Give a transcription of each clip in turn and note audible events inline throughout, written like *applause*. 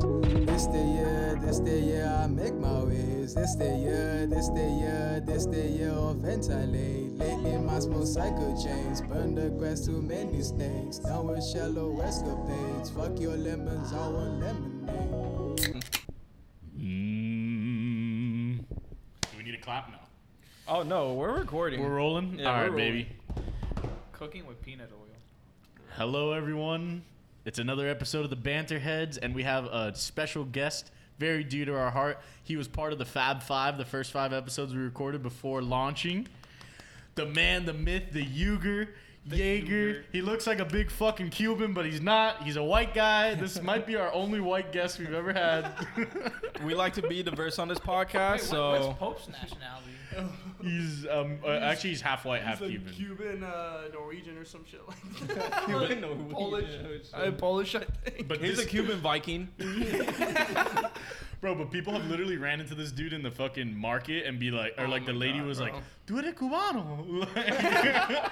This the year, this the year I make my ways. This the year, this the year, this the year of ventilate. Lately my small cycle chains burn the grass too many snakes. Down with shallow escapades. Fuck your lemons, I want lemonade. Mm. Do we need a clap now? Oh no, we're recording. We're rolling. Yeah, All we're right, baby. cooking with peanut oil. Hello, everyone. It's another episode of the Banter Heads, and we have a special guest, very dear to our heart. He was part of the Fab Five, the first five episodes we recorded before launching. The man, the myth, the Uger, Jaeger. Uger. He looks like a big fucking Cuban, but he's not. He's a white guy. This *laughs* might be our only white guest we've ever had. *laughs* We like to be diverse on this podcast, so Pope's nationality? he's um, uh, actually he's half white, half He's Cuban. like Cuban, uh, Norwegian, or some shit like *laughs* *laughs* that. Cuban, Norwegian. Polish. I, Polish, I think. But he's a this- Cuban Viking. *laughs* Bro, but people have literally ran into this dude in the fucking market and be like, or Oh like the my lady God, was bro. like, "Do it cubano."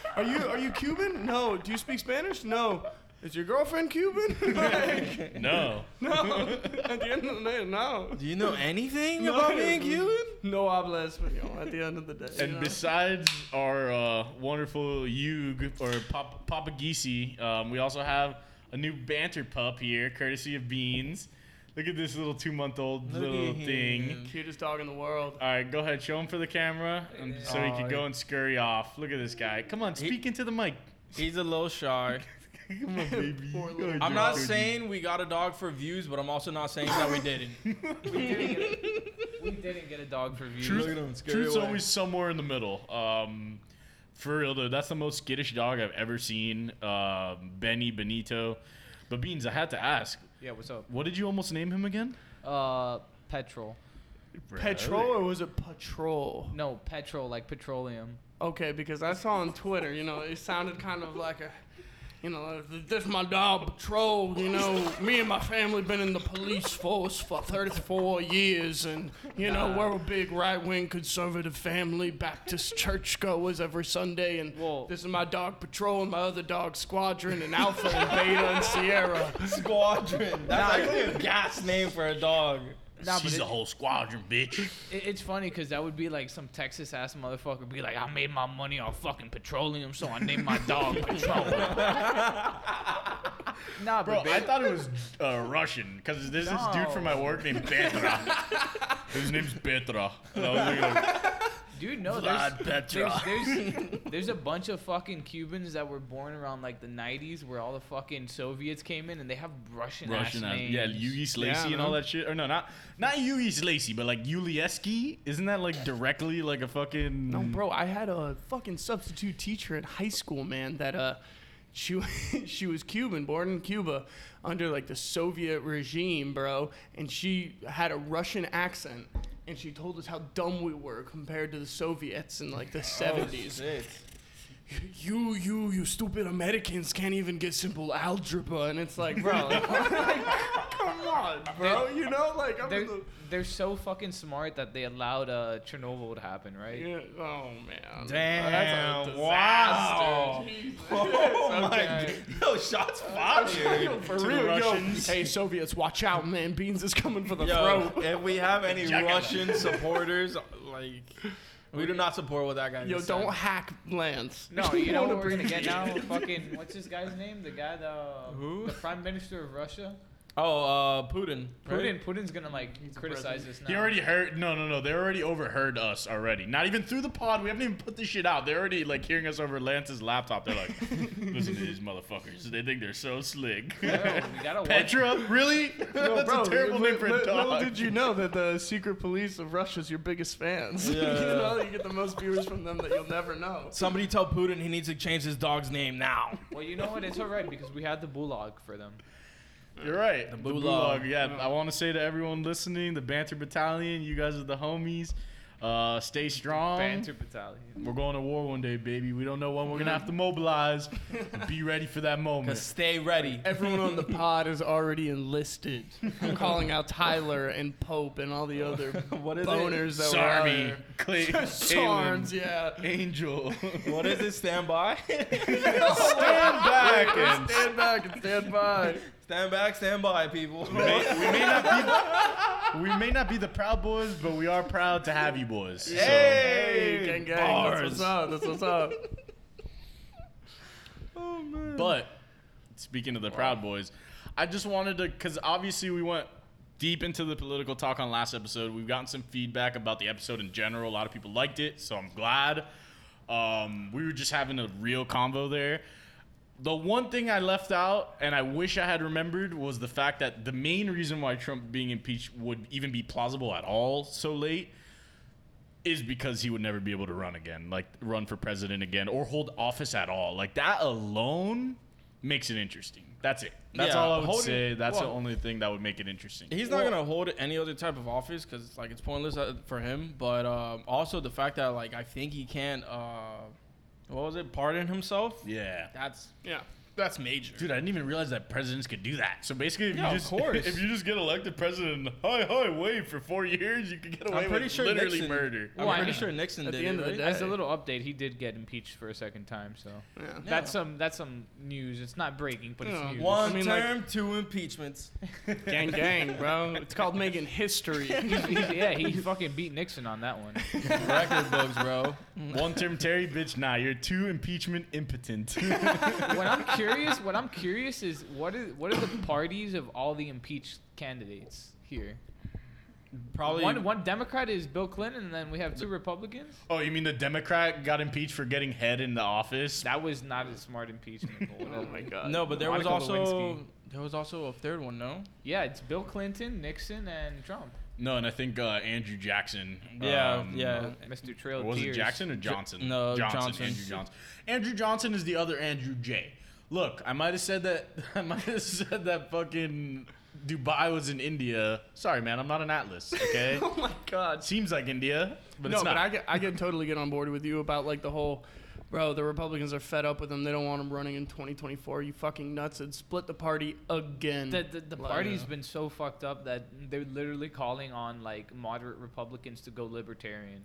*laughs* *laughs* Are you are you Cuban? No. Do you speak Spanish? No. Is your girlfriend Cuban? *laughs* Like, *laughs* no. no. At the end of the day, no. Do you know anything No. about being Cuban? No habla español. At the end of the day. you And know? besides our uh, wonderful Yug or Pop- Papa Geesey, um, we also have a new banter pup here, courtesy of Beans. Look at this little two-month-old Look little at thing. him. cutest dog in the world. All right, go ahead, show him for the camera, um, so he Aw, can go and scurry off. Look at this guy. Come on, speak into the *laughs* mic. He's a little shy. Come on, baby. *laughs* Poor Go little- ahead, I'm not Georgie. saying we got a dog for views, but I'm also not saying that we didn't. *laughs* We didn't get a- we didn't get a dog for views. Truth, truth's always somewhere in the middle. Um, for real though, that's the most skittish dog I've ever seen. Um, Benny Benito, but Beans, I had to ask, Yeah, what's up? what did you almost name him again? Uh, petrol. Petrol or was it patrol? No, petrol, like petroleum. Okay, because I saw on Twitter, you know, it sounded kind of like a, you know, this my dog Patrol. You know, me and my family been in the police force for 34 years, and you know, we're a big right-wing conservative family, Baptist churchgoers every Sunday, and Whoa. this is my dog Patrol and my other dog Squadron and Alpha and Beta and Sierra. Squadron. That's actually a gas name for a dog. Nah, but She's it, the whole squadron, bitch. it- it's funny because that would be like some Texas ass motherfucker be like, I made my money off fucking petroleum, so I named my *laughs* dog *laughs* Petrol. nah, Bro, but I ba- thought it was uh, Russian because there's this dude from my work named Petra. *laughs* His name's Petra. And I was looking at dude, no, there's, Vlad there's, Petra. there's, there's a bunch of fucking Cubans that were born around like the 90s where all the fucking Soviets came in and they have Russian, Russian, ass ass- names. yeah, Yugi Slacy Yeah, and man. all that shit. Or no, not not Yugi Slacy, but like Yulieski. Isn't that like directly like a fucking? No, bro, I had a fucking substitute teacher in high school, man, that uh she *laughs* she was Cuban, born in Cuba under like the Soviet regime, bro, and she had a Russian accent. And she told us how dumb we were compared to the Soviets in like the 70s. You, you, you stupid Americans can't even get simple algebra. And it's like, *laughs* bro, like, come on, bro. You know, like, I'm They're, in the. they're so fucking smart that they allowed uh, Chernobyl to happen, right? Yeah, oh, man. Damn. disaster. wow. Oh Okay. my. Yo, shots fired. Yo, for to the real, yo. Russians. Hey, Soviets, watch out, man. Beans is coming for the Yo, throat. if we have any Jack- Russian supporters, like, we do not support what that guy. Yo, just don't said. hack Lance. No, you know Wanna what we're bring gonna *laughs* get it. now? Fucking what's this guy's name? The guy the Who? the prime minister of Russia. Oh, uh, Putin. right? Putin. Putin's gonna like criticize us now. He already heard. No, no, no. They already overheard us already. Not even through the pod. We haven't even put this shit out. They're already like hearing us over Lance's laptop. They're *laughs* like, listen to these motherfuckers. They think they're so slick. Yo, we gotta watch- Petra, really? Yo, *laughs* That's bro, a terrible li- name for a li- Little dog. did you know that the secret police of Russia's your biggest fans. *laughs* you Yeah. know, you get the most viewers from them that you'll never know. Somebody tell Putin he needs to change his dog's name now. Well, you know what? It's alright because we had the Bulog for them. You're right. The Bulog. Bulog. Yeah, I want to say to everyone listening, the Banter Battalion. You guys are the homies. Uh, stay strong. Banter battalion. We're going to war one day, baby. We don't know when we're gonna have to mobilize. Be ready for *laughs* that Cause moment. stay ready. Everyone on the pod is already enlisted. I'm calling out Tyler and Pope and all the other What is it? boners that Sarmy, *laughs* were Clay, out there. Sarms, Sarms, yeah. *laughs* Angel. What is it? Stand by. Stand back and Stand back and stand by. Stand back, stand by, people. we may not be we may not be the proud boys, but we are proud to have you boys. So- hey, gang, gang. That's bars. what's up. That's what's up. But speaking of the Proud Boys, I just wanted to because obviously we went deep into the political talk on last episode. We've gotten some feedback about the episode in general. A lot of people liked it, so I'm glad. Um, we were just having a real convo there. The one thing I left out, and I wish I had remembered, was the fact that the main reason why Trump being impeached would even be plausible at all so late is because he would never be able to run again, like run for president again or hold office at all. Like that alone makes it interesting. That's it. That's Yeah, all I would holding- say. That's the well- only thing that would make it interesting. He's not gonna hold any other type of office because like it's pointless uh, for him. But um, also the fact that like I think he can't. Uh, what was it? Pardon himself. yeah. That's Yeah. that's major. Dude, I didn't even realize that presidents could do that. So basically, if Yeah, you of just *laughs* course. if you just get elected president, hi hi wave for four years, you can get away pretty with sure literally Nixon- murder. I'm Well, I pretty mean, sure Nixon at did the end it, of the right? day- As a Hey. little update, he did get impeached for a second time, so Yeah. that's some that's some news. It's not breaking, but it's Yeah. news. *laughs* One I mean, like- term, two impeachments. Gang, gang, bro. It's called making history. He's- yeah, he fucking beat Nixon on *laughs* that one. *laughs* Record books, bro. One term Terry, bitch, nah, you're too impeachment impotent. *laughs* What I'm curious, what I'm curious is what is what are the parties of all the impeached candidates here? Probably one one Democrat is Bill Clinton, and then we have two Republicans. oh, you mean the Democrat got impeached for getting head in the office? That was not a smart impeachment. But oh whatever. my god. No, but there was Monica also Lewinsky. there was also a third one. No. Yeah, it's Bill Clinton, Nixon, and Trump. No, and I think uh, Andrew Jackson. Yeah, um, yeah. Mr. Trail Was it Tears. Jackson or Johnson? no, Johnson, Johnson. Andrew Johnson. Andrew Johnson is the other Andrew J. Look, I might have said that. *laughs* I might have said that fucking Dubai was in India. Sorry, man, I'm not an atlas. *laughs* Okay, *laughs* Oh my god. seems like India, but no, it's not. but I can, I can totally get on board with you about like the whole, bro. The Republicans are fed up with him. They don't want him running in 2024. You fucking nuts! And split the party again. The, the, the Like, party's yeah. been so fucked up that they're literally calling on like moderate Republicans to go libertarian.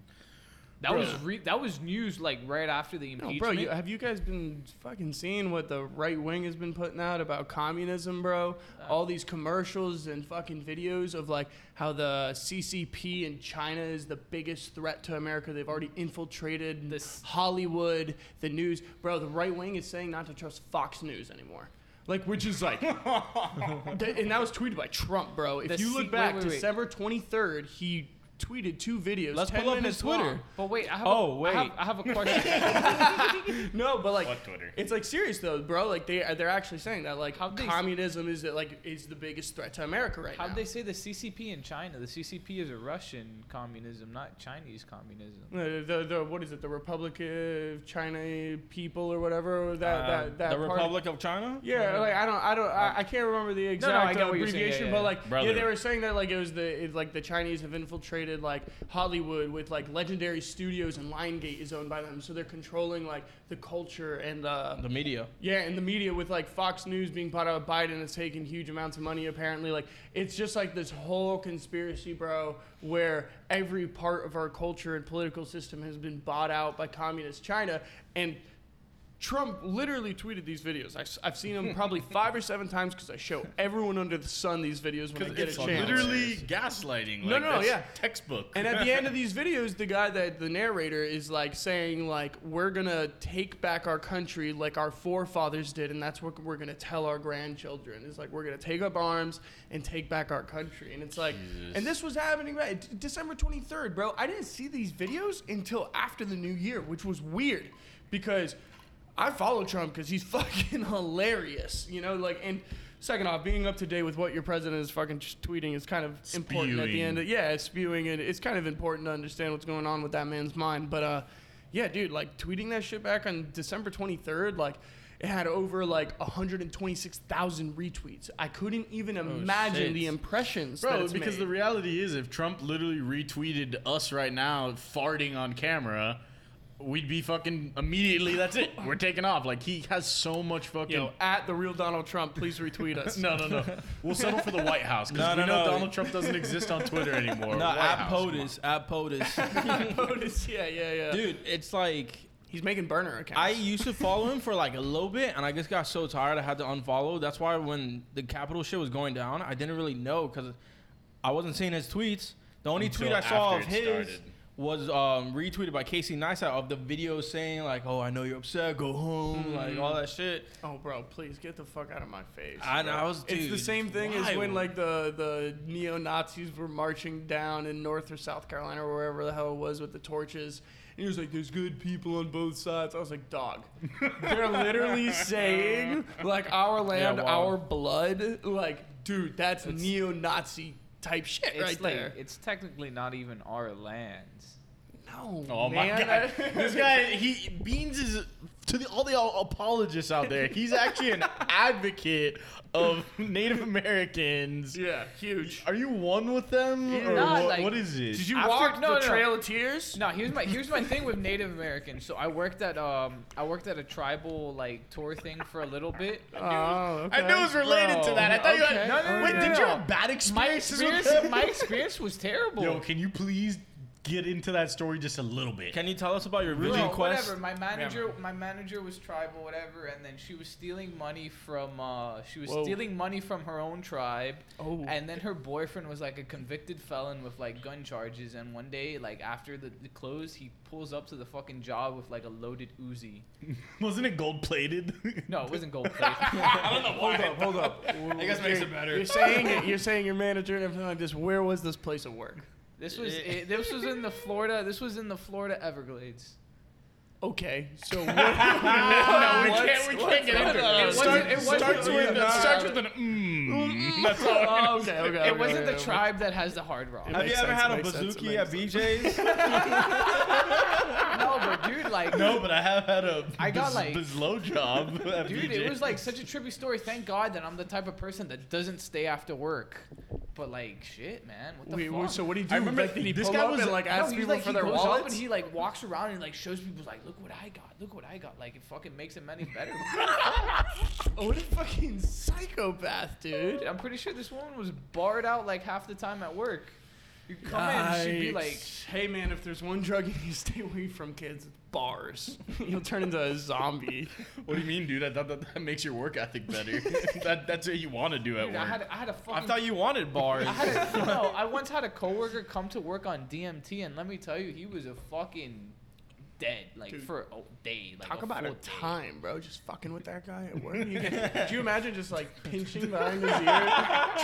That Bro. was re- that was news like right after the No, impeachment. bro. You, have you guys been fucking seeing what the right wing has been putting out about communism, bro? Uh, All these commercials and fucking videos of like how the CCP in China is the biggest threat to America. They've already infiltrated This- Hollywood, the news, bro. The right wing is saying not to trust Fox News anymore. Like, which *laughs* is like, Th- and that was tweeted by Trump, bro. If The you C- look wait, back, wait, wait. December 23rd, he tweeted two videos. Let's 10 pull up his minutes Twitter. long. but wait, I have Oh, a, wait. I have, I have a question. *laughs* No, but like, Fuck Twitter. it's like serious though, bro. Like they they're actually saying that like How'd they- communism is like is the biggest threat to America right How'd now. they say the CCP in China? The CCP is a Russian communism, not Chinese communism. the, Uh, the, the what is it? The Republic of China people or whatever that Uh, that, that the part- Republic of China. Yeah, like I don't, I don't, I, I can't remember the no, I exact get uh, what you're saying, yeah, abbreviation, yeah, but yeah. like, Brother. yeah, they were saying that like it was the, it, like the Chinese have infiltrated like Hollywood with like legendary studios and Lion Gate is owned by them, so they're controlling like the culture and uh, The media. yeah, and the media with like Fox News being bought out, Biden has taken huge amounts of money apparently. Like it's just like this whole conspiracy, bro, where every part of our culture and political system has been bought out by communist China. And Trump literally tweeted these videos. I, have seen them probably five or seven times because I show everyone under the sun these videos when I get a it's chance. literally gaslighting. No, like, no, that's yeah. textbook. And at the end of these videos, the guy that the narrator is like saying like we're gonna take back our country like our forefathers did, and that's what we're gonna tell our grandchildren. It's like we're gonna take up arms and take back our country, and it's like, Jesus. and this was happening right D- December twenty third, bro. I didn't see these videos until after the new year, which was weird because I follow Trump because he's *laughs* fucking hilarious, you know, like and. Second off, being up to date with what your president is fucking just tweeting is kind of important at the Spewing. end. of- yeah, it's spewing, and it's kind of important to understand what's going on with that man's mind. But uh, yeah, dude, like tweeting that shit back on December 23rd, like it had over like 126,000 retweets. I couldn't even imagine shit. the impressions, that Oh, Bro, it's because made. the reality is, if Trump literally retweeted us right now farting on camera, we'd be fucking immediately. That's it. We're taking off. Like he has so much fucking. Yo, at the real Donald Trump, please retweet us. *laughs* *laughs* no, no, no. We'll settle for the White House because No, we no, know no. Donald Trump doesn't exist on Twitter anymore. No, White at House, come on. POTUS. At POTUS. Notice, yeah, yeah, yeah. Dude, it's like He's making burner accounts. I used to follow him for like a little bit, and I just got so tired I had to unfollow. That's why when the Capitol shit was going down, I didn't really know because I wasn't seeing his tweets. The only Until tweet I saw of after it his started. was um, retweeted by Casey Neistat of the video saying like, "Oh, I know you're upset. Go home," Mm-hmm. like all that shit. oh, bro, please get the fuck out of my face. I, bro. I was. It's the dude, same thing as when wild. like the the neo Nazis were marching down in North or South Carolina or wherever the hell it was with the torches. And he was like, "There's good people on both sides." I was like, "Dog, they're literally saying like our land, wow. our blood, like, dude, that's neo-Nazi type shit It's right like, there." It's technically not even our lands. No, Oh man, my god, I- *laughs* this guy he Beans is to the, all the apologists out there. He's actually *laughs* an advocate of Native Americans. yeah, huge. Are you one with them? He's or not, what- like- what is it? Did you After- walk no, no, no. the Trail of Tears? No, here's my here's my thing with Native Americans. So I worked at um I worked at a tribal like tour thing for a little bit. Oh, I knew it was related to Bro, that. I thought you had. okay. No, no, no, wait, no, did no. you have bad My experiences experience with them? my experience was terrible. Yo, can you please get into that story just a little bit? Can you tell us about your Bro, vision quest? whatever. My manager, my manager was tribal, whatever, and then she was stealing money from. Uh, she was Whoa. stealing money from her own tribe, Oh. and then her boyfriend was like a convicted felon with like gun charges. And one day, like after the, the close, he pulls up to the fucking job with like a loaded Uzi. Wasn't it gold *laughs* plated? No, it wasn't gold plate. I don't know why. Hold up, hold up. *laughs* I guess it makes it better. *laughs* You're saying it, you're saying your manager and everything like this. Where was this place of work? this was it, this was in the Florida. This was in the Florida Everglades. Okay, so *laughs* what? *laughs* no, we what's- can't. We what's can't get into going that. It on? It wasn't- starts- it wasn't- starts with yeah. it starts with an mm. That's all. I know. *laughs* Oh, okay, okay. it wasn't the tribe that has the hard rock. It Have you makes ever sense, had it a makes sense, it bazooki at makes BJ's? no, but dude, *laughs* like No, but I have had a I got, biz- like- bizlow job. at BJ. Dude, it was like such a trippy story. Thank God that I'm the type of person that doesn't stay after work. But like, shit, man, what the Wait, fuck? wait, so what do you I do? remember Like, did he this pull guy up was- and like no, ask he's people like, for he their goes up wallets? and he like walks around and like shows people like, look what I got, look what I got. Like it fucking makes it many *laughs* better. oh, what a fucking psychopath, dude! Dude, I'm pretty sure this woman was barred out like half the time at work. You come in, she'd be like, Yikes. "Hey, man, if there's one drug you need to stay away from, kids, it's *laughs* bars. You'll turn into a zombie." What do you mean, dude? I thought that, that makes your work ethic better. *laughs* that, that's what you want to do at dude, I work. had, I had a fucking. I thought you wanted bars. *laughs* I had a, no, I once had a coworker come to work on DMT, and let me tell you, he was a fucking dead, like Dude. for a day, like Talk a about a full day. time, bro. Just fucking with that guy at work. You get- could you imagine just like pinching behind his ear,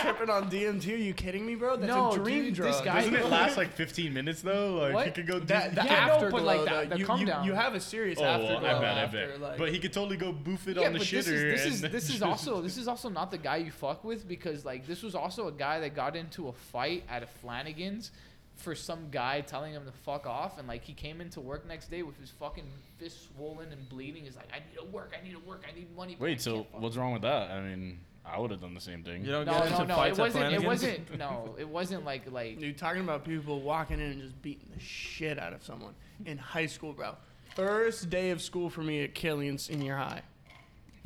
tripping on DMT? Are you kidding me, bro? That's No, a dream dude, drug. this guy- Doesn't it last like 15 minutes though? Like he What? could go. that, the deep- Yeah, no, afterglow, but, like, though, the- the you, come you, down. you have a serious oh, well, afterglow. I bet, I after, bet. Like, but he could totally go boof it yeah, on the but shitter. this is this is and this *laughs* is just- also this is *laughs* also not the guy you fuck with because like this was also a guy that got into a fight at a Flanagan's for some guy telling him to fuck off and like he came into work next day with his fucking fist swollen and bleeding. He's like, I need to work, I need to work, I need money. but I Wait, so can't fuck." what's wrong with that? I mean, I would have done the same thing. You don't No, get no, into no! It fights at wasn't. It Flanagan's? wasn't. No, it wasn't like *laughs* like Dude, talking about people walking in and just beating the shit out of someone in high school, bro. First day of school for me at Killian Senior High.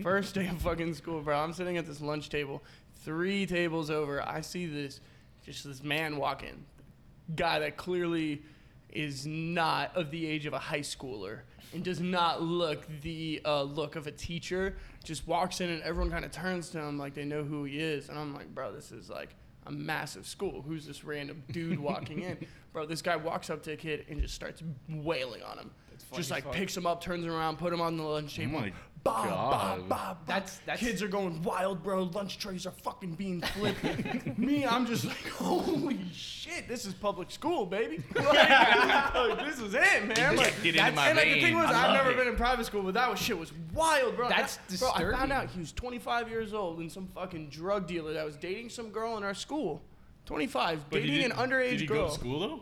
First day of fucking school, bro. I'm sitting at this lunch table, three tables over. I see this, just this man walk in, guy that clearly is not of the age of a high schooler and does not look the uh, look of a teacher. Just walks in and everyone kind of turns to him like they know who he is. And I'm like, bro, this is like a massive school. Who's this random dude walking in? Bro, this guy walks up to a kid and just starts wailing on him. Just like picks him up, turns him around, put him on the lunch table. my bah, bah, God. bah, bah. That's- that's- kids are going wild, bro. Lunch trays are fucking being flipped. *laughs* Me, I'm just like, holy shit, this is public school, baby. *laughs* Like, this is it, man. Like, Injected into that's- my and like, the thing veins. was, I love I've never it. been in private school, but that was, shit was wild, bro. That's That- bro, I disturbing. found out he was 25 years old and some fucking drug dealer that was dating some girl in our school. 25, But he dating an didn't- underage Did he girl. go to school though?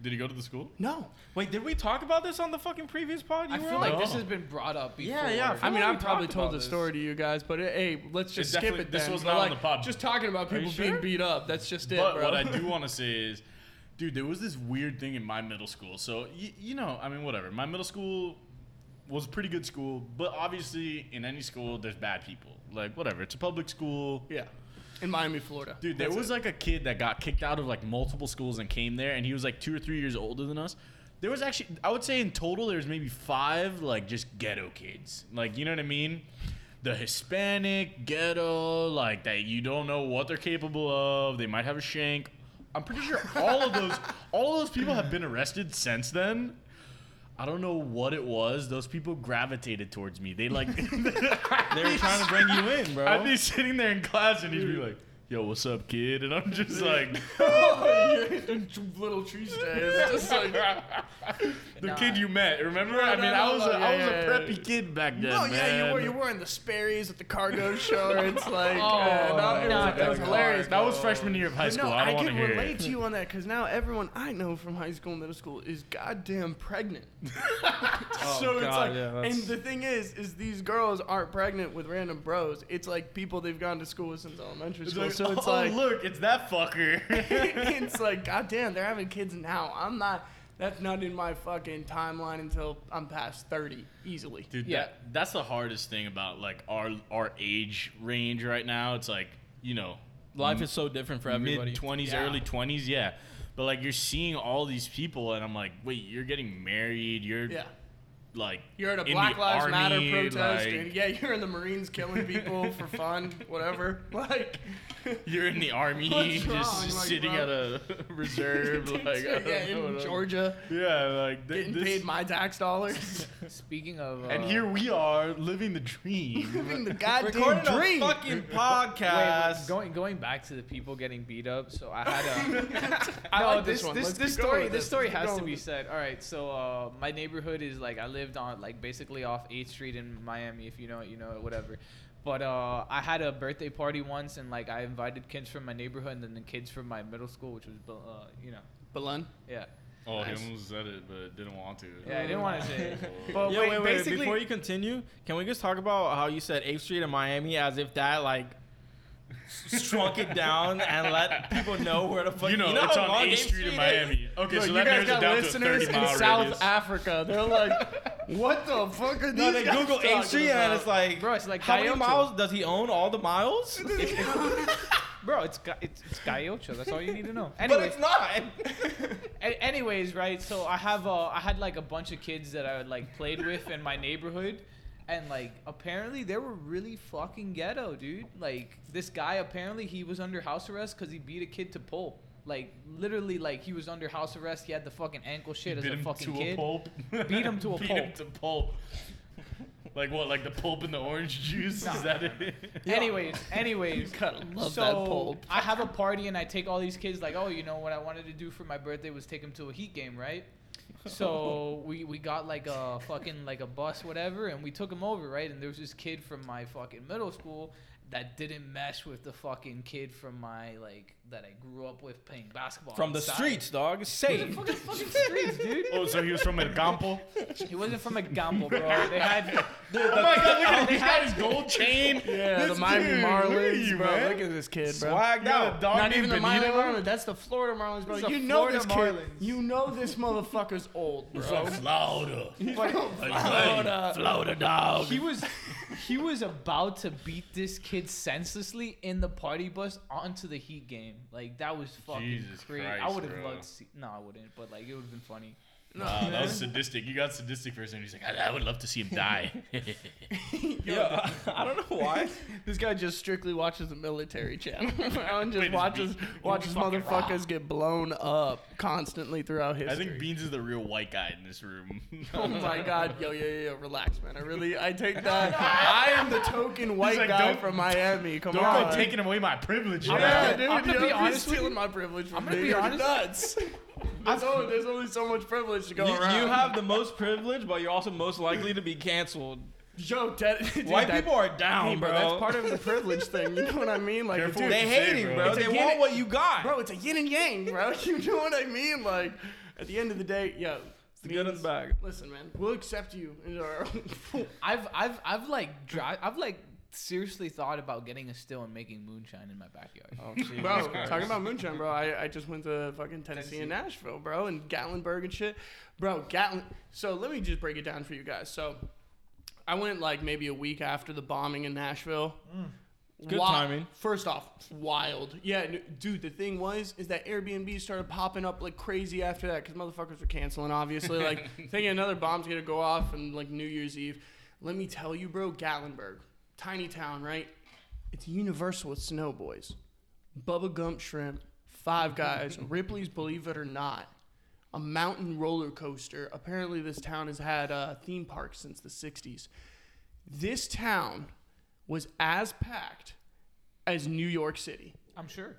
Did he go to the school? No, Wait, did we talk about this on the fucking previous pod? You I were feel on? like No. this has been brought up before. Yeah, yeah, I mean, Yeah, I we probably talked told about the this. story to you guys, but it, hey, let's just skip definitely- it. this then. was But, not on like, the pod. Just talking about Are you people being sure? beat up. That's just it, But bro. what *laughs* I do want to say is, dude, there was this weird thing in my middle school. So y- you know, I mean, whatever. My middle school was a pretty good school, but obviously, in any school, there's bad people. Like whatever, it's a public school. yeah, in Miami, Florida. Dude, there That's was it. like a kid that got kicked out of like multiple schools and came there, and he was like two or three years older than us. There was actually, I would say in total, there was maybe five like just ghetto kids. Like you know what I mean? The Hispanic ghetto, like that you don't know what they're capable of. They might have a shank. I'm pretty sure all of *laughs* those, all of those people have been arrested since then. I don't know what it was. Those people gravitated towards me. They like, *laughs* They were trying to bring you in, bro. I'd be sitting there in class and he'd be like, "Yo, what's up, kid?" And *laughs* I'm just like, *laughs* *laughs* Little tree stands. Just like, the Nah. kid you met. Remember? I mean, no, I was no, a, I yeah, was yeah, a preppy yeah. kid back then. no, oh, yeah, you were man. you were in the Sperry's with *laughs* the cargo shorts. Like, Oh, uh, no, it was, nah, it was that's hilarious. That was freshman year of high But school. No, I don't want to can hear relate it. to you on that because now everyone I know from high school and middle school is goddamn pregnant. Oh, so it's Oh, God, like, yeah, that's- and the thing is, is these girls aren't pregnant with random bros. It's like people they've gone to school with since elementary It's *laughs* school. like, so it's oh, like, look, it's that *laughs* fucker. *laughs* it's like, goddamn, they're having kids now. I'm not. That's not in my fucking timeline until I'm past thirty easily. Dude, Yeah. that, that's the hardest thing about like our our age range right now. It's like you know, Life is so different for everybody. mid twenties, Yeah. early twenties, yeah. But like you're seeing all these people, and I'm like, wait, you're getting married. You're Yeah. like You're at a in the Black Lives Matter army, protest, like, and yeah, you're in the Marines *laughs* killing people for fun, whatever. *laughs* Like, You're in the army, What's just wrong? Like, sitting bro. at a *laughs* reserve, like I don't know *laughs* yeah, in what I'm- Georgia, Yeah, like th- getting this- paid my tax dollars, *laughs* Speaking of, uh, and here we are living the dream. *laughs* *laughs* living the goddamn Recording dream. a fucking wait, wait, podcast. going going back to the people getting beat up. So I had a. *laughs* I no, like this this one. This, Let's this keep going story with this this. story Let's keep has going to with be this. said. All right, so uh, my neighborhood is like I lived on like basically off 8th Street in Miami. If you know it, you know it, whatever. But uh, I had a birthday party once, and like I invited kids from my neighborhood, and then the kids from my middle school, which was uh, you know, Belen. yeah, Oh, Nice. he almost said it, but didn't want to. Oh. yeah. I didn't want to say, it. *laughs* but Yo, wait, wait, wait, basically, Before you continue, can we just talk about how you said 8th Street in Miami as if that, like, shrunk it down and let people know where the fuck You know, you know it's how on long 8th Street in Miami. Okay, so that narrows it down to a 30 mile radius. Africa. They're like, what the fuck are these No, they guys Google 8th talking Street and about? it's like, Bro, it's like how many Gaiocho. miles does he own? All *laughs* the miles? bro, it's Ga- it's, it's Gaiocho. That's all you need to know. *laughs* but Anyway, it's not. A- anyways, right? So I have uh, I had like a bunch of kids that I like played with in my neighborhood, and like apparently they were really fucking ghetto, dude. Like this guy apparently he was under house arrest because he beat a kid to pulp. Like literally, like he was under house arrest. He had the fucking ankle shit as Beat a him fucking to kid. a pulp. Beat him to *laughs* a Beat him pulp. to pulp. Like what? Like the pulp in the orange juice? Nah. Is that it? Anyways, *laughs* anyways, Gotta love so that pulp. I have a party and I take all these kids. Like, oh, you know what I wanted to do for my birthday was take them to a Heat game, right? *laughs* So we we got like a fucking like a bus, whatever, and we took them over, right? And there was this kid from my fucking middle school that didn't mesh with the fucking kid from my like that I grew up with playing basketball From the outside. streets, dog. Safe. Fucking, fucking streets, dude. *laughs* oh, so he was from El *laughs* Campo. He wasn't from a *laughs* gamble, bro. They *laughs* had Oh my God! Look at They him. He's got his gold chain. Yeah, the This Miami dude, look at Marlins, you, bro. man. Look at this kid, bro. Swagged Got a out. dog Not named even the Miami Benito. Marlins. That's the Florida Marlins, bro. It's a Oh, You know Florida this kid. Marlins. You know this motherfucker's old, bro. Florida. Florida. Florida dog. he was he was about to beat this kid senselessly in the party bus onto the heat game. Like that was fucking Jesus crazy. I Christ, would have bro. loved to see no, I wouldn't, but like it would have been funny. Wow, that was sadistic. You got sadistic first, and he's like, I, I would love to *laughs* see him *laughs* die. Yeah, I don't know why. This guy just strictly watches the military channel *laughs* and just Wait, is watches Bean- watches fucking motherfuckers get blown up constantly throughout I history. think Beans is the real white guy in this room. *laughs* Oh my god, yo, yo, yo, yo, relax, man. I really, I take that. I am the token white like, guy "Don't- from Miami. Come Don't on, go taking away my privilege. Yeah, I'm dude, gonna yo, be you're honest with stealing my privilege from I'm gonna me. be You're honest- nuts. *laughs* There's only, there's only so much privilege to go You, around. you have the most privilege, but you're also most likely to be canceled. yo, Ted, *laughs* dude, White that- people are down, Hey, bro. bro, that's part of the *laughs* privilege thing. You know what I mean? Like, Careful dude, what They you hate say, him, bro. bro. It's They a get want it- what you got. bro, it's a yin and yang, bro. *laughs* You know what I mean? Like, at the end of the day, yo, it's the good and the bad. listen, man, we'll accept you into our *laughs* own. I've I've I've like dri- I've like seriously thought about getting a still and making moonshine in my backyard. *laughs* Bro, talking about moonshine, bro. I, I just went to fucking Tennessee, Tennessee. and Nashville, bro, and Gatlinburg and shit. Bro, Gatlin. So let me just break it down for you guys. So I went like maybe a week after the bombing in Nashville. Good timing. First off, wild. Yeah, n- dude. The thing was is that Airbnb started popping up like crazy after that because motherfuckers were canceling. Obviously, like *laughs* thinking another bomb's gonna go off and like New Year's Eve. Let me tell you, bro. Gatlinburg, tiny town, right? It's universal with snow, boys. Bubba Gump Shrimp, Five Guys, Ripley's Believe It or Not, a mountain roller coaster. Apparently, this town has had a theme park since the 60s. This town was as packed as New York City. I'm sure.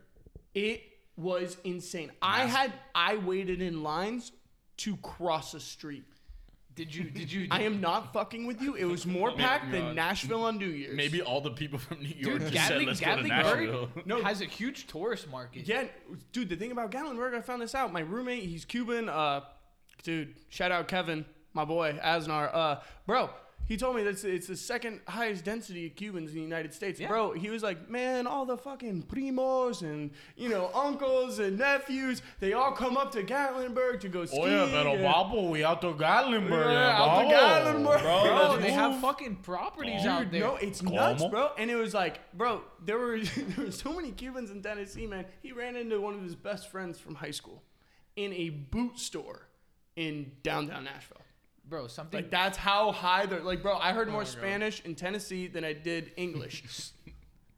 It was insane. I had I waited in lines to cross a street. Did you? Did you? *laughs* I am not fucking with you. It was more packed God. than Nashville on New Year's. Maybe all the people from New York Dude, just said, Gatling, let's go to Nashville. Gatlinburg has a huge tourist market. Yeah, dude. The thing about Gatlinburg, I found this out. My roommate, he's Cuban. Uh, dude, shout out Kevin, my boy Asnar. Uh, bro, he told me that's it's the second highest density of Cubans in the United States. Yeah. Bro, he was like, man, all the fucking primos and you know uncles and nephews, they all come up to Gatlinburg to go Oh, skiing. and- we out to Gatlinburg. Yeah, out to babo. Gatlinburg. Bro, Bro, let's they move. have fucking properties out there. No, it's nuts, Como? bro. And it was like, bro, there were *laughs* there were so many Cubans in Tennessee, man. He ran into one of his best friends from high school in a boot store in downtown Nashville. bro, something Like that's how high they're like, bro. I heard Oh more Spanish in Tennessee than I did English. *laughs*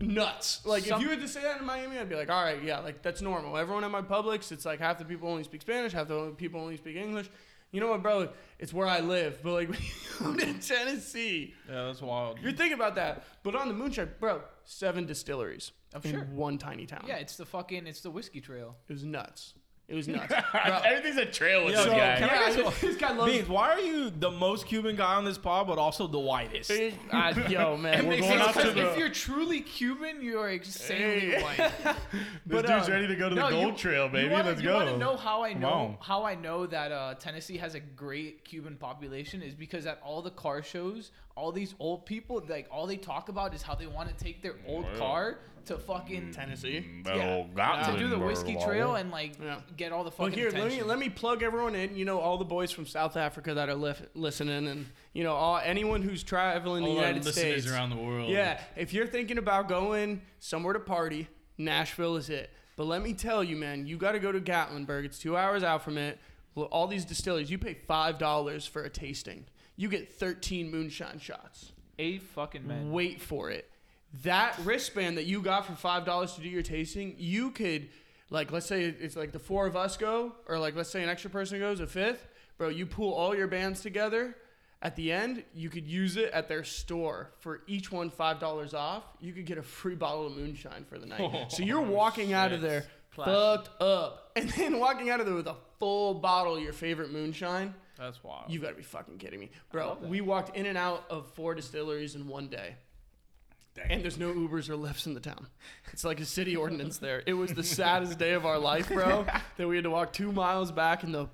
Nuts. Like Some- if you had to say that in Miami, I'd be like, all right, yeah, like that's normal. Everyone at my Publix, it's like half the people only speak Spanish, half the people only speak English. You know what, bro? It's where I live. But like *laughs* when you come to Tennessee, Yeah, that's wild. you're thinking about that, but on the moonshine, bro, seven distilleries I'm in sure. one tiny town. Yeah, it's the fucking it's the whiskey trail. it was nuts. It was *laughs* nuts. bro, *laughs* Everything's a trail with Yo, this so guy. can I yeah, ask you- this, this guy loves. Beans, why are you the most Cuban guy on this pod, but also the whitest? Uh, yo, man, we're makes going sense. up to Because the. if you're truly Cuban, you are insanely *laughs* Hey. white. This but, dude's uh, ready to go to the no, gold you- trail, baby. you wanna, Let's you go. wanna know how I know Wow. how I know that uh, Tennessee has a great Cuban population is because at all the car shows, all these old people like all they talk about is how they want to take their old Wow. car to fufucking mm, Tennessee. to do the whiskey trail and like Yeah. get all the Well, fucking here, let me attention. let me plug everyone in. You know, all the boys from South Africa that are lif- listening, and you know, all, anyone who's traveling the United States. the world. Yeah, if you're thinking about going somewhere to party, Nashville is it. But let me tell you, man, you got to go to Gatlinburg. It's two hours out from it. Well, All these distilleries, you pay five dollars for a tasting. You get thirteen moonshine shots. a fucking man. Wait for it. That wristband that you got for five dollars to do your tasting, you could, like, let's say it's like the four of us go, or like let's say an extra person goes, a fifth, bro. You pull all your bands together. At the end, you could use it at their store for each one five dollars off. You could get a free bottle of moonshine for the night. so you're walking out of there Classic. fucked up, and then walking out of there with a full bottle of your favorite moonshine. That's wild. You gotta be fucking kidding me, bro. We walked in and out of four distilleries in one day, and there's no Ubers or Lyfts in the town. It's like a city ordinance there. It was the saddest day of our life, bro. that we had to walk two miles back in the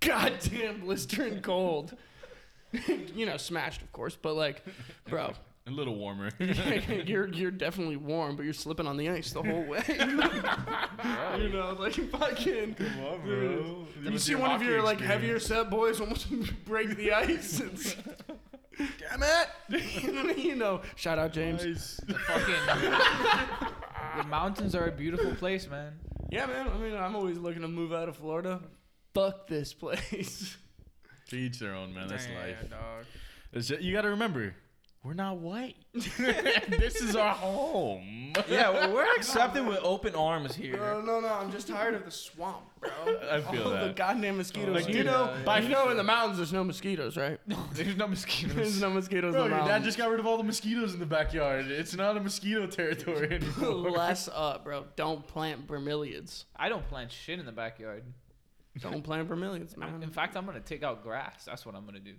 goddamn blistering cold. you know, smashed, of course, but like, bro, *laughs* A little *laughs* warmer. you're you're definitely warm, but you're slipping on the ice the whole way. *laughs* you know, like fucking. You see one of your like heavier set boys almost *laughs* break the ice. It's, *laughs* Damn it! *laughs* you, know, what I mean? You know, shout out James. *laughs* fucking Mm. *laughs* the mountains are a beautiful place, man. Yeah, man. I mean, I'm always looking to move out of Florida. Fuck this place. To each their own, man. That's Damn, life. dog. It's ju- you got to remember, we're not *laughs* white. this is our home. Yeah, well, we're accepted with open arms *laughs* here. No, no, no. I'm just tired of the swamp, bro. I feel All the that. goddamn mosquitoes. Like, you dude, know, uh, you know, in the mountains there's no mosquitoes, *laughs* right? There's no mosquitoes. There's no mosquitoes Bro, in your the dad mountains. *laughs* just got rid of all the mosquitoes in the backyard. It's not a mosquito territory *laughs* anymore. Less up, bro. Don't plant bromeliads. I don't plant shit in the backyard. Don't plant bromeliads, man. In fact, I'm gonna take out grass. That's what I'm gonna do.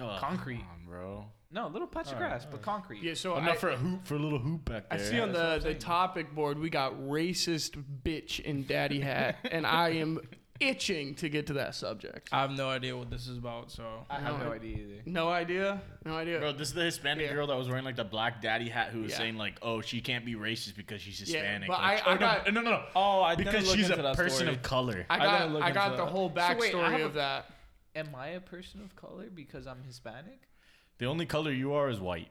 Ugh, Concrete. come on, bro. No, little patch of grass, but concrete. yeah, so Enough I, for a hoop, for a little hoop back I there. see on that's what the, I'm the saying. topic board we got racist bitch in daddy hat, and I am itching to get to that subject. I have no idea what this is about, so. I have No, no I- idea either. No idea. No idea. Bro, this is the Hispanic Yeah. girl that was wearing like the black daddy hat who was Yeah. saying like, "Oh, she can't be racist because she's Yeah, Hispanic." but like, I- I oh, got- no, no, no, no, Oh, I didn't because look she's a into that person story. of color. I I gotta got look I, into got the that. whole So backstory wait, I have a- of that. Am I a person of color because I'm Hispanic? the only color you are is white.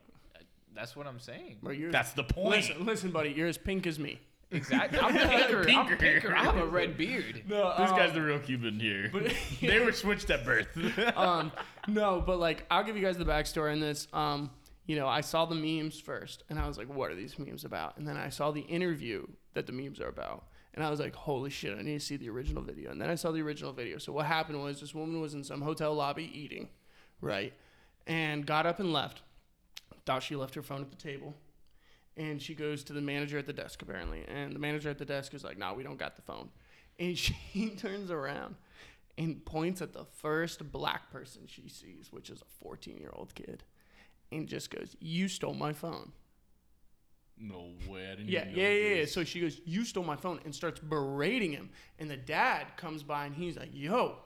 That's what I'm saying. Bro, you're That's the point. listen, listen, buddy. You're as pink as me. Exactly. I'm *laughs* pinker. I'm Pinker. pinker. I have a red beard. No, This guy's the real Cuban here. *laughs* *laughs* they were switched at birth. *laughs* um, no, but like I'll give you guys the backstory on this. Um, you know, I saw the memes first, and I was like, "What are these memes about?" And then I saw the interview that the memes are about, and I was like, "Holy shit! I need to see the original video." And then I saw the original video. So what happened was this woman was in some hotel lobby eating, right, and got up and left. Thought she left her phone at the table. And she goes to the manager at the desk, apparently. And the manager at the desk is like, nah, we don't got the phone. And *laughs* she turns around and points at the first black person she sees, which is a 14 year old kid, and just goes, You stole my phone. no way. I didn't Yeah, even know yeah, yeah, yeah. this. So she goes, You stole my phone, and starts berating him. And the dad comes by and he's like, Yo,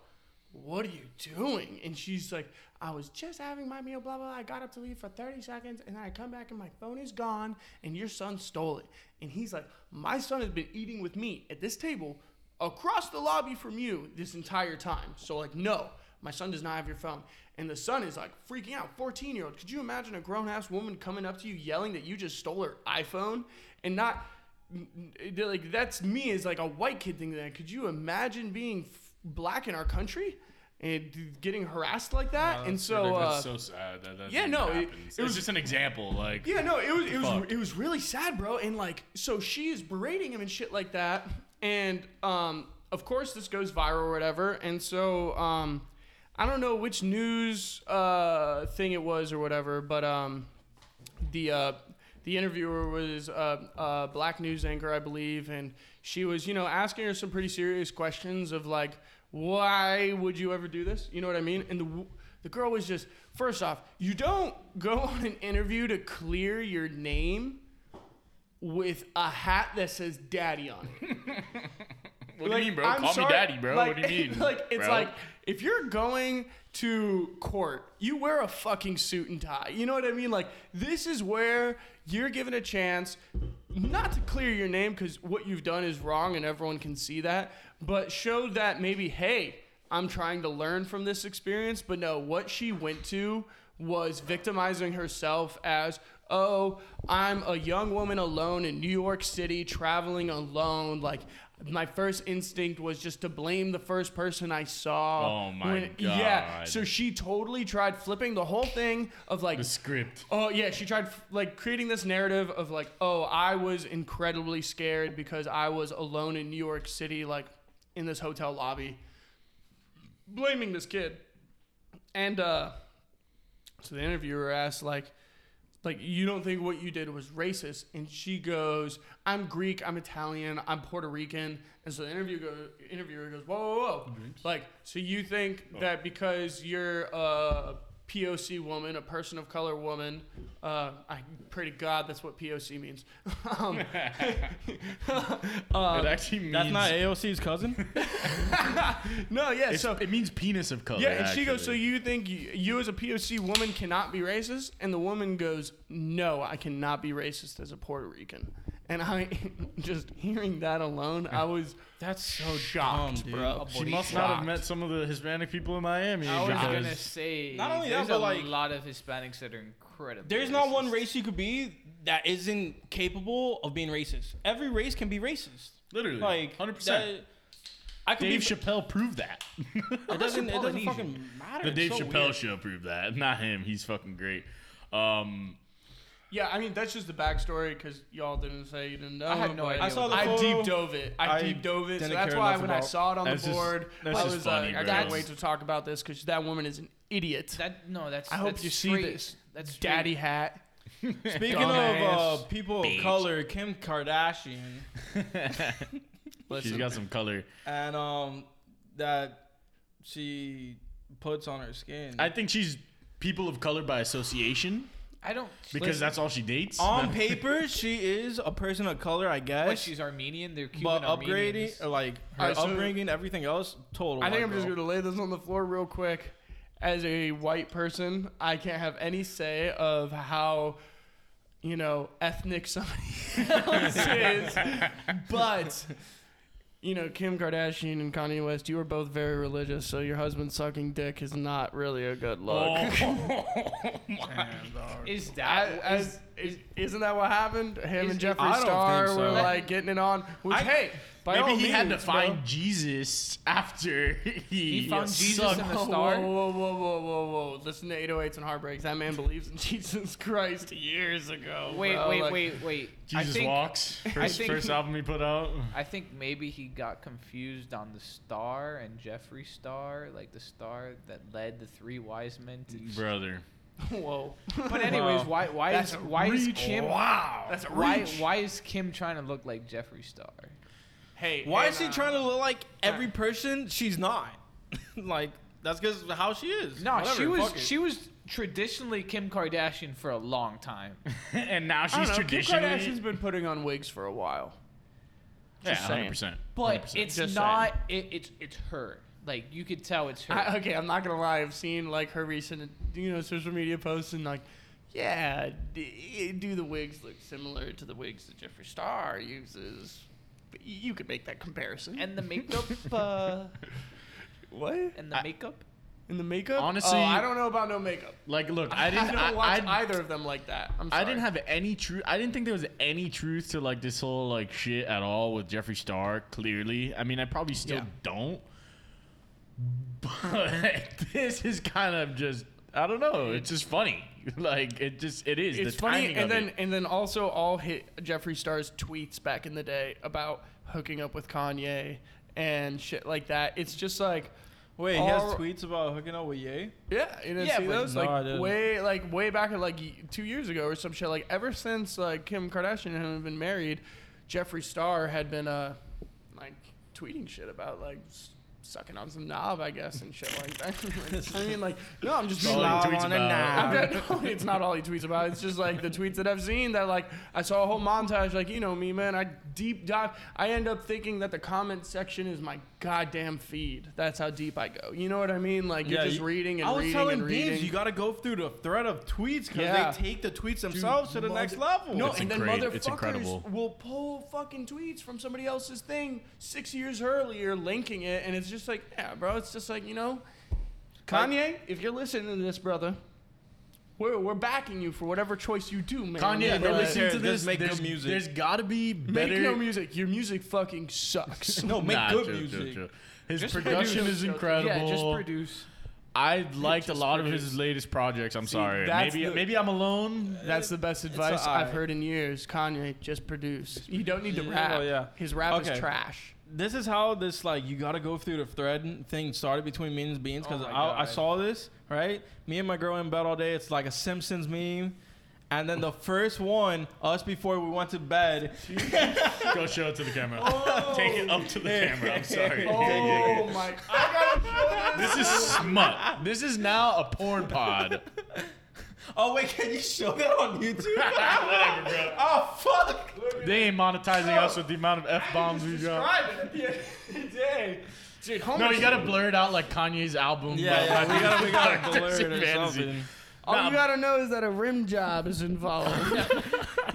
what are you doing? And she's like, I was just having my meal, blah, blah. blah. I got up to leave for 30 seconds, and then I come back and my phone is gone, and your son stole it. And he's like, My son has been eating with me at this table across the lobby from you this entire time. So, like, no. My son does not have your phone. And the son is like freaking out. 14 year old. Could you imagine a grown ass woman coming up to you yelling that you just stole her iPhone and not n- n- like that's me as like a white kid thinking that. Could you imagine being f- black in our country and getting harassed like that? and so, uh, that's so sad. That, that yeah, even no, it- happens. it It's was- just an example. Like, yeah, no, it was it was Fuck. it was really sad, bro. And like, so she is berating him and shit like that. And um, of course, this goes viral or whatever. And so um, I don't know which news uh thing it was or whatever, but um, the uh, the interviewer was a, a black news anchor, I believe, and she was, you know, asking her some pretty serious questions of like, why would you ever do this? You know what I mean? And the w- the girl was just, first off, you don't go *laughs* on an interview to clear your name with a hat that says daddy on it. what do Like, you mean, bro? I'm Call sorry- me daddy, bro. like- *laughs* what do you mean? like it's bro? like if you're going to court, you wear a fucking suit and tie. You know what I mean? Like this is where you're given a chance not to clear your name because what you've done is wrong and everyone can see that, but show that maybe hey, I'm trying to learn from this experience. But no, what she went to was victimizing herself as oh i'm a young woman alone in new york city traveling alone like my first instinct was just to blame the first person i saw Oh my yeah God. so she totally tried flipping the whole thing of like the script. Oh yeah, she tried f- like creating this narrative of like, oh, I was incredibly scared because I was alone in New York City, like in this hotel lobby, blaming this kid. And uh, so the interviewer asked like, like you don't think what you did was racist? And she goes, I'm Greek, I'm Italian, I'm Puerto Rican. And so the interview go, interviewer goes, whoa, whoa, whoa, like so you think that because you're a POC woman, a person of color woman, uh, I pray to God that's what POC means. *laughs* um, it actually means. That's not AOC's cousin. no, yeah, it's- so it means penis of color. Yeah, and she goes, So Oh, actually. you think you, you as a POC woman cannot be racist? And the woman goes, No, I cannot be racist as a Puerto Rican. And I *laughs* just hearing that alone, I was That's so shocked, dumb, dude. bro. She must not have met some of the Hispanic people in Miami. I was because- gonna say. Not only that, there's but, a like- lot of Hispanics that are incredible. There's not one race you could be that isn't capable of being racist. Every race can be racist. literally, Like hundred percent. that- I could Dave be. Chappelle proved that. *laughs* it doesn't. It doesn't Polynesian. fucking matter. the It's Dave so Chappelle weird. show proved that. Not him. He's fucking great. Um, Yeah, I mean, that's just the backstory because y'all didn't say you didn't know. I had no but idea I saw the I photo. deep dove it. I, I deep dove it. So didn't that's care why enough when I about- saw it on That's the just- board, that's I just was funny, like, I bro. can't wait to talk about this because that woman is an idiot. That no, that's. I hope that's you see straight- this, That's straight- Daddy hat. Speaking of uh, Dumbass. people of color, Kim Kardashian, she's got some color. and um, that she puts on her skin. I think she's people of color by association I don't. because Listen, that's all she dates. on *laughs* paper, she is a person of color, I guess. Like she's Armenian. They're Cuban but Armenians. upgrading, uh, like her Alright, so- upbringing, everything else, total. I think white I'm just girl. going to lay this on the floor real quick. As a white person, I can't have any say of how, you know, ethnic somebody *laughs* else is. But, you know, Kim Kardashian and Kanye West, you are both very religious, so your husband sucking dick is not really a good look. Oh, my. Is that I- is, is, isn't that what happened? Him Is- and Jeffree I don't Star think were so. like getting it on. Which, I- hey, by Maybe all he had to means, bro. find Jesus after he, He found Jesus sucked. in the Whoa, star? Oh, Whoa, whoa, whoa, whoa, whoa, whoa! Listen to 808s and heartbreaks. That man believes in *laughs* Jesus Christ years ago. Wait, bro. wait, Like, wait, wait. I Jesus think, walks. First, think- first album he put out. I think maybe he got confused on the star and Jeffree Star, like the star that led the three wise men to. Brother. Whoa. But anyways, Wow. why why That's is a why is Kim Wow. That's a why reach. why is Kim trying to look like Jeffree Star? Hey, Why hey, is she nah. trying to look like every person she's not? *laughs* like that's because how she is. No, she Whatever, was fuck it. she was traditionally Kim Kardashian for a long time. *laughs* and now I she's don't know. Kim traditionally. Kardashian's been putting on wigs for a while. yeah, just saying. 100%. But 100%. it's Just not it, it's it's her. Like you could tell it's her. I, okay, I'm not gonna lie. I've seen like her recent, you know, social media posts and like, yeah, d- do the wigs look similar to the wigs that Jeffree Star uses? But y- you could make that comparison. and the *laughs* makeup uh, what? and the I- makeup And the makeup? Honestly- oh, I don't know about no makeup. Like, look, I didn't. *laughs* I I, don't watch I, either of them like that. I'm sorry. I didn't have any truth. I didn't think there was any truth to like this whole like shit at all with Jeffree Star. Clearly, I mean, I probably still Yeah. don't. But *laughs* this is kind of just. I don't know. It's just funny. *laughs* Like it just it is. It's the funny, timing and of then it. and then also all hit Jeffree Star's tweets back in the day about hooking up with Kanye and shit like that. It's just like, Wait, he has all- tweets about hooking up with Ye. Yeah, you didn't Yeah, see but- those No, I like didn't. way like way back at like y- two years ago or some shit. Like ever since like Kim Kardashian and him had been married, Jeffree Star had been uh like tweeting shit about like s- sucking on some knob, I guess, and shit like that. *laughs* Like, I mean, like no, I'm just being all he loud. tweets on a about. *laughs* I'm knob. not- no, it's not all he tweets about. It's just like the tweets that I've seen that like I saw a whole montage. Like you know me, man. I deep dive. I end up thinking that the comment section is my goddamn feed. That's how deep I go. You know what I mean? Like you're Yeah, just you- reading and I was reading telling and reading. Beans, you got to go through the thread of tweets because Yeah. they take the tweets themselves to the mother- next level. No, It's and then incre- motherfuckers it's incredible. will pull fucking tweets from somebody else's thing six years earlier, linking it, and it's just like, yeah, bro, it's just like you know, Kanye, if you're listening to this, brother, we're we're backing you for whatever choice you do, man. Kanye, Yeah, if you but- listen to Just this. make good there's, music. There's got to be make better. no music. Your music fucking sucks. no, make Nah, good true, true, music. true. His Just production produce. is incredible. Yeah, just produce. I liked a Just lot of produce. his latest projects. I'm sorry. that's Maybe the- maybe I'm alone. That's the *laughs* best advice all I've right. heard in years. Kanye, just produce. You don't need to Yeah, rap. yeah. His rap Okay. is trash. This is how this like you gotta go through the thread thing started between me and Beans because Oh my I, I God. saw this right. Me and my girl in bed all day. It's like a Simpsons meme, and *laughs* then the first one, us before we went to bed. Go show it to the camera. Oh. Take it up to the camera. I'm sorry. Oh my! I gotta show This is smut. This is now a porn pod. *laughs* Oh wait, can you show that on YouTube? *laughs* Whatever, bro. oh fuck! They ain't monetizing us with the amount of f bombs we drop. Today, dude, how No, much- you gotta blur it out like Kanye's album. Yeah, but yeah, like- we gotta *laughs* we gotta blur it *laughs* Fantasy. or something. all nah. you gotta know is that a rim job is involved.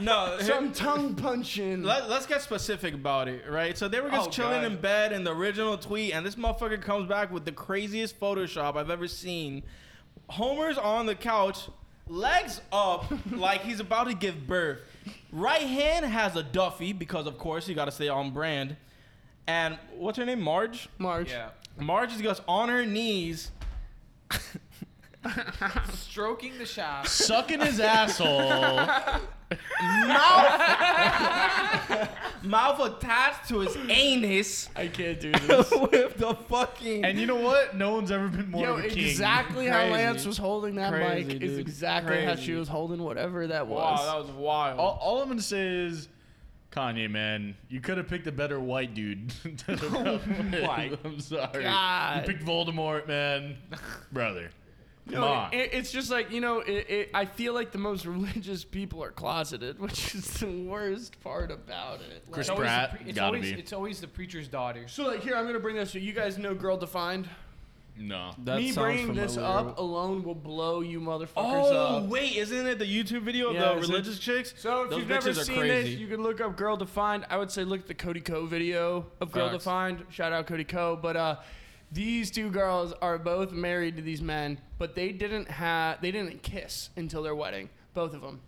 No, Some tongue punching. Let, let's get specific about it, right? So they were just Oh, chilling God. in bed in the original tweet, and this motherfucker comes back with the craziest Photoshop I've ever seen. Homer's on the couch, legs *laughs* up, like he's about to give birth. Right hand has a Duffy, because of course you gotta stay on brand. And what's her name? Marge? March. Yeah. *laughs* Marge just goes on her knees. Stroking the shaft. Sucking his *laughs* asshole. Mouth attached to *laughs* his anus I can't do this. with the fucking And you know what? No one's ever been more Yo, of a king. exactly how Crazy. Lance was holding that Crazy, mic is dude. exactly how Crazy. she was holding whatever that Wow, was. that was wild. All, all I'm gonna say is, Kanye, man, you could have picked a better white dude. *laughs* to hook *laughs* up with. my I'm sorry. You God. picked Voldemort, *laughs* man, brother. Come No, on. it- it's just like you know. It, it, I feel like the most *laughs* religious people are closeted, which is the worst part about it. Like- Chris It's always the Pratt, pre- it's gotta always, be. It's always the preacher's daughter. *laughs* so like here, I'm gonna bring this. So you guys know Girl Defined. no. That Me sounds bringing this familiar. up alone will blow you motherfuckers Oh up. wait, isn't it the YouTube video of Yeah, the is it- religious chicks? So if Those you've never bitches are seen crazy. this, you can look up Girl Defined. I would say look at the Cody Co video of Girl Facts. Defined. Shout out Cody Co. But uh, these two girls are both married to these men, but they didn't have they didn't kiss until their wedding. Both of them.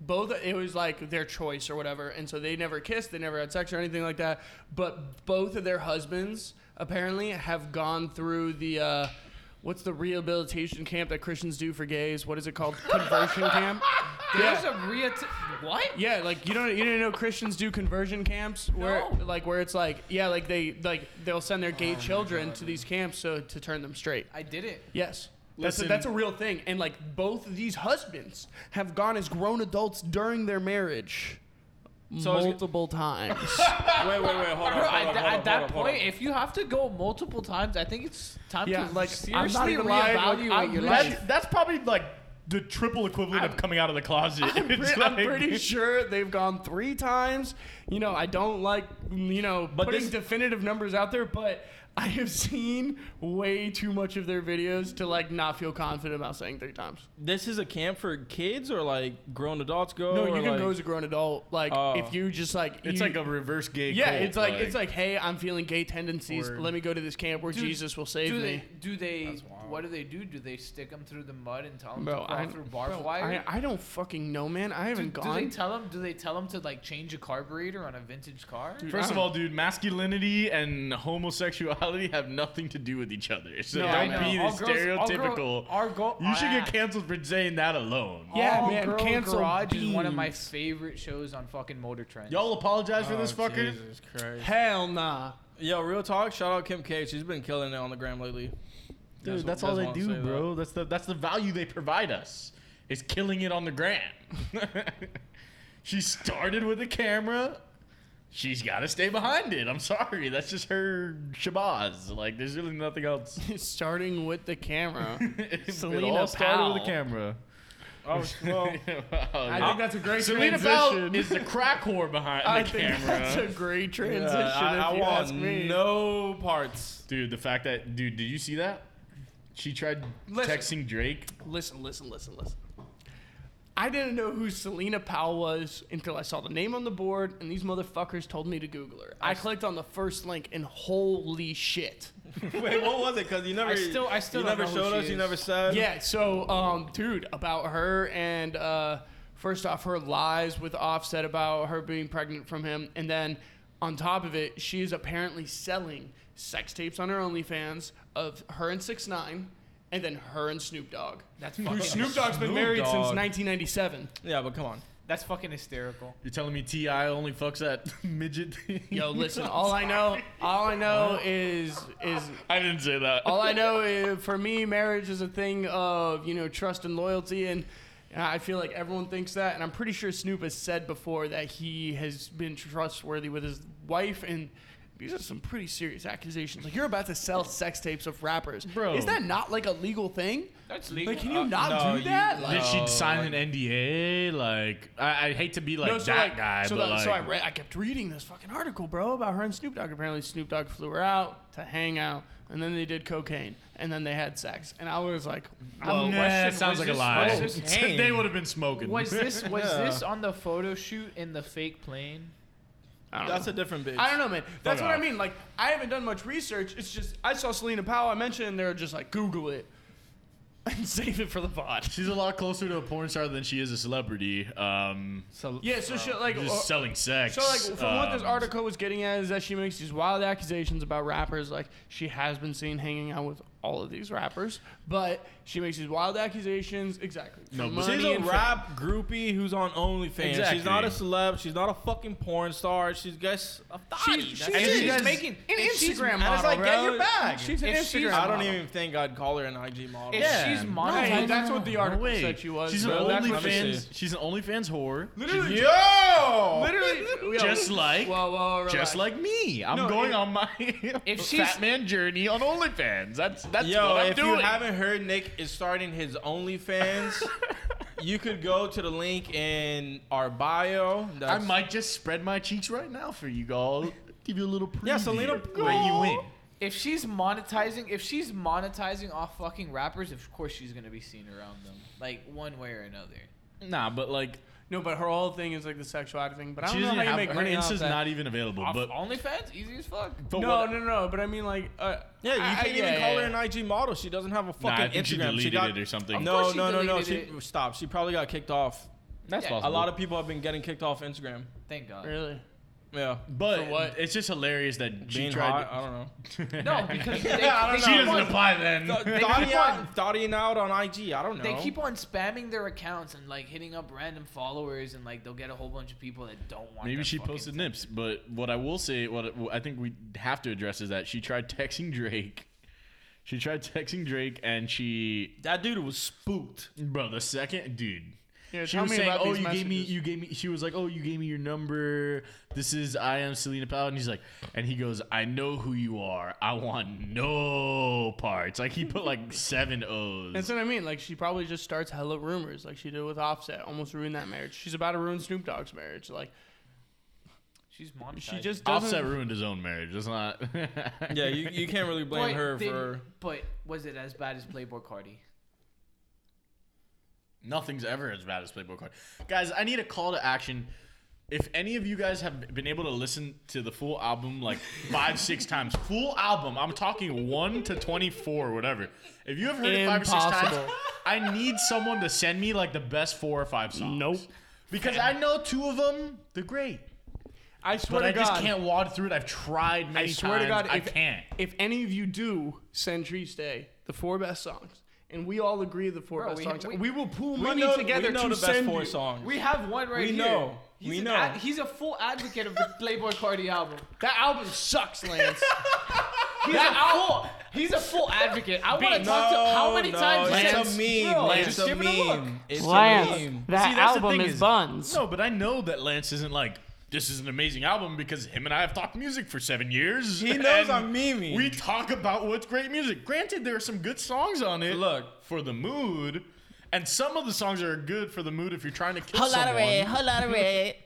both it was like their choice or whatever and so they never kissed they never had sex or anything like that but both of their husbands apparently have gone through the uh, what's the rehabilitation camp that christians do for gays what is it *laughs* called conversion camp There's yeah. a rea- what? yeah like you don't you don't know christians do conversion camps where No. like where it's like yeah like they like they'll send their gay children to these camps so to turn them straight I did it. Yes. That's a, Listen- that's a real thing. And like both of these husbands have gone as grown adults during their marriage So I was- multiple times. Wait, wait, wait. Hold Bro, on. hold on, at, hold th- on, at hold that on, hold on. point, if you have to go multiple times, I think it's time Yeah, to like, I'm not seriously even lying, like, reevaluate I'm your legit- life. That's, that's probably like the triple equivalent of coming out of the closet. *laughs* *laughs* I'm, It's pre- I'm like- pretty sure they've gone three times. You know, I don't like, you know, But putting this- definitive numbers out there, but I have seen way too much of their videos to like not feel confident about saying three times. this is a camp for kids or like grown adults go. No, or, you can like- go as a grown adult. Like Oh. if you just like It's you- like a reverse gay. Yeah, cult, it's like, it's like, hey, I'm feeling gay tendencies. Word. Let me go to this camp where Dude, Jesus will save do me. they? Do they? That's wild. What do they do? Do they stick them through the mud and tell them Bro, to crawl I- through barbed Bro, wire? I, I don't fucking know, man. I do, haven't do gone. they tell them? Do they tell them to like change a carburetor on a vintage car? Dude, First I of don't- all, dude, masculinity and homosexuality have nothing to do with each other. So No, I don't know. be All the girls- all girl- stereotypical. Our goal. you should get canceled for saying that alone. Yeah, All man, Girl cancel Garage is one of my beans. favorite shows on fucking Motor Trend. Y'all apologize for Oh, this fucker. Jesus Christ. Hell nah. *laughs* Yo, real talk. Shout out Kim K. She's been killing it on the gram lately. Dude, Just- that's all just they wanna do, say that. bro. That's the that's the value they provide us. Is killing it on the gram. *laughs* she started with a camera. She's got to stay behind it. I'm sorry. That's just her shabazz. Like, there's really nothing else. *laughs* Starting with the camera. It Selena all started with Powell. the camera. Oh, *laughs* well, I think that's a great Selena transition. Powell is the crack whore behind *laughs* I the think camera. that's a great transition. uh, I, I if you want ask me. *laughs* no parts. Dude, the fact that dude, did you see that? She tried Listen. texting Drake. Listen, listen, listen, listen. I didn't know who Selena Powell was until I saw the name on the board, and these motherfuckers told me to Google her. I clicked on the first link, and holy shit. Wait, what was it? Cause you never, I still- I still you don't never know who showed she us. You is. never said. Yeah, so um, dude, about her and uh, first off, her lies with Offset about her being pregnant from him, and then on top of it, she is apparently selling sex tapes on her OnlyFans of her and Six Nine, and then her and Snoop Dogg. That's fucking. Snoop Dogg's been Snoop married since Dogg. 1997. Yeah, but come on. That's fucking hysterical. You're telling me Ti only fucks that *laughs* midget thing? Yo, listen, all I know, all I know is is I didn't say that. all I know is for me, marriage is a thing of you know trust and loyalty, and I feel like everyone thinks that. And I'm pretty sure Snoop has said before that he has been trustworthy with his wife, and these are some pretty serious accusations. Like you're about to sell sex tapes of rappers, Bro. Is that not like a legal thing? That's legal. Like, can you Uh, not no, do you- that? Did like, she sign an NDA? Like, I, I hate to be like No, so that like- guy, So, but the- so I like, read, I kept reading this fucking article, bro, about her and Snoop Dogg. Apparently, Snoop Dogg flew her out to hang out, and then they did cocaine, and then they had sex. And I was like, well, I'm- nah, question- it sounds like was a this- lie. *laughs* was this they hanging? would have been smoking. *laughs* Was this was Yeah. this on the photo shoot in the fake plane? I don't know. That's a different bitch. I don't know, man. That's what I off. mean. Like, I haven't done much research. It's just I saw Selena Powell. I mentioned, and they're just like, Google it *laughs* and save it for the pod. She's a lot closer to a porn star than she is a celebrity. Um, So, Yeah, so she like. just or- selling sex. so like from what this um, article was getting at is that she makes these wild accusations about rappers like she has been seen hanging out with all of these rappers but she makes these wild accusations exactly for No, but- money She's a and fame. rap groupie who's on OnlyFans. Exactly. She's not a celeb. She's not a fucking porn star. She's just a thotty. She's, That's she's, it. And she's, if you guys- making an if she's- Instagram and model. it's like, get bro. your bag. She's an If Instagram. she's- I don't model. even think I'd call her an IG model. If Yeah. she's No, monetizing, No, that's what the article Wait, said she was. she's an bro. That's what she she OnlyFans. said. She's an OnlyFans whore. Literally, Yo! literally, yo, Just like- whoa, whoa, relax. Just like me, I'm No, going if- on my *laughs* If she's- fat man journey on OnlyFans. That's that's Yo, what I'm if doing. you haven't heard, Nick is starting his OnlyFans. you could go to the link in our bio. I That's- might just spread my cheeks right now for you all. Give you a little preview. Yeah, Selena Where you win. if she's monetizing, if she's monetizing off fucking rappers, of course she's gonna be seen around them, like one way or another. Nah, but like no, but her whole thing is like the sexuality thing. But I she don't know doesn't how you have make her money off Insta's that. not even available. Off But, OnlyFans, easy as fuck. but no, what- no, no. But I mean, like, uh, Yeah, you I- can't I- even yeah, call yeah, her an IG model. She doesn't have a fucking I think she Instagram. deleted got, it or something. Of No, course she no, no, no. She deleted stop. She probably got kicked off. That's Yeah. possible. A lot of people have been getting kicked off Instagram. Thank God. Really? Yeah. But For what? it's just hilarious that she Being tried. hot, I don't know. *laughs* to- No, *laughs* because they, I they don't she keep know. doesn't on- apply then. *laughs* They Dotting keep out, on- dotting out on IG. I don't know. They keep on spamming their accounts and like hitting up random followers and like they'll get a whole bunch of people that don't want. Maybe their she fucking posted thing. nips, but what I will say, what what I think we have to address is that she tried texting Drake. She tried texting Drake, and she, That dude was spooked. bro, the second dude. Yeah, She tell was me saying, about "Oh, these you gave me, messages." you gave me." She was like, "Oh, you gave me your number. This is I am Selena Powell." And he's like, and he goes, "I know who you are. I want no parts." Like he put like seven O's. That's what I mean. Like she probably just starts hella rumors, like she did with Offset, almost ruined that marriage. She's about to ruin Snoop Dogg's marriage. Like She's monetized. she just doesn't. Offset ruined his own marriage. That's not. *laughs* Yeah, you, you can't really blame But her they- for. But was it as bad as Playboy Cardi? Nothing's ever as bad as Playboy Card. Guys, I need a call to action. If any of you guys have been able to listen to the full album like five, *laughs* six times, full album, I'm talking one to 24, whatever. If you have heard it five or six times, Impossible. I need someone to send me like the best four or five songs. Nope. Because I know two of them, they're great. I swear But to I God, just can't wad through it. I've tried many I swear times. to God, I if, can't. If any of you do send Trees Day the four best songs, and we all agree the four Bro, best we- songs, we- we, will pool We money know, together we know to the best send four you. songs. We have one right We here. know. He's We an know. ad- he's a full advocate of *laughs* the Playboy Cardi album. That album sucks, Lance. He's a full. He's a full advocate. I want to talk to how many times. he It's says- a meme. Bro, Lance, just a give it a look. meme. It's a Lance, meme. that See, that's the album thing is, is- buns. No, but I know that Lance isn't like this is an amazing album because him and I have talked music for seven years. He knows and I'm memeing. We talk about what's great music. Granted, there are some good songs on it. Look. for the mood, and some of the songs are good for the mood if you're trying to kill someone. whole lot of red.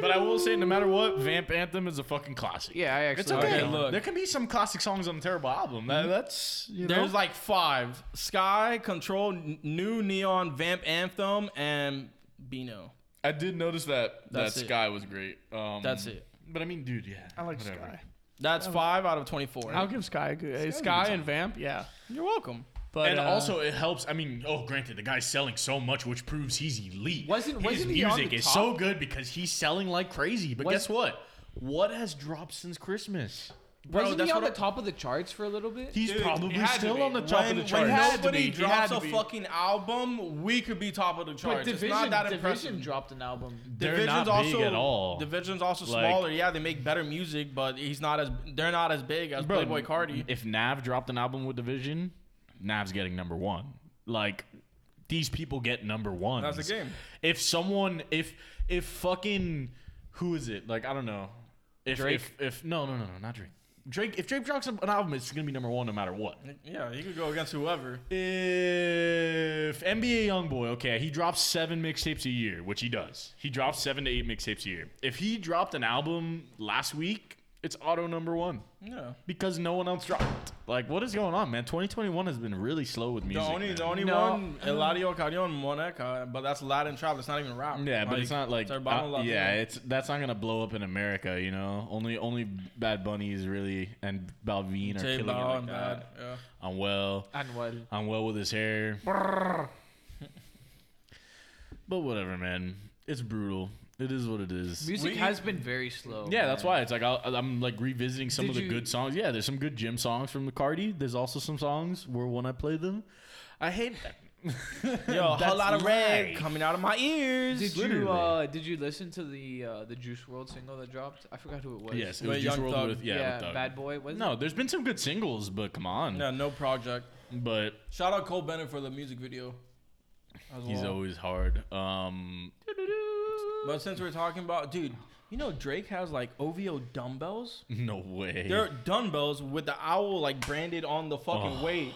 But I will say, no matter what, Vamp Anthem is a fucking classic. Yeah, I actually. It's okay. Okay, look. Mm-hmm. There can be some classic songs on the terrible album. That, that's you know. There's like five: Sky, Control, N- New Neon, Vamp Anthem, and Beano. I did notice that That's that it. Sky was great. Um, That's Hmm. it. But I mean, dude, yeah. I like whatever. Sky. That's five out of 24. I'll give Sky a good. Sky, and Vamp, yeah. You're welcome. But and uh, also, it helps. I mean, oh, granted, the guy's selling so much, which proves he's elite. Wasn't- his wasn't he music on the is top? so good because he's selling like crazy? But Was- guess what? What has dropped since Christmas? Bro, Wasn't that's he on what the top of the charts for a little bit? He's Dude, probably it had to still be. on the top when, of the chart. When be. nobody It had drops to a be. fucking album, we could be top of the but charts. Division, it's not that Division impressive. dropped an album. They're not big at all. Division's also Like- smaller. Yeah, they make better music, but he's not as they're not as big as Bro, Playboy Cardi. If Nav dropped an album with Division, Nav's getting number one. Like these people get number one. That's the game. If someone, if if fucking, who is it? Like I don't know. If Drake? if, if no no no no not Drake. Drake if Drake drops an album, it's gonna be number one no matter what. Yeah, he could go against whoever. If NBA YoungBoy, okay, he drops seven mixtapes a year, which he does. He drops seven to eight mixtapes a year. If he dropped an album last week, it's auto number one Yeah. because no one else dropped. Like, what is going on, man? 2021 has been really slow with The music. only, the man. only No. one, Eladio Carrion Monaca, but that's Latin trap. It's not even rap. yeah, but it's not like it's Urbano uh, Latino. yeah, it's that's not gonna blow up in America, you know. Only only Bad Bunny is really and Balvin are J killing it Balvin, like bad. that. Yeah. I'm well, And well, I'm well with his *laughs* hair. but whatever, man. It's brutal. It is what it is. music We- has been very slow. Yeah, that's man. why it's like I'll, I'm like revisiting some Did of the you- good songs. Yeah, there's some good gym songs from the Cardi. There's also some songs where when I play them, I hate them. *laughs* Yo, a That's lot of red life. coming out of my ears. Did Literally. you uh, did you listen to the uh, the Juice World single that dropped? I forgot who it was. Yes, it With was Juice Young World Thug. with yeah, with Thug. Bad Boy. Was No, it? there's been some good singles, but come on. No, no project. But Shout out Cole Bennett for the music video. As he's well. always hard. Um, *laughs* But since we're talking about, dude, you know Drake has like OVO dumbbells. no way. They're dumbbells with the owl like branded on the fucking Oh. weight.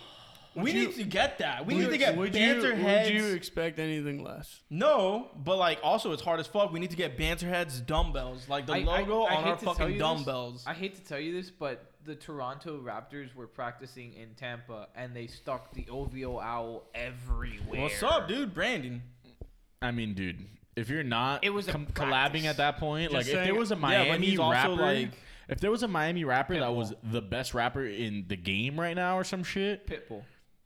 We you- need to get that. We need *laughs* would, to get would you, banter heads. would you expect anything less? No, but like also it's hard as fuck. We need to get banter heads dumbbells, like the I- I- logo I on hate our to tell you fucking this. dumbbells. I hate to tell you this, but the Toronto Raptors were practicing in Tampa, and they stuck the OVO owl everywhere. What's up, dude? Brandon. I mean, dude, if you're not It was a com- practice. collabing at that point, like if there saying- was a Yeah, but Miami he's also, rapper, like- if there was a Miami rapper that was the best rapper in the game right now or some shit, Pitbull.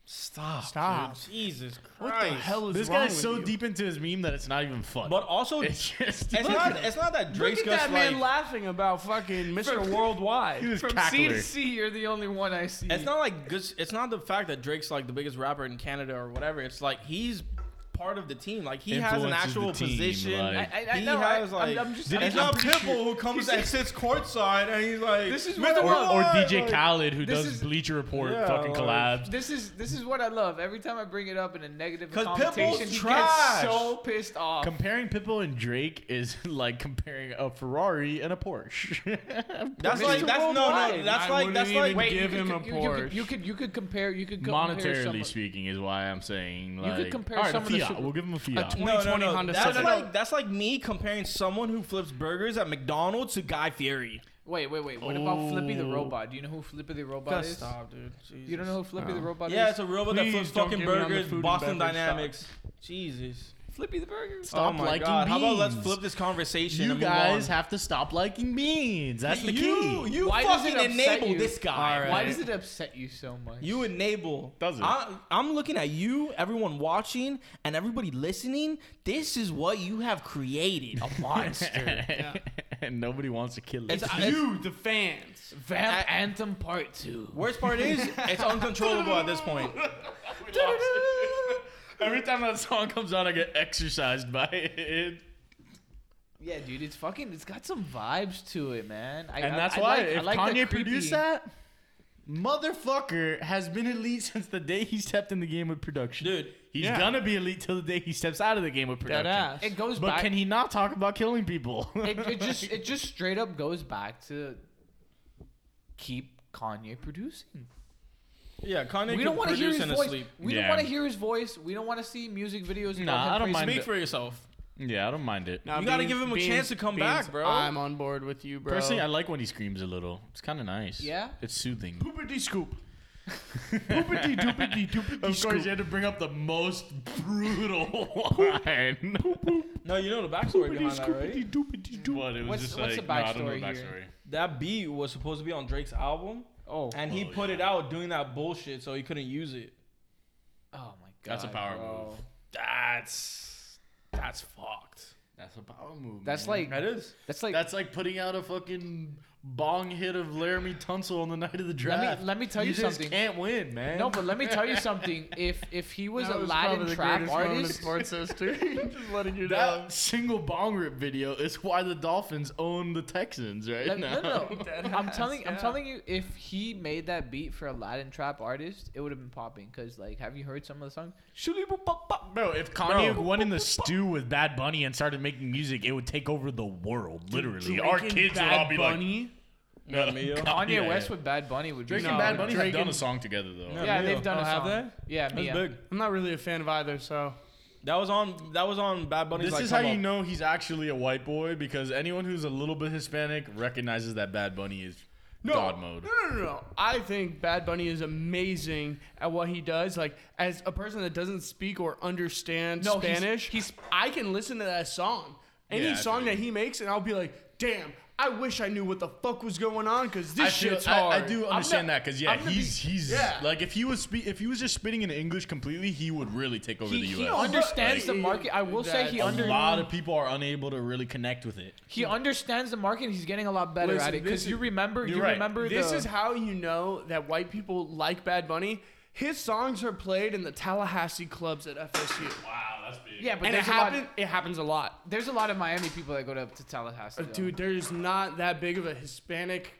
Stop. Stop. Jesus What Christ. the hell is This wrong guy's with so you? deep into his meme that it's not even fun. But also, it's *laughs* it's just *laughs* not. It's not that Look Drake's at just that man like. laughing about *laughs* fucking Mr. Worldwide. he was From C cackling. to C, you're the only one I see. It's not like good. It's not the fact that Drake's like the biggest rapper in Canada or whatever. It's like he's part of the team. Like he has an Influences actual the team, position. like- I, I, I he know. has I, like. I'm, I'm just. Did he I'm, it's I'm not pretty *laughs* Pitbull who comes and sits courtside and he's like. This is "Mr. what I or, love. or Worldwide," DJ like- Khaled who This does is- Bleacher Report Yeah, fucking like- collabs. This is this is what I love. Every time I bring it up in a negative 'Cause connotation, Pitbull's he trash. gets so pissed off. Comparing Pitbull and Drake is *laughs* like comparing a Ferrari and a Porsche. That's Mr. like. That's no, no. Worldwide. That's I like. wouldn't That's even like. Wait, you give could- him a you could- Porsche. You could you could compare you could compare Monetarily someone- speaking, is why I'm saying like. could compare all right, some a of the Fiat. super- we'll give him a Fiat. tw- No, no, 2020 no. Honda That's Civic. like that's like me comparing someone who flips burgers at McDonald's to Guy Fieri. Wait, wait, wait. What about Flippy the Oh. robot? Do you know who Flippy the robot is? dude. You don't know who Flippy Oh. the No. robot Yeah, is? it's a robot that Please flips don't fucking get me on the burgers. food and Boston beverage side. Dynamics. Jesus. Flippy the burger. Stop oh my liking God. How about let's beans. flip this conversation? you and move guys on. have to stop liking beans. That's the you, key. You Why does it fucking upset enable you? this guy. All right. Why does it upset you so much? *laughs* You enable. Does it? I, I'm looking at you, everyone watching, and everybody listening. This is what you have created. A monster. and nobody wants to kill it. It's- It's you, the fans. Vamp I- Anthem Part Two. Worst part is, it's uncontrollable at this point. Every time that song comes on, I get exercised by it. *laughs* Yeah, dude, it's fucking. It's got some vibes to it, man. I, And I- that's I why like- I if like the Kanye creepy- produced that, motherfucker has been elite since the day he stepped in the game of production. Dude, he's yeah. gonna be elite till the day he steps out of the game of production. That ass. it goes But back. can he not talk about killing people? it, it just it just straight up goes back to keep Kanye producing. Yeah, Kanye we can don't want to hear produce his in his voice. sleep. We Yeah. don't want to hear his voice. We don't want to see music videos. about Nah, I him don't praising- mind Speak it. for yourself. yeah, I don't mind it. Nah, You gotta give him a chance to come back, bro. I'm on board with you, bro. Personally, I like when he screams a little. It's kind of nice. Yeah? it's soothing. poopity scoop. *laughs* poopity doopity doopity Of course, scoop. you had to bring up the most brutal *laughs* one. No, you know the backstory behind that, right? Scoopity doopity doop. What? It was What's- just what's like, the nah, I don't know the backstory backstory. here? That beat was supposed to be on Drake's album, Oh, and he Oh, put yeah. it out doing that bullshit, so he couldn't use it. oh my god. That's a power bro. move. That's that's fucked. That's a power move. That's man. like That is. that's like That's like putting out a fucking bong hit of Laramie Tunsil on the night of the let draft. me let me tell you, just something. can't win, man. No, but let me tell you something. If if he was a Latin trap artist, sports history. *laughs* Just letting you know. that single bong rip video is why the Dolphins own the Texans right let, now. no, no, *laughs* no. I'm telling I'm telling you, if he made that beat for a Latin trap artist, it would have been popping. Cause like, have you heard some of the songs? Bro, if Kanye went in the stew with Bad Bunny and started making music, it would take over the world, literally. Our kids would all be like, no, Mio. God, Kanye yeah, West yeah. with Bad Bunny would be. Drake No, and Bad Bunny Drake have done and- a song together though. No. Yeah, Mio. they've done Oh, a have song. they? Yeah, That's Mia. big. I'm not really a fan of either, so That was on. That was on Bad Bunny's. This like, is how come you up. know he's actually a white boy because anyone who's a little bit Hispanic recognizes that Bad Bunny is God mode. No, no, no, no. I think Bad Bunny is amazing at what he does. Like as a person that doesn't speak or understand No, he's- Spanish, he's, I can listen to that song, any Yeah, I song agree. that he makes, and I'll be like, damn. I wish I knew what the fuck was going on because this I, feel, shit's I, hard. I do I'm understand that not- 'cause that I'm because yeah, gonna be- he's he's yeah. like if he was spe- if he was just spitting in English completely, he would really take over He, the he U.S. understands the Like, market. I will say he that's- a under lot of people are unable to really connect with it. he understands the market. and He's getting a lot better Listen, at it this because is- you remember you're you right. remember This the- is how you know that white people like Bad Bunny. His songs are played in the Tallahassee clubs at FSU, Wow, that's big. yeah, but and it there's a lot- happen, It happens a lot. There's a lot of Miami people that go to, to Tallahassee. Uh, though. Dude, there's not that big of a Hispanic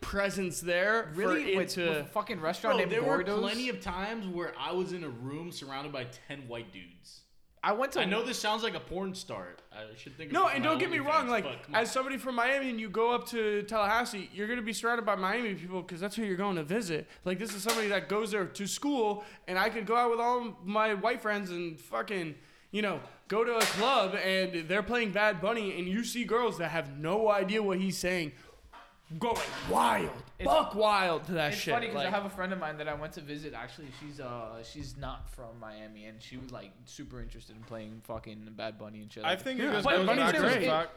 presence there. for really? it With, to- with a fucking restaurant named there Gordo's? were plenty of times where I was in a room surrounded by ten white dudes. I went to. I know this sounds like a porn star. I should think. no, and don't get me wrong. Like, as somebody from Miami, and you go up to Tallahassee, you're gonna be surrounded by Miami people because that's who you're going to visit. Like, this is somebody that goes there to school, and I could go out with all my white friends and fucking, you know, go to a club and they're playing Bad Bunny, and you see girls that have no idea what he's saying. going wild, It's- buck wild to that it's shit. funny because like- I have a friend of mine that I went to visit. Actually, she's uh she's not from Miami, and she was like super interested in playing fucking Bad Bunny and shit. I like that. think Yeah, it just but goes Bunny's back to great. the fact.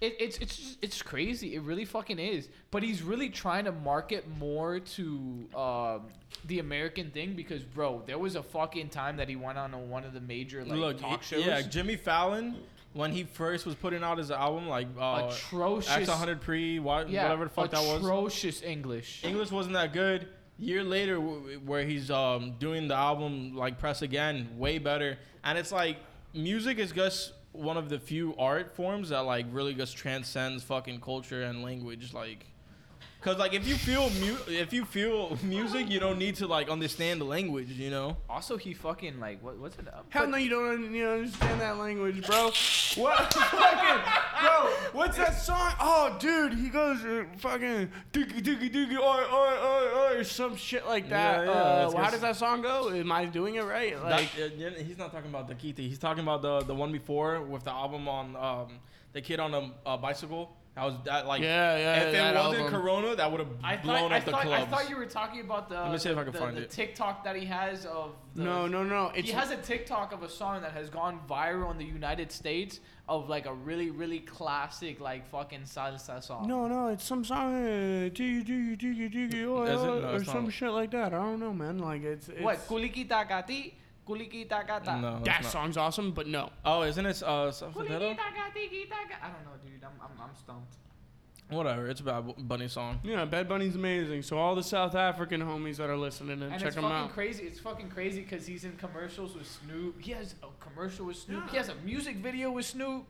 It, it's it's just, it's crazy. It really fucking is. But he's really trying to market more to um, the American thing because, bro, there was a fucking time that he went on a, one of the major like Look, talk it- shows. yeah, Jimmy Fallon when he first was putting out his album, like uh, atrocious. X 100 Pre, wha- yeah, whatever the fuck that was. Atrocious English. English wasn't that good. Year later, w- where he's um, doing the album like Press Again, way better. And it's like music is just one of the few art forms that like really just transcends fucking culture and language. Like, cause like if you feel mu- if you feel *laughs* music, you don't need to like understand the language. You know. Also, he fucking like what what's it? uh, Hell but- no, you don't un- you don't understand that language, bro. *laughs* What? bro, what's that song? Oh, dude, he goes uh, fucking dookie dookie dookie oi oi oi oi or some shit like that. Yeah, yeah, uh, it's how just- does that song go? Am I doing it right? Like, That- uh, yeah, yeah, he's not talking about the Kiti. He's talking about the the one before with the album on um the kid on a, a bicycle. That was that like yeah, yeah. if that it wasn't album. Corona, that would have I thought, blown I, up the thought, I clubs. thought you were talking about the, Let me see if I can the, find the it. TikTok that he has of the, no, no, no. It's he has a TikTok of a song that has gone viral in the United States of like a really, really classic like fucking salsa song. no, no. It's some song uh, dookie dookie doogie doogie oi Is it? oi No, or it's not. some shit like that. I don't know, man. Like it's, it's What? Kulikita kati, kulikita kata. No, that that's not. song's awesome, but no. Oh, isn't it uh Safadero? Kulikita kati kita ka- I don't know, dude. I'm I'm, I'm stumped. Whatever, it's a bad bunny song. Yeah, Bad Bunny's amazing. So all the South African homies that are listening, and And check it's them fucking out. crazy. It's fucking crazy because he's in commercials with Snoop. He has a commercial with Snoop. He has a music video with Snoop.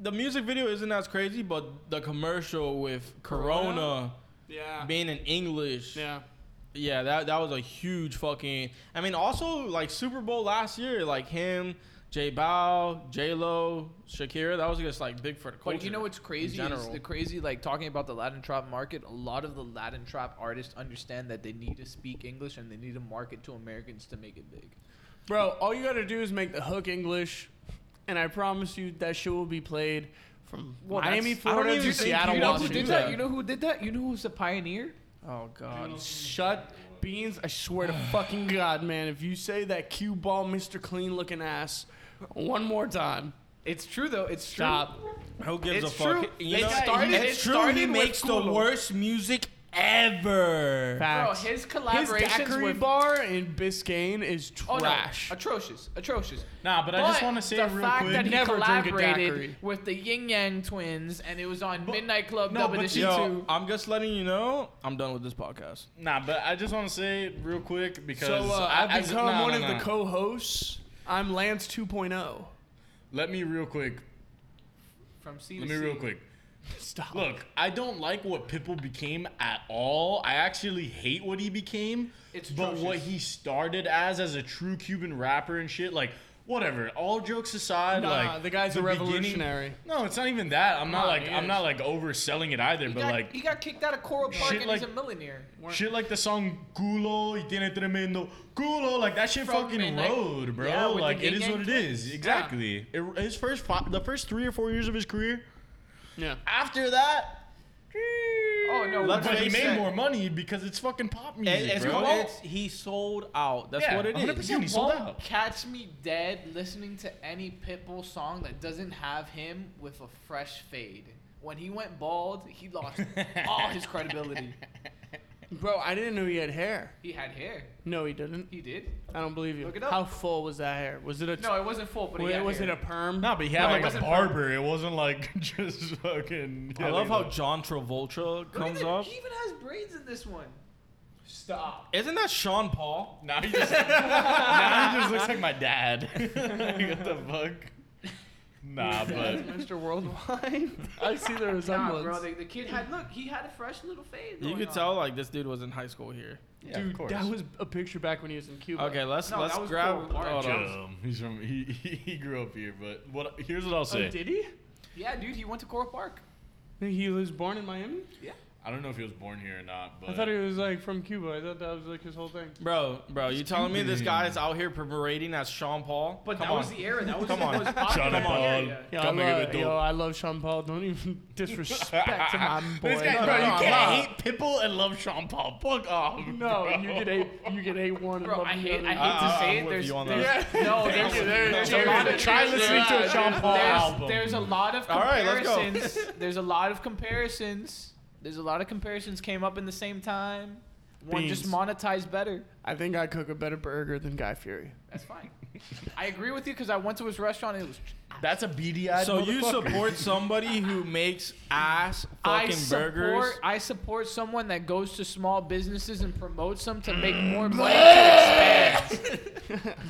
The music video isn't as crazy, but the commercial with Corona, Corona? Yeah. being in English, yeah. Yeah. that that was a huge fucking. I mean, also like Super Bowl last year, like him, J Bow, J Lo, Shakira, that was just like big for the culture. But you know what's crazy is general. the crazy like talking about the Latin trap market. A lot of the Latin trap artists understand that they need to speak English and they need to market to Americans to make it big. Bro, all you gotta do is make the hook English, and I promise you that shit will be played from Well, Miami, that's- I don't Florida even to think- Seattle, you know who did Washington. that? You know who did that? You know who's the pioneer? Oh God, Shut beans! I swear *sighs* to fucking God, man, if you say that cue ball, Mr. Clean looking ass, one more time, It's true though. It's true. stop. who gives It's a fuck? true. You They know, started- it's it true. he started with makes the Kulo. worst music ever. Bro, Facts. his His collaborations daiquiri with bar in Biscayne is Oh, no. trash. Atrocious, atrocious. Nah, but I just wanna say the real fact quick- that he Never drink a daiquiri. collaborated with the Yin Yang Twins, and it was on Midnight Club no, Double but Edition you- Two. Yo, I'm just letting you know, I'm done with this podcast. Nah, but I just want to say it real quick because So uh, I- I- I've become nah, one nah, of nah. the co-hosts. I'm Lance oh. 2.0. Let me real quick. From C Let to me C. real quick. Stop. Look, I don't like what Pitbull became at all. I actually hate what he became. It's but what atrocious. he started as as a true Cuban rapper and shit, like whatever. All jokes aside, Nah, like the guy's the a beginning- revolutionary. no, it's not even that. I'm not Nah, like he I'm is. not like overselling it either. He but got, like he got kicked out of Coral Park Shit and like- he's a millionaire. shit, like the song "Culo y tiene tremendo culo," like that shit From fucking Midnight- rode, bro. Yeah, with the like it Yin is Yang what it Twins. is. Yeah. Exactly. It, his first fi- the first three or four years of his career. Yeah. After that. Oh no, Let's But he face made it. more money because it's fucking pop music, It- it's bro. called- it's- he sold out. That's Yeah, what it is. 100%. you he sold won't out. catch me dead listening to any Pitbull song that doesn't have him with a fresh fade. When he went bald, he lost *laughs* all his credibility. Bro, I didn't know he had hair. He had hair. No, he didn't. He did. I don't believe you. Look it up. How full was that hair? Was it a? No, it wasn't full, but wa- he had was hair. it a perm? No, but he had No, it like a wasn't barber. It wasn't like *laughs* just fucking. I love how John Travolta Look at comes that, up. He even has braids in this one. Stop. Isn't that Sean Paul? *laughs* now he just now he just looks like my dad. *laughs* Like, what the *laughs* fuck? Nah, but Mr. *laughs* Worldwide. I see the Nah, resemblance. bro. The, the kid had look. He had a fresh little fade. You going could on. tell like this dude was in high school here. yeah, Dude, of course. that was a picture back when he was in Cuba. Okay, let's No, let's that was grab. Paul Blart. hold on. Um, he's from he, he he grew up here, but what? Here's what I'll Oh, say. did he? Yeah, dude. He went to Coral Park. He was born in Miami. Yeah. I don't know if he was born here or not, but I thought he was like from Cuba. I thought that was like his whole thing. Bro, bro, you telling me this Cuban. guy is out here parading as Sean Paul? But Come that on. was the era. That was Come on. That was popular Shut up, in the Paul. area. Yo, I, Come make it love, a yo, dope. I love Sean Paul. Don't even *laughs* *laughs* disrespect to my boy. This guy, No, bro, no, you I'm can't *laughs* not. hate Pitbull and love Sean Paul. Fuck off. *laughs* No, bro. you *laughs* get a you get a one. Bro, I hate, I hate I- to I'm say with it. There's, you on there's, that. no, there's, you. there's, There's a lot of Try listening to a Sean Paul there's, album. There's a lot of All right, let's go. comparisons. there's a lot of comparisons. There's a lot of comparisons came up in the same time. One just Beans. monetized better. I think I cook a better burger than Guy Fury. That's fine. I agree with you because I went to his restaurant and it was. That's a BDI. So you support somebody who makes ass I fucking support. burgers? I support someone that goes to small businesses and promotes them to make more money to expand.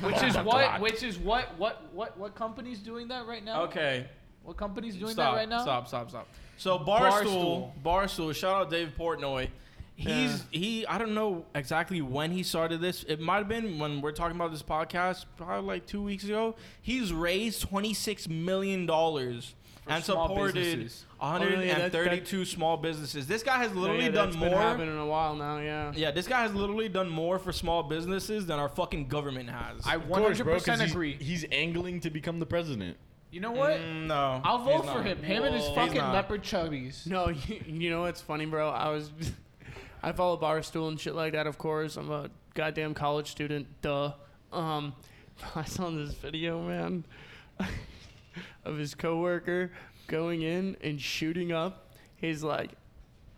which is what? Which is what? What? What? What company's doing that right now? Okay, What company's doing stop, that right now? stop, stop, stop. So Barstool, Barstool, shout out Dave Portnoy. He's he. I don't know exactly when he started this. It might have been when we're talking about this podcast, probably like two weeks ago. He's raised twenty six million dollars and small supported businesses. Oh, one yeah, hundred that- and thirty two small businesses. This guy has literally yeah, done that's more. Been happening in a while now. Yeah. Yeah, this guy has literally done more for small businesses than our fucking government has. I 100% agree. He's, angling to become the president. You know what? Mm, no, I'll he's vote for not. him. Him and his He's fucking not. leopard chubbies. *laughs* No, you, you know what's funny, bro? I was, *laughs* I follow Barstool and shit like that. Of course, I'm a goddamn college student. Duh. Um, *laughs* I saw this video, man, *laughs* of his coworker going in and shooting up his like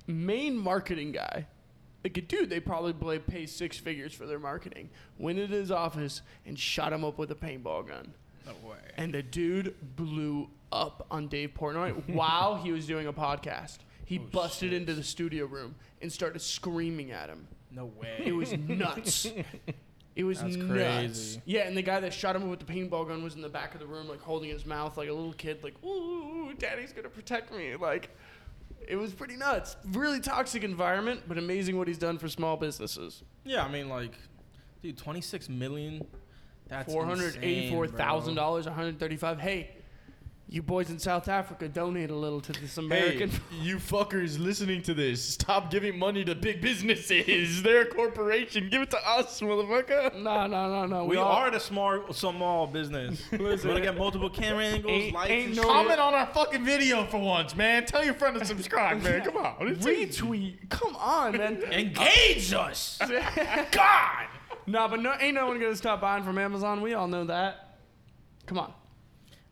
main marketing guy. Like a dude, they probably play, pay six figures for their marketing. Went into his office and shot him up with a paintball gun. No way. And the dude blew up on Dave *laughs* Portnoy while he was doing a podcast. He Oh, busted into the studio room and started screaming at him. No It way. *laughs* was nuts. It was That's nuts. crazy. Yeah, and the guy that shot him with the paintball gun was in the back of the room, like holding his mouth like a little kid, like, ooh, daddy's gonna protect me. Like, it was pretty nuts. Really toxic environment, but amazing what he's done for small businesses. yeah, I mean, like, dude, 26 million. That's Four hundred eighty-four thousand insane, dollars, one hundred thirty-five. Hey, you boys in South Africa, donate a little to this Hey, American. *laughs* you fuckers listening to this, stop giving money to big businesses. *laughs* They're a corporation. Give it to us, motherfucker. no, no, no, no. bro. We all- are the small, *laughs* small business. We're gonna get multiple camera angles, Ain't- lights, ain't and no- shit. Comment on our fucking video for once, man. Tell your friend to subscribe, man. Come on. It's easy. retweet. Come on, *laughs* man. Engage us. God. No, but no, ain't no one gonna stop buying from Amazon. We all know that. Come on.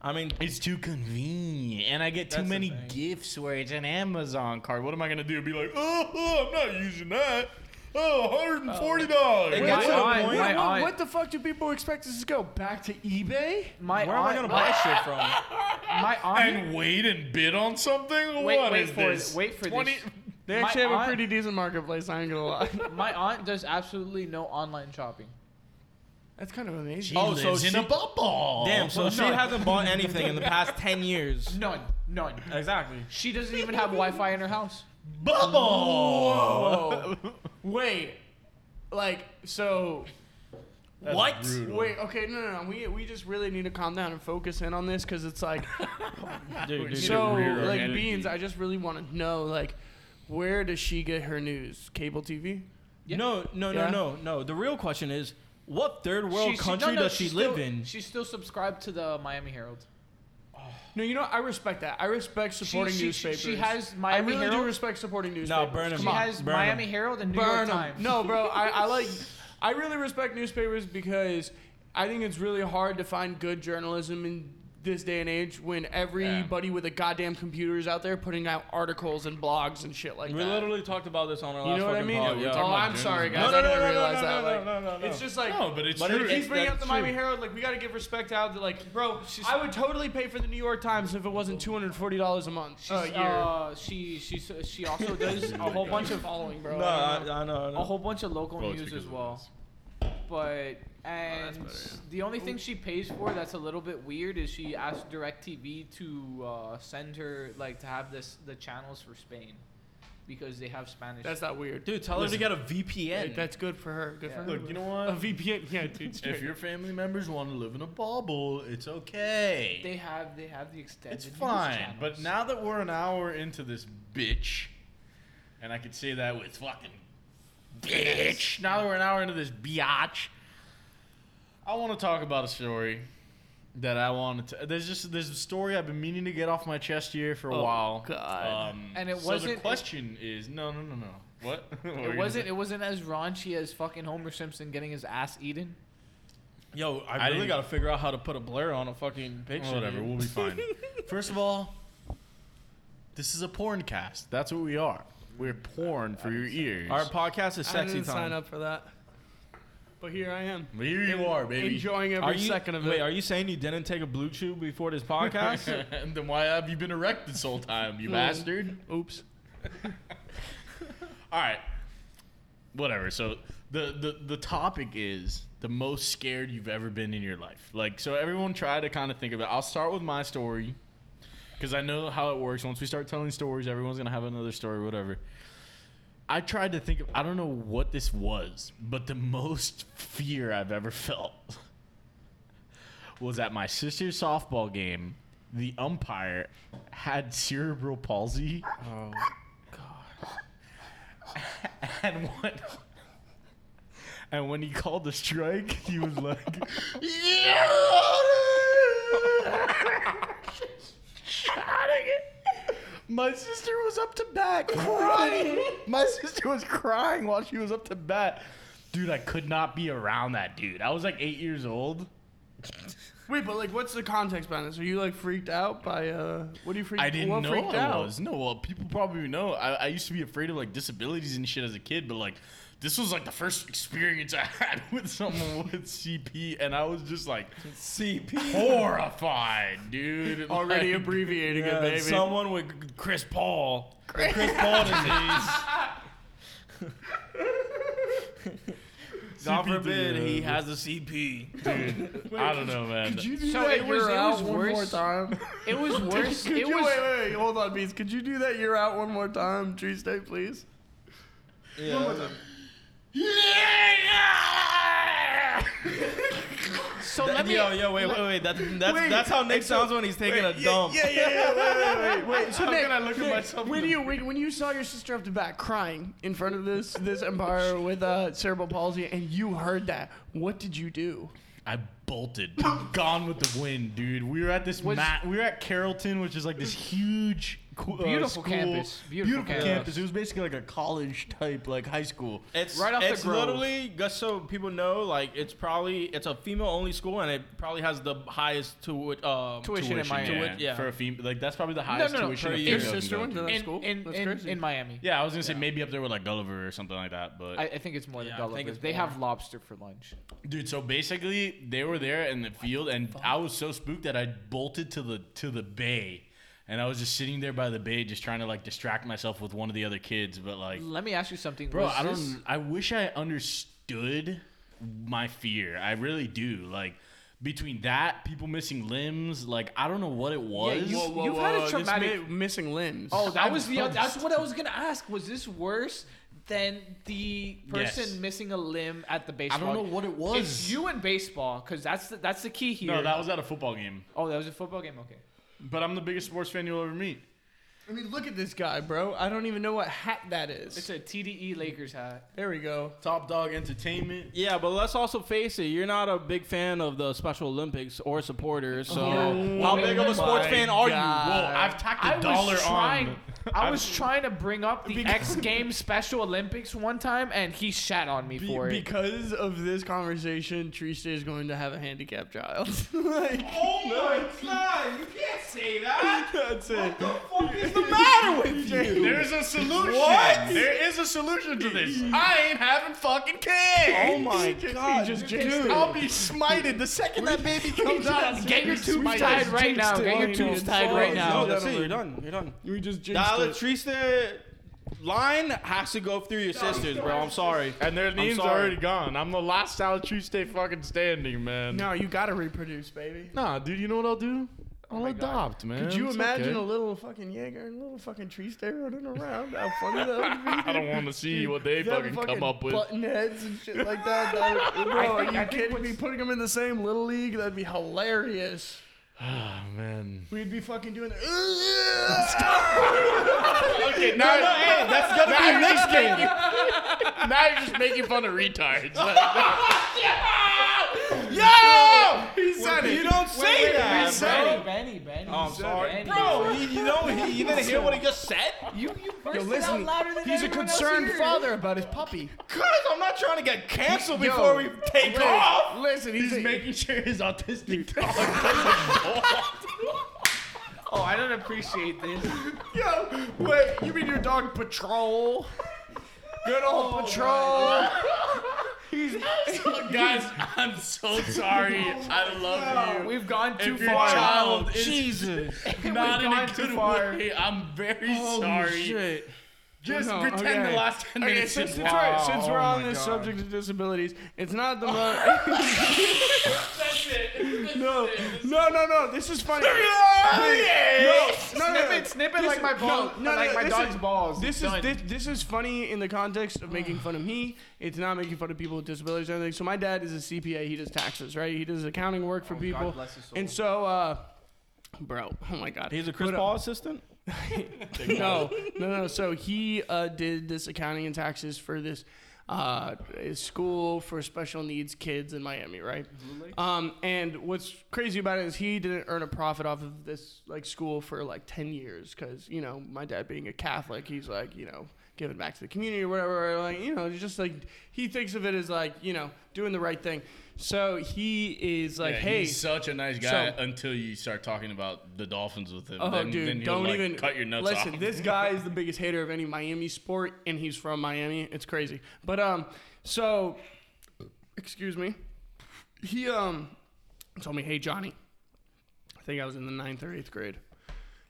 I mean, It's too convenient, and I get too That's the many thing. gifts where it's an Amazon card. What am I gonna do? Be like, oh, oh, I'm not using that. Oh, 140 dollars. It gets to the aunt- point. my What, Where aunt- what, what the fuck do people expect us to go back to eBay? My am I aunt, gonna my, buy shit *laughs* from? *laughs* my aunt, and wait and bid on something. Wait- What wait is for this? it. Wait for this. They My actually have aunt- a pretty decent marketplace. I ain't gonna lie. *laughs* my aunt does absolutely no online shopping. That's kind of She amazing. Oh, lives so in she- a bubble. Oh, Damn, so she hasn't bought anything *laughs* in the past 10 years. None, none. Exactly. She doesn't even have Wi-Fi in her house. bubble. Whoa. Wait. Like, so That's What? brutal. Wait, okay, no, no, no. We, we just really need to calm down and focus in on this because it's like, Dude, dude, so, rear our like, energy. Beans, I just really want to know, like, where does she get her news? Cable TV? Yeah. No, no, Yeah. no, no, no. The real question is, what third world She- she- country no, no, does she she's live still- in? She's still subscribed to the Miami Herald. No, you know, I respect that. I respect supporting she- she- newspapers. she has I Miami really do Herald? respect supporting newspapers. No, burn 'em. She Come on, has burn 'em. Miami Herald and New York Burn 'em. Times. No, bro, I, *laughs* I like, I really respect newspapers because I think it's really hard to find good journalism in this day and age when everybody with a goddamn computer is out there putting out articles and blogs and shit like we that. literally talked about this on our last You know what I fucking mean? pod, we're yo. talking oh, about I'm sorry, journalism. guys. I didn't realize that. like, it's just like. No, but it's But true. it- He's That's- bringing up the that's Miami true. Herald. Like, we got to give respect out to, like, bro, I would totally pay for the New York Times if it wasn't $240 a month. She's, a year. uh, she she's, she also does a whole bunch of following, bro. No, I, I know. I a know. whole bunch of local Well, Oh, it's news because as of well. this. Oh, But and the only thing she pays for that's a little bit weird is she asked DirecTV to uh, send her like to have this the channels for Spain because they have Spanish. That's not weird. Dude, tell her to get a Like, VPN. that's good for her. Good Yeah. for her. Look, you know what? a VPN. Yeah, dude. straight. If your family members want to live in a bubble, it's okay. they have they have the extended. it's news fine. But channels. now that we're an hour into this bitch, And I could say that with fucking bitch. Now that we're an hour into this biatch, I want to talk about a story that I wanted to. There's just there's a story I've been meaning to get off my chest here for a Oh, while. God. Um, And it So the wasn't- question is no no no no what? *laughs* What were you It gonna wasn't. say? It wasn't as raunchy as fucking Homer Simpson getting his ass *laughs* eaten. Yo, I, I really didn't- gotta figure out how to put a blur on a fucking picture. Whatever, dude. we'll be *laughs* fine. First of all, this is a porn cast. That's what we are. We're porn for your ears. Our podcast is I sexy didn't time. sign up for that, but here I am, Here you are, baby. *laughs* enjoying every Are you, second of wait, it. are you saying you didn't take a blue chew before this podcast? *laughs* *laughs* And then why have you been erected this whole time, you bastard? Oops. *laughs* All right. Whatever. So the, the the topic is the most scared you've ever been in your life. Like so everyone try to kind of think about. I'll start with my story cuz I know how it works. Once we start telling stories, everyone's going to have another story whatever. I tried to think of I don't know what this was, but the most fear I've ever *laughs* felt was at my sister's softball game. The umpire had cerebral palsy. *laughs* And when and when he called the strike, he was like, "Yeah!" shouting it. My sister was up to bat crying. My sister was crying while she was up to bat. Dude, I could not be around that dude. I was like eight years old. Wait, but like, what's the context behind this? Are you like freaked out by uh? What do you freak? *laughs* I didn't what know freaked I out? was. No, well, people probably know. I, I used to be afraid of like disabilities and shit as a kid, but like this was like the first experience I *laughs* had with someone with CP, and I was just *laughs* like CP. horrified, dude. *laughs* Already like, abbreviating Yeah, it, baby. Someone with Chris Paul. The Chris *laughs* Paul disease. God CP, forbid he dude. has a CP. *laughs* dude, I don't know, man. Could you do So that it was- year it out was one more worse. time? It was worse. Could it you, was. wait, wait, wait, hold on, Beats. Could you do that year out one more time, Tree Stay, please? Yeah. Yeah! So let me. Yo, yo, wait, wait, wait. That, that's, that's how Nick sounds when he's taking a dump. Yeah, yeah, yeah. Wait, wait, wait. *laughs* wait. So How Nick, can I look at Nick, myself in When the- you when, when you saw your sister up the back crying in front of this this empire with uh, cerebral palsy, and you heard that, what did you do? I bolted, gone with the wind, dude. We were at this Was- mat. We were at Carrollton, which is like this huge, co- uh, Beautiful school- campus. Beautiful campus. It was basically like a college type, like high school. It's Right off the it's Grove. literally just so people know, like it's probably it's a female only school and it probably has the highest to it um Tuition in Miami. yeah, Tuition, yeah. for a female. Like that's probably the highest no, no, tuition. per a year. female Your can sister go went to to. that in, school? in, That's in, crazy. in Miami. Yeah, I was gonna say maybe up there with like Gulliver or something like that, but I, I think it's more than Yeah, I think Gulliver's. it's They more. have lobster for lunch. Dude, so basically they were there in the field and I was so spooked that I bolted to the to the bay. And I was just sitting there by the bay just trying to like distract myself with one of the other kids, but like Let me ask you something, bro, was I this- don't I wish I understood my fear. I really do. Like between that, people missing limbs, like I don't know what it was. you- Whoa, whoa, You've had a whoa, this traumatic- Oh, missing limbs. Oh, that I'm was the. pumped. That's what I was gonna ask. Was this worse than the person Yes. missing a limb at the I baseball? don't know what it was. It's you in baseball, because that's the, that's the key here. no, that was at a football game. oh, that was a football game. Okay. But I'm the biggest sports fan you'll ever meet. I mean, look at this guy, bro. I don't even know what hat that is. It's a TDE Lakers hat. there we go. Top Dog Entertainment. Yeah, but let's also face it, you're not a big fan of the Special Olympics or supporters, so Oh how big of my a sports fan are God. you? Whoa, I've tacked I a dollar was trying. on. I I've- was trying to bring up the X Games Special Olympics one time, and he shat on me Be- for it. because of this conversation, Trista is going to have a handicapped child. *laughs* like, Oh my god, you can't say that. that's it. What is the matter *laughs* with you? There's a solution. What? There is a solution to this. I ain't having fucking kids. Oh *laughs* my god. he just dude. jinxed it. I'll be smited the second that baby comes out. Get your tubes Mike tied just right jinxed now. it. Get your Oh, tubes no. tied Oh, right No, now. that's it. You're done. You're done. We just jinxed it. The Alatrista line has to go through your sisters, bro. I'm sorry. And their names are sorry. already gone. I'm the last out true stay fucking standing, man. No, you gotta reproduce, baby. Nah, dude, you know what I'll do? I'll my God. adopt, man. Could you It's imagine okay. a little fucking Jaeger and a little fucking tree stay running around? How funny that would be. *laughs* I don't want to see what *laughs* they Them fucking, come up with. Button heads and shit like that. that *laughs* would- bro, think- are you I think kidding what's- me? Putting them in the same little league? That'd be hilarious. Ah, man. We'd be fucking doing. okay, now, No, no, hey, right. That's gonna be next game. now you're just making fun of retards. Yo, He said you don't say that, said bro. it. Benny, Benny. Oh, I'm Benny, sorry, Benny. bro. You, you know, you didn't hear what he just said. You you burst it out listen, louder than he's a everyone else concerned here. father about his puppy. Cause I'm not trying to get canceled Yo, before we take Listen, off. Listen, he's, He's making. making sure his autistic *laughs* dog. Oh, I don't appreciate this. Yo, wait, you mean your dog Patrol? Good Oh old Patrol. Guys, *laughs* Oh I'm so sorry. I love you. We've gone too If your far. child is Jesus. not in gone a too good far. way, I'm very Holy Oh, sorry. shit. Just No, pretend okay. the last 10 Okay, minutes since, is since wow. we're, since we're oh on my this God. subject of disabilities, it's *laughs* not the most. That's it. no, no, no, no. This is funny. Yeah. Snip No, no, no. it, snip it This like is- my ball, no, no, like no, my this dog's is- balls. This is Done. this, this is funny in the context of making fun of me. It's not making fun of people with disabilities or anything. So my dad is a CPA. He does taxes, right? He does accounting work for Oh, God people. bless his soul. And so, uh, bro, oh my god, He's a Chris But, uh, Paul assistant. no, no, no. So he uh, did this accounting and taxes for this uh, school for special needs kids in Miami, right? Um, and what's crazy about it is he didn't earn a profit off of this like school for like ten years because you know my dad being a Catholic, he's like you know giving back to the community or whatever. Like you know, it's just like he thinks of it as like you know doing the right thing. So he is like, Yeah, hey, he's such a nice guy so- until you start talking about the Dolphins with him. Oh, then, dude, then he'll, don't like, even cut your nuts Listen, off. this guy is the biggest hater of any Miami sport, and he's from Miami. It's crazy. But um, so excuse me, he um told me, hey Johnny, I think I was in the ninth or eighth grade.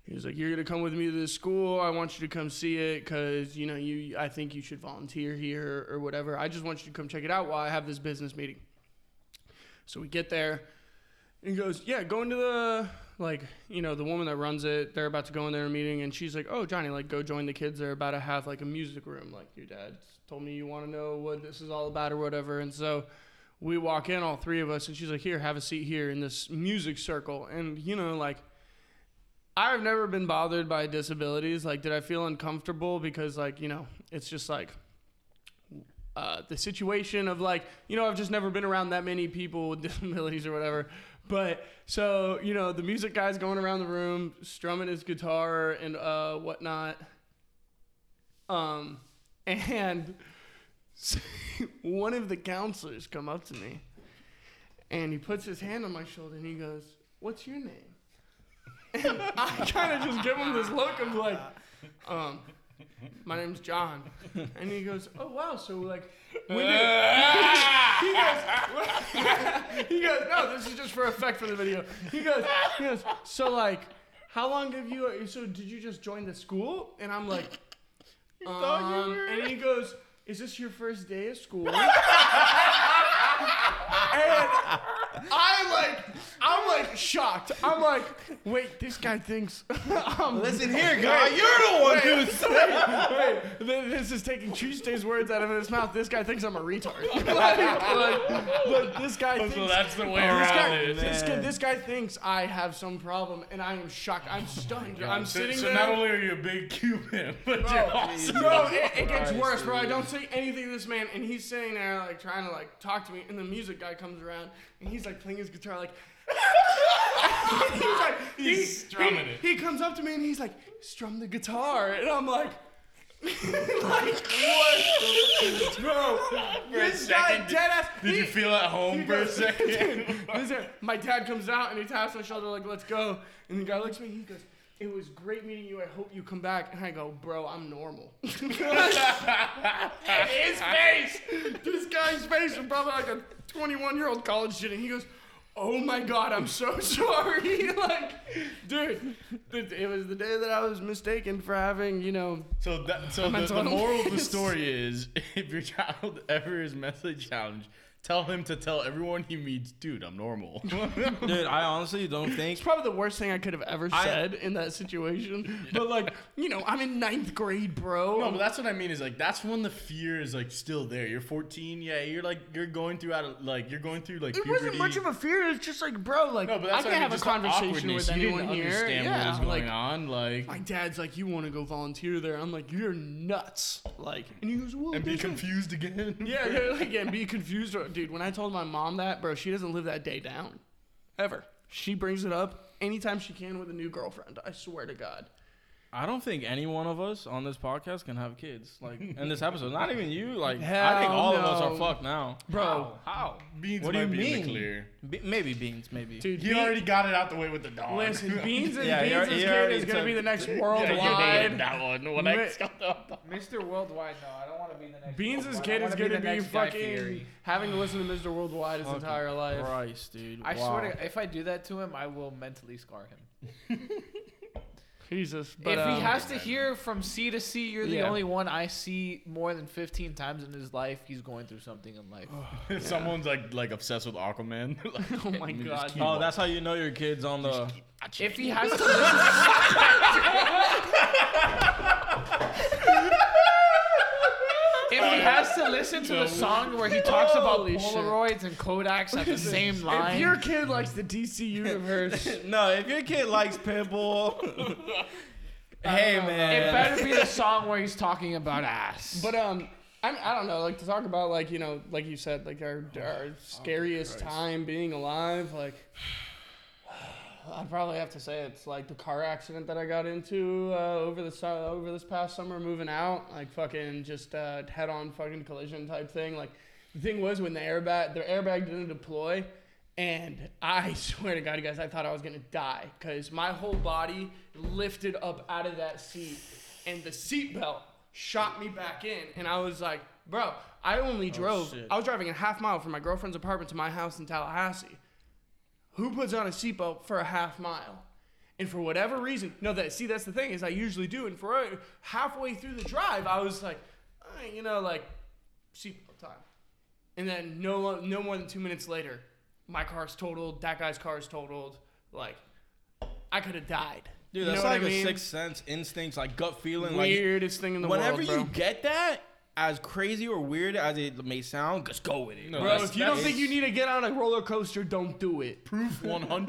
He was like, "You're gonna come with me to this school. I want you to come see it, cause you know you. I think you should volunteer here or whatever. I just want you to come check it out while I have this business meeting." So we get there, and he goes, "Yeah, go into the like, you know, the woman that runs it. They're about to go in their meeting, and she's like, "Oh, Johnny, like, go join the kids. They're about to have like a music room. Like, your dad told me you want to know what this is all about or whatever." And so we walk in, all three of us, and she's like, "Here, have a seat here in this music circle." And you know, like. I've never been bothered by disabilities. Like, did I feel uncomfortable because, like, you know, it's just like uh, the situation of like, you know, I've just never been around that many people with *laughs* disabilities or whatever. But so, you know, the music guy's going around the room, strumming his guitar and uh, whatnot. Um, and *laughs* one of the counselors come up to me and he puts his hand on my shoulder and he goes, what's your name? *laughs* And I kind of just give him this look of like, um, my name's John. *laughs* And he goes, oh, wow, so like, when did... he, goes, *laughs* he goes, no, this is just for effect for the video. He goes, he goes, so like, how long have you, so did you just join the school? And I'm like, um, and he goes, is this your first day of *laughs* school? and I like, I'm like shocked. I'm like, wait, this guy thinks *laughs* um, I'm Listen here, guy. You're the one who's. *laughs* Wait, th- this is taking Tuesday's words out of his mouth. This guy thinks I'm a retard. *laughs* like, like, look, this guy *laughs* thinks. so that's the way Oh, this around guy, it. this, guy, this guy thinks I have some problem, and I am shocked. I'm stunned. I'm so, sitting so there. not only are you a big Cuban, *laughs* but Bro, you're also bro, it, it gets worse, bro. I don't say anything to this man, and he's sitting there like trying to like talk to me, and the music guy comes around, and he's like playing his guitar like. *laughs* he's like He's he- strumming he- it. He comes up to me and he's like, "Strum the guitar," and I'm like. *laughs* like *laughs* what, *laughs* bro? This guy second, dead ass. Did you he- feel at home for a *laughs* goes- second? this is- my dad comes out and he taps my shoulder like, "Let's go." And the guy looks at me. He goes, "It was great meeting you. I hope you come back." And I go, "Bro, I'm normal." *laughs* His face, this guy's face was probably like a 21 year old college student. He goes. Oh my god, I'm so *laughs* sorry. like, dude, th- it was the day that I was mistaken for having, you know, So, that, so the, mental *laughs* the moral of the *laughs* illness. story is, if your child ever is mentally challenged, Tell him to tell everyone he meets, dude, I'm normal. *laughs* Dude, I honestly don't think. It's probably the worst thing I could have ever I- said in that situation. But like, you know, I'm in ninth grade, bro. No, but that's what I mean. Is like that's when the fear is like still there. You're 14, yeah. You're like you're going through out of like you're going through like it puberty. wasn't much of a fear. It's just like, bro, like no, but I that's what can't I mean, have a just the conversation awkwardness. with You didn't anyone here. Understand yeah, what was going like, on? Like my dad's like, you want to go volunteer there? I'm like, you're nuts. Like, and he goes, well, and be doesn't- confused again. *laughs* Yeah, yeah, like, and be confused, or- dude. When I told my mom that, bro, she doesn't live that day down, ever. She brings it up anytime she can with a new girlfriend. I swear to God. I don't think any one of us on this podcast can have kids. Like in this episode, not even you. Like I Hell think all of us no. are fucked now, Bro. How? *laughs* Beans What do might be you in mean? the clear. Be- maybe beans, maybe. Dude, He Bean- already got it out the way with the dog. *laughs* *laughs* Listen, Beans and Yeah, he Beans' already- he kid already is gonna took- be the *laughs* next Yeah, you worldwide. hated that one. When Mi- I *laughs* got the Mr. Worldwide, no, I don't want to be the next. Beans' Worldwide. I kid is wanna gonna the be, next Guy fucking Fieri. having to listen to Mr. Worldwide his Fucking entire life. Christ, dude. I Wow. swear to God, if I do that to him, I will mentally scar him. Jesus, but if um, he has to hear from C to C, you're the Yeah. only one I see more than 15 times in his life. He's going through something in life. dog. Someone's like like obsessed with Aquaman. *laughs* like, oh my just God, keep- Oh, that's how you know your kids on the. if he has to, *laughs* listen, if he has to listen to the song where he talks about Holy shit. Polaroids and Kodaks at the same if your line, kid likes the DC universe, *laughs* no, if your kid likes Pitbull. *laughs* hey man. it better be the song where he's talking about ass. But um, I I don't know. Like to talk about like you know, like you said, like our our scariest time being alive. Like I'd probably have to say it's like the car accident that I got into uh, over the su- over this past summer moving out. Like fucking just uh, head on fucking collision type thing. Like the thing was when the airbag the airbag didn't deploy. And I *laughs* swear to God, guys, I thought I was gonna die because my whole body lifted up out of that seat, and the seatbelt shot me back in, and I was like, bro, I only drove. shit. I was driving a half mile from my girlfriend's apartment to my house in Tallahassee. Who puts on a seatbelt for a half mile? And for whatever reason, no, that see, that's the thing is I usually do. And for uh, halfway through the drive, I was like, "Uh, you know, like seatbelt time. And then no, lo- no more than two minutes later, my car's totaled. That guy's car's totaled. Like, I could have died. Dude, You that's know what like I mean? a sixth sense, instincts, like gut feeling. weirdest thing in the like whenever world, you bro. get that, as crazy or weird as it may sound, just go with it. No, Bro, that's- if you don't that's- think you need to get on a roller coaster, don't do it. *laughs* proof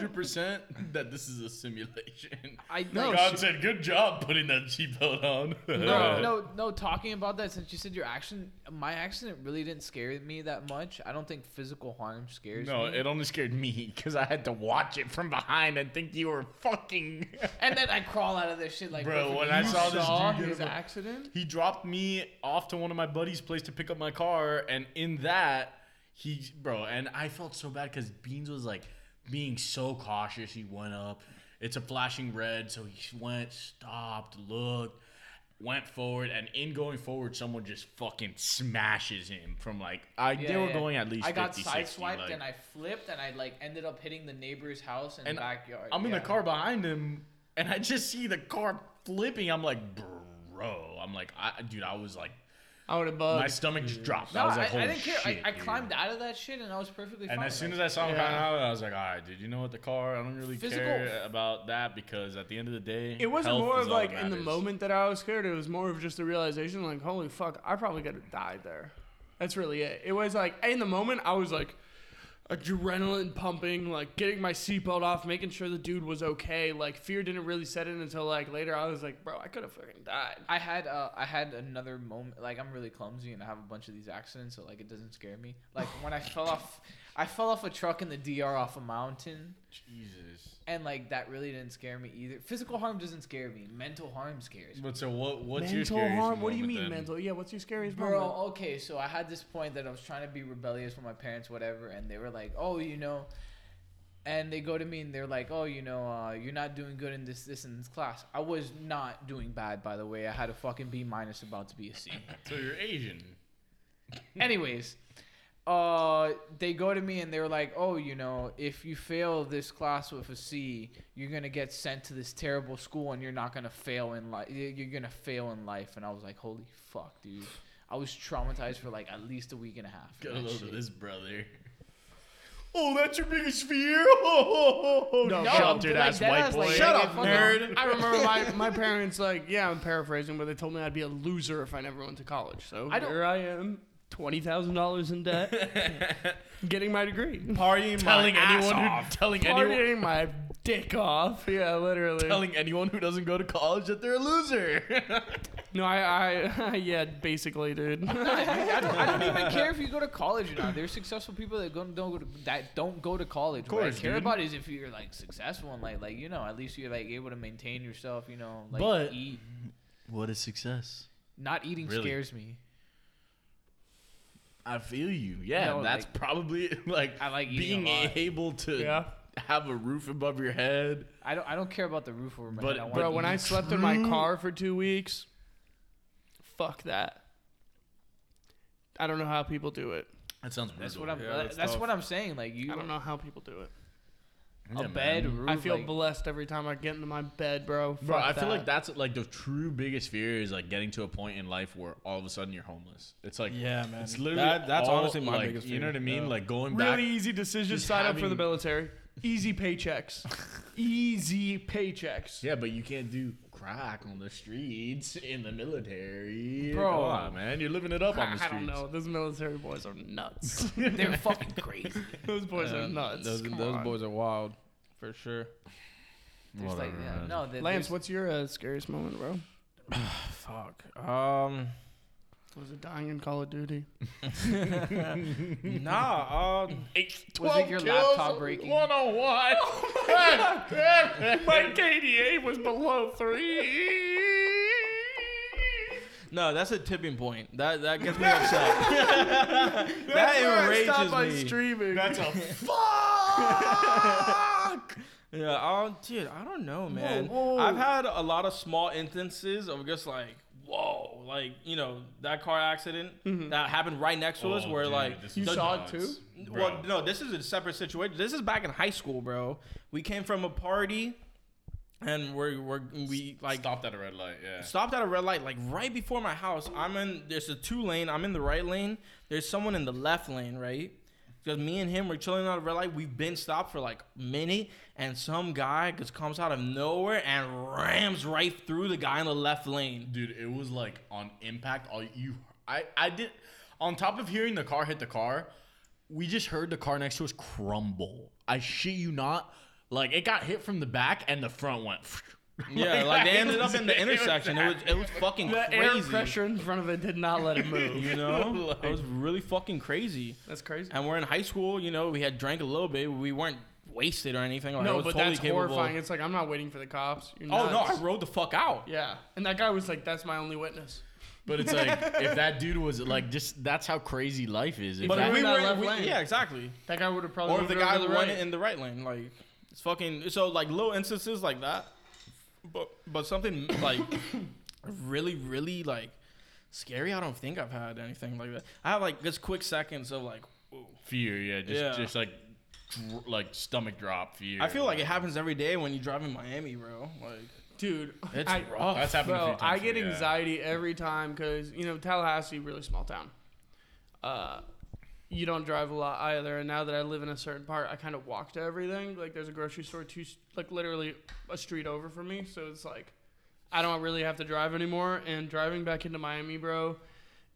100% that this is a simulation. I God said, "Good job putting that seatbelt on." No, no, no. Talking about that, since you said your action, my accident really didn't scare me that much. I don't think physical harm scares No, me. it only scared me because I had to watch it from behind and think you were fucking. *laughs* and then I crawl out of this shit like, Bro, Griffin, when I you saw this dude get his up- accident, he dropped me off to one of my buddies' place to pick up my car, and in that, he bro, and I felt so bad because Beans was like being so cautious. He went up. It's a flashing red, so he went, stopped, looked, went forward, and in going forward, someone just fucking smashes him from like I they Yeah, were yeah. going at least. I got 50, 60, sideswiped like- and I flipped and I like ended up hitting the neighbor's house and, And backyard. I'm in Yeah. the car behind him, and I just see the car flipping. I'm like, bro. I'm like, I, dude, I was like, I would have my bugged. stomach just dropped. No, I I, was like, I holy didn't care. shit. I, I dude. climbed out of that shit and I was perfectly fine. And as soon like, as I saw him Yeah. coming out, I was like, all right, dude, you know what? The car, I don't really Physical- care about that because at the end of the day, It wasn't health more is of all like that in the matters. moment that I was scared. It was more of just the realization, like, holy fuck, I probably could have died there. That's really it. It was like in the moment I was like adrenaline pumping, like getting my seatbelt off, making sure the dude was okay. Like fear didn't really set in until like later. I was like, bro, I could have fucking died. I had uh, I had another moment. Like I'm really clumsy and I have a bunch of these accidents, so like it doesn't scare me. Like when I fell off, I fell off a truck in the DR off a mountain, Jesus. and like that really didn't scare me either. Physical harm doesn't scare me. Mental harm scares me. But so what? What's your mental scariest harm? What do you moment mean then? mental? Yeah, what's your scariest Bro, moment? okay, so I had this point that I was trying to be rebellious with my parents, whatever, and they were like, "Oh, you know," and they go to me and they're like, "Oh, you know, uh, you're not doing good in this, this, and this class." I was not doing bad, by the way. I had a fucking B minus, about to be a C. So you're Asian. Anyways, uh, they go to me and they're like, "Oh, you know, if you fail this class with a C, you're gonna get sent to this terrible school, and you're not gonna fail in life. You're gonna fail in life." And I was like, "Holy fuck, dude!" I was traumatized for like at least a week and a half. Get a That load shit. of this, brother. Oh, that's your biggest fear? *laughs* no, No, sheltered like, ass dead white ass, like, boy. like, Shut I up, fucking- nerd. I remember my, my parents like yeah I'm paraphrasing but they told me I'd be a loser if I never went to college so I don't- here I am twenty thousand dollars in debt getting my degree Partying Telling my ass anyone who off. telling anyone partying *laughs* my dick off yeah literally telling anyone who doesn't go to college that they're a loser. *laughs* no I, I *laughs* yeah basically *laughs* dude I don't, I don't even care if you go to college or not. There's successful people that go, don't go to that don't go to college. what course, I care dude. about is if you're like successful and like like you know at least you're like able to maintain yourself. You know, like But- eat. what is success? Not eating Really? scares me. I feel you. Yeah, No, that's like- probably like I like eating being a lot. able to Yeah. have a roof above your head. I don't I don't care about the roof over my But- head. I want bro to when eat. I slept in my car for two weeks fuck that I don't know how people do it That sounds that's brutal. what I'm Yeah, that's, that's tough. what I'm saying. Like you I don't know how people do it a Yeah, bed man. roof. I feel like, blessed every time I get into my bed bro Bro, Fuck I feel that. like that's like the true biggest fear is like getting to a point in life where all of a sudden you're homeless. It's like Yeah, man. It's literally That- that's all, honestly my like, biggest You know fear. what I mean? Yeah. Like going Really back. easy decision. just Sign up for the having- military. Easy *laughs* paychecks. easy paychecks. Yeah, but you can't do crack on the streets in the military. Bro. Come on, man, you're living it up on the I streets. don't know. Those military boys are nuts. *laughs* they're fucking crazy. those boys Yeah, are *laughs* nuts. Those, Come those on. boys are wild, for sure. There's like Whatever, yeah, man. no. there- Lance, there's- what's your uh, scariest moment, bro? Fuck. Um. Was it dying in Call of Duty? Nah. Um. was it your laptop breaking? oh *laughs* my KDA was below three. No, that's a tipping point. That that gets *laughs* me upset. *laughs* that Stop my enrages me. streaming. That's a Yeah, um, dude, I don't know, man. whoa. I've had a lot of small instances of just like, whoa, like you know that car accident Mm-hmm. that happened right next to us, Oh, where dude, like this You is saw it nuts. too? Bro. Well, no, this is a separate situation. This is back in high school, bro. We came from a party, and we're we're we like stopped at a red light. Yeah. stopped at a red light like right before my house i'm in there's a two lane i'm in the right lane there's someone in the left lane right because me and him were chilling out a red light we've been stopped for like a minute and some guy just comes out of nowhere and rams right through the guy in the left lane *laughs* Dude, it was like on impact. All you, I, I did. On top of hearing the car hit the car, we just heard the car next to us crumble. I shit you not. Like it got hit from the back and the front went. *laughs* yeah like they it ended up was- in *laughs* the it was intersection it was it was fucking the air crazy pressure in front of it did not let it move. you *laughs* know it was really fucking crazy That's crazy. and we're in high school you know we had drank a little bit we weren't wasted or anything like, I No, was but totally that's capable. horrifying. It's like I'm not waiting for the cops. You're oh no i nuts. rode the fuck out Yeah, and that guy was like, "That's my only witness." But it's like if that dude was like just that's how crazy life is. If But that- if we in that were, left we- lane. yeah, exactly. That guy would have probably. Oh, Or if the moved over guy to went the right. in the right lane, like it's fucking. So like little instances like that, but but something like *coughs* really really like scary. I don't think I've had anything like that. I have like just quick seconds of like. whoa. fear, yeah, just Yeah. just like dr- like stomach drop fear. I feel like it happens every day when you drive in Miami, bro. Like dude. *laughs* it's I, rough. That's happened. a few Bro, times I to get me, yeah. anxiety every time because you know Tallahassee, really small town. Uh, you don't drive a lot either, and now that I live in a certain part, I kind of walk to everything. Like there's a grocery store two, s- like literally a street over from me, so it's like I don't really have to drive anymore. And driving back into Miami, bro,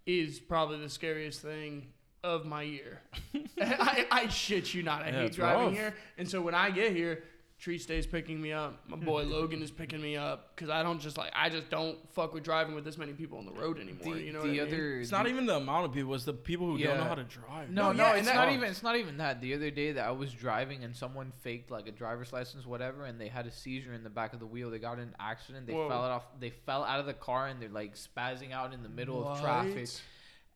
is probably the scariest thing of my *laughs* year. *laughs* I, I shit you not. I hate it's driving rough. here. And so when I get here, Tree stays picking me up. *laughs* My boy Logan is picking me up because I don't just like I just don't fuck with driving with this many people on the road anymore. the, you know the what I mean? other It's not even the amount of people; it's the people who don't know Yeah. how to drive. No, no, yeah, it's and not that- even it's not even that. The other day that I was driving and someone faked like a driver's license, whatever, and they had a seizure in the back of the wheel. They got in an accident. They Whoa. fell off. They fell out of the car and they're like spazzing out in the middle of traffic. What?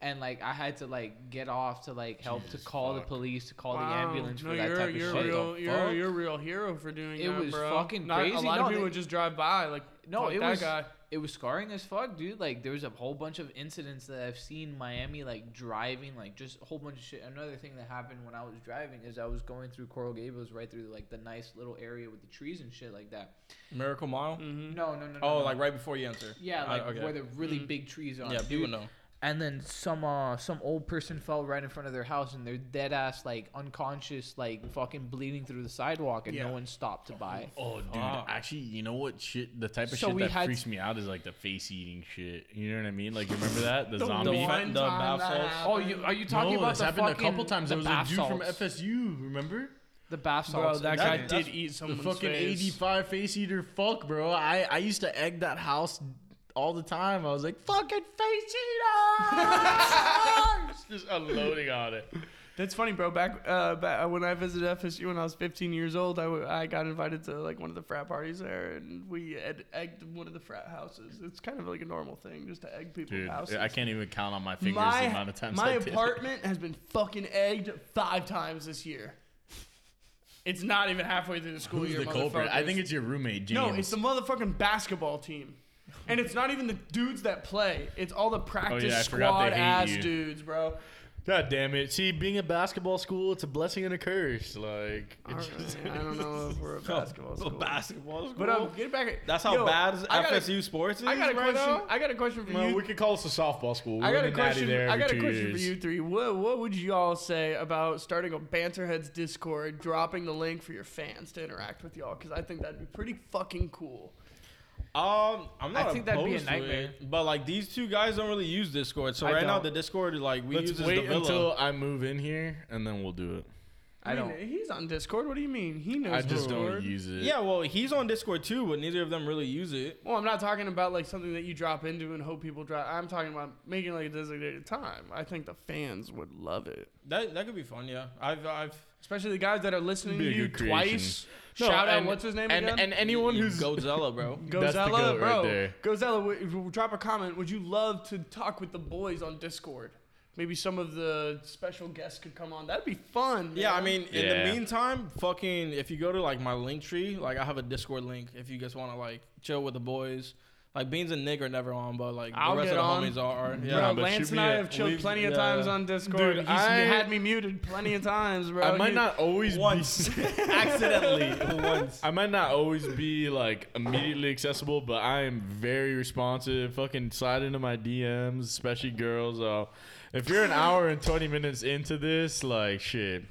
And like I had to like get off to like help Jesus to call fuck. the police to call the Wow. ambulance No, for that you're, type of you're shit. Real, What the you're, fuck? you're a real hero for doing It that, was bro. fucking Not- crazy. A lot of No, people they- would just drive by like No, fuck it that was guy. it was scarring as fuck, dude. Like there was a whole bunch of incidents that I've seen Miami like driving, like just a whole bunch of shit. Another thing that happened when I was driving is I was going through Coral Gables, right through like the nice little area with the trees and shit like that. Miracle Mile. No, no, no. no Oh, no. like right before you enter. yeah, I- like okay. where the really big trees are. yeah, dude. people know. and then some uh some old person fell right in front of their house and they're dead ass like unconscious like fucking bleeding through the sidewalk and Yeah. no one stopped to buy it. Oh, dude. Fuck. Actually, you know what shit? The type of So shit we that had- freaks me out is like the face eating shit. You know what I mean? Like, you remember that? The, zombie. The Fe- one the time bath that salts? happened- Oh, you are you talking no, about this the happened fucking a couple times. the There was a bath dude from salts. FSU. Remember? the bath Bro, salts. that That- guy that's- did eat The someone's fucking face. 85 face eater fuck, bro. I, I used to egg that house all the time. I was like, fucking face eater! *laughs* Just unloading on it. That's funny, bro. Back, uh, back when I visited FSU when I was 15 years old, I, w- I got invited to like one of the frat parties there, and we ed- egged one of the frat houses. It's kind of like a normal thing just to egg people's Dude, houses. I can't even count on my fingers the amount of times my I did. apartment has been fucking egged five times this year. It's not even halfway through the *laughs* school Who's year. the culprit? I motherfuckers. think it's your roommate, James. no, it's the motherfucking basketball team. And it's not even the dudes that play. It's all the practice Oh, I forgot they squad hate ass you. dudes, bro. God damn it. See, being a basketball school, it's a blessing and a curse. Like, All it's Oh, right, I don't know if *laughs* we're a basketball Little school. basketball school. But um, get back. That's how Yo, bad I got a- FSU sports is I got a right question. now. I got a question for Well, you. we could call this a softball school. I We're got a in the natty question. There I every got a two question years. for you three. What What would you all say about starting a Banterheads Discord, dropping the link for your fans to interact with y'all? Because I think that'd be pretty fucking cool. Um, I'm not. I think that'd be a opposed to it, nightmare. but like these two guys don't really use Discord, so I right now don't. the Discord like we use Let's is wait the villa. until I move in here, and then we'll do it. I mean, don't. He's on Discord. What do you mean? He knows. I just Discord. don't use it. yeah, well, he's on Discord too, but neither of them really use it. Well, I'm not talking about like something that you drop into and hope people drop. I'm talking about making like a designated time. I think the fans would love it, That that could be fun. Yeah, I've I've especially the guys that are listening Be to a you good creation. twice. No, Shout out, and- uh, what's his name and, again? And anyone who's *laughs* Godzilla, bro. That's the Gozella, goat right bro. there. Gozella, w- w- drop a comment. Would you love to talk with the boys on Discord? Maybe some of the special guests could come on. That'd be fun. Yeah, I man. mean, in Yeah. the meantime, fucking, if you go to like my link tree, like I have a Discord link. If you guys want to like chill with the boys, like Beans and Nig are never on, but like I'll the rest get of the on. homies are. Bro, Yeah, but Lance shoot and me I a- have chilled we've- plenty of yeah. times on Discord. Dude, He's I- had me muted plenty of times, bro. I might You- not always *laughs* once Be, accidentally once. I might not always be like immediately accessible, but I am very responsive. Fucking slide into my DMs, especially girls. Uh, if you're an hour and twenty minutes into this, like shit.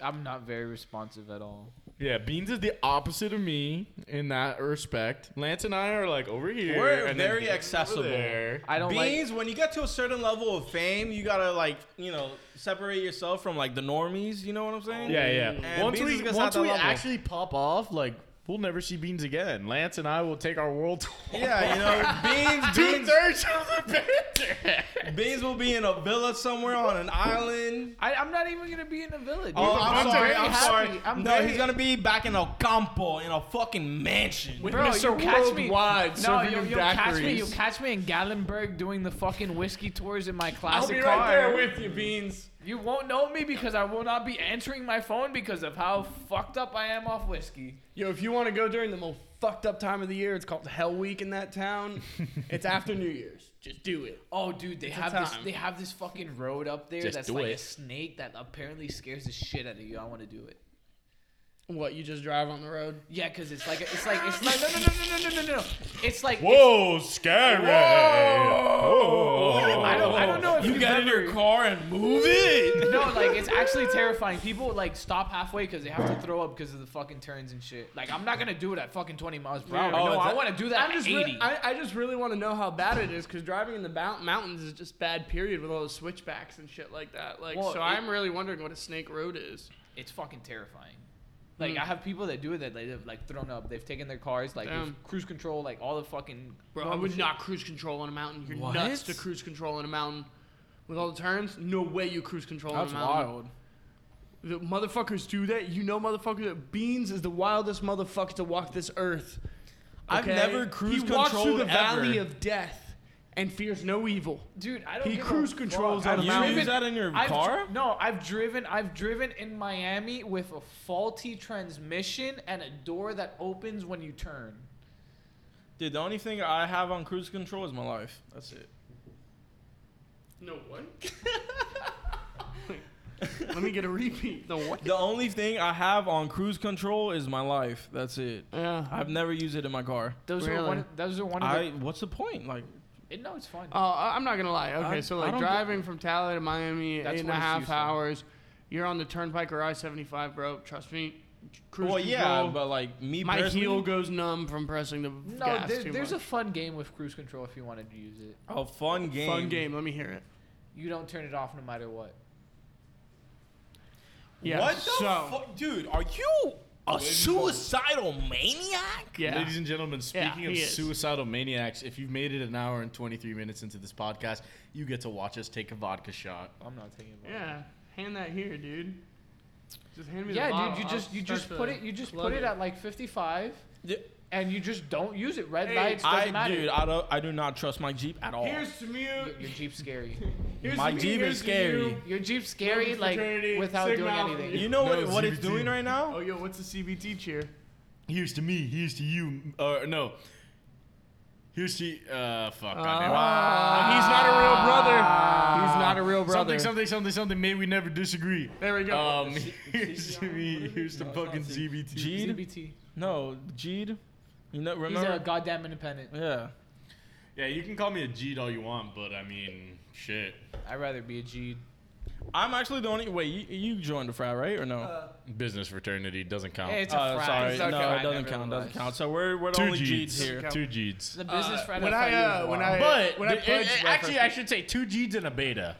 I'm not very responsive at all. Yeah, Beans is the opposite of me in that respect. Lance and I are like over here. We're and then very Beans over accessible. there. I don't like. Beans, when you get to a certain level of fame, you gotta like you know separate yourself from like the normies. You know what I'm saying? Yeah, yeah. And once Beans is we gonna once start we that level. actually pop off, like we'll never see Beans again. Lance and I will take our world *laughs* tour. Yeah, *laughs* you know, Beans, Two Beans, thirds of the banter. Beans will be in a villa somewhere on an island. I, I'm not even gonna be in a village. Oh, Dude, I'm, sorry. very I'm happy. sorry. I'm no, very- he's gonna be back in Ocampo in a fucking mansion. With Bro, Mr. you'll catch me. Worldwide No, serving you'll, him you'll catch me. daiquiris. You'll catch me in Gatlinburg doing the fucking whiskey tours in my I'll classic be car. right there with you, Beans. you won't know me because I will not be answering my phone because of how fucked up I am off whiskey. Yo, if you want to go during the most fucked up time of the year, it's called Hell Week in that town. *laughs* it's after New Year's. Just do it. Oh, dude, they a have this. time. They have this fucking road up there Just that's do like a it. snake that apparently scares the shit out of you. I want to do it. What? You just drive on the road? Yeah, cause it's like it's like it's like no no no no no no no no. It's like Whoa, scary. Oh. Whoa. I don't I don't know if you, get in your car and move it. No, like it's actually terrifying. People like stop halfway because they have to throw up because of the fucking turns and shit. Like I'm not gonna do it at fucking 20 miles per hour. Oh, no, is I that- want to do that I'm at just 80. really, I, I just really want to know how bad it is because driving in the mount- mountains is just bad. Period with all those switchbacks and shit like that. Like, Well, so it- I'm really wondering what a snake road is. it's fucking terrifying. Hmm. Like I have people that do it that they've like thrown up. They've taken their cars like Damn. with cruise control, like all the fucking. Bro, I normal would shit. not cruise control on a mountain. You're What? nuts to cruise control on a mountain with all the turns. No way you cruise control That's on a mountain. wild. The motherfuckers do that. You know, motherfuckers. that- Beans is the wildest motherfucker to walk this earth. I've okay? never cruise He walks through controlled the valley ever. of death and fears no evil. Dude, I don't. He give a cruise fuck. controls on I've a mountain. You use that in your I've dri- car? no, I've driven. I've driven in Miami with a faulty transmission and a door that opens when you turn. Dude, the only thing I have on cruise control is my life. That's it. No *laughs* what? Let me get a repeat. The what? The only thing I have on cruise control is my life. That's it. Yeah. I've never used it in my car. Those are Really? one. Those are one of the I. What's the point? Like, It, no, it's fun. Oh, I- I'm not gonna lie. Okay, I- so I like don't driving from Tally to Miami, That's eight and a when it's half useful. hours. You're on the turnpike or I-75, bro. Trust me. Cruise well, yeah, control. but like me my personally, heel goes numb from pressing the no, gas there- too there's much. a fun game with cruise control if you wanted to use it. a fun game. fun game. Let me hear it. You don't turn it off no matter what. Yeah. What the so, fuck, dude? Are you a suicidal maniac? Yeah. Ladies and gentlemen, Yeah, speaking of he is. suicidal maniacs, if you've made it an hour and 23 minutes into this podcast, you get to watch us take a vodka shot. I'm not taking it. yeah. Hand that here, dude. Just hand me the Yeah, bottle. dude, you I'll just you start just to put it you just put plug it at like 55, Yeah. and you just don't use it. Red Hey, lights doesn't I, matter. dude, I don't. I do not trust my Jeep at all. Here's to you. Your Jeep's scary. Here's My to me, Jeep here's is to scary. you. Your Jeep's scary like fraternity, without Sigma doing Alpha. anything. you know No, what, what it's CBT. doing right Oh, now? yo, what's the CBT cheer? Here's to me. Here's to you. Or no. Here's to uh fuck. goddamn it. Uh, he's not a real brother. He's not a real brother. Something, something, something, something. May we never disagree. There we go. Um, here's to me. Here's to No, it's not fucking C- CBT. G- CBT. No, Jeed. You know, He's remember? a goddamn independent. yeah. Yeah, you can call me a G'd all you want, but I mean, shit. I'd rather be a G. I'm actually the only. Wait, you, you joined the frat, right, or no? Business fraternity doesn't count. Uh, Hey, it's a Oh, Uh, frat. sorry, It's no, okay. it doesn't Never count. Doesn't mind. count. So we're we're the Two only Jeeds G's here. Two G's. The business Uh, frat. when I, I, thought you uh, was when wild. I- But when I th- pledged it- it- my actually, first- I should say two G's and a beta.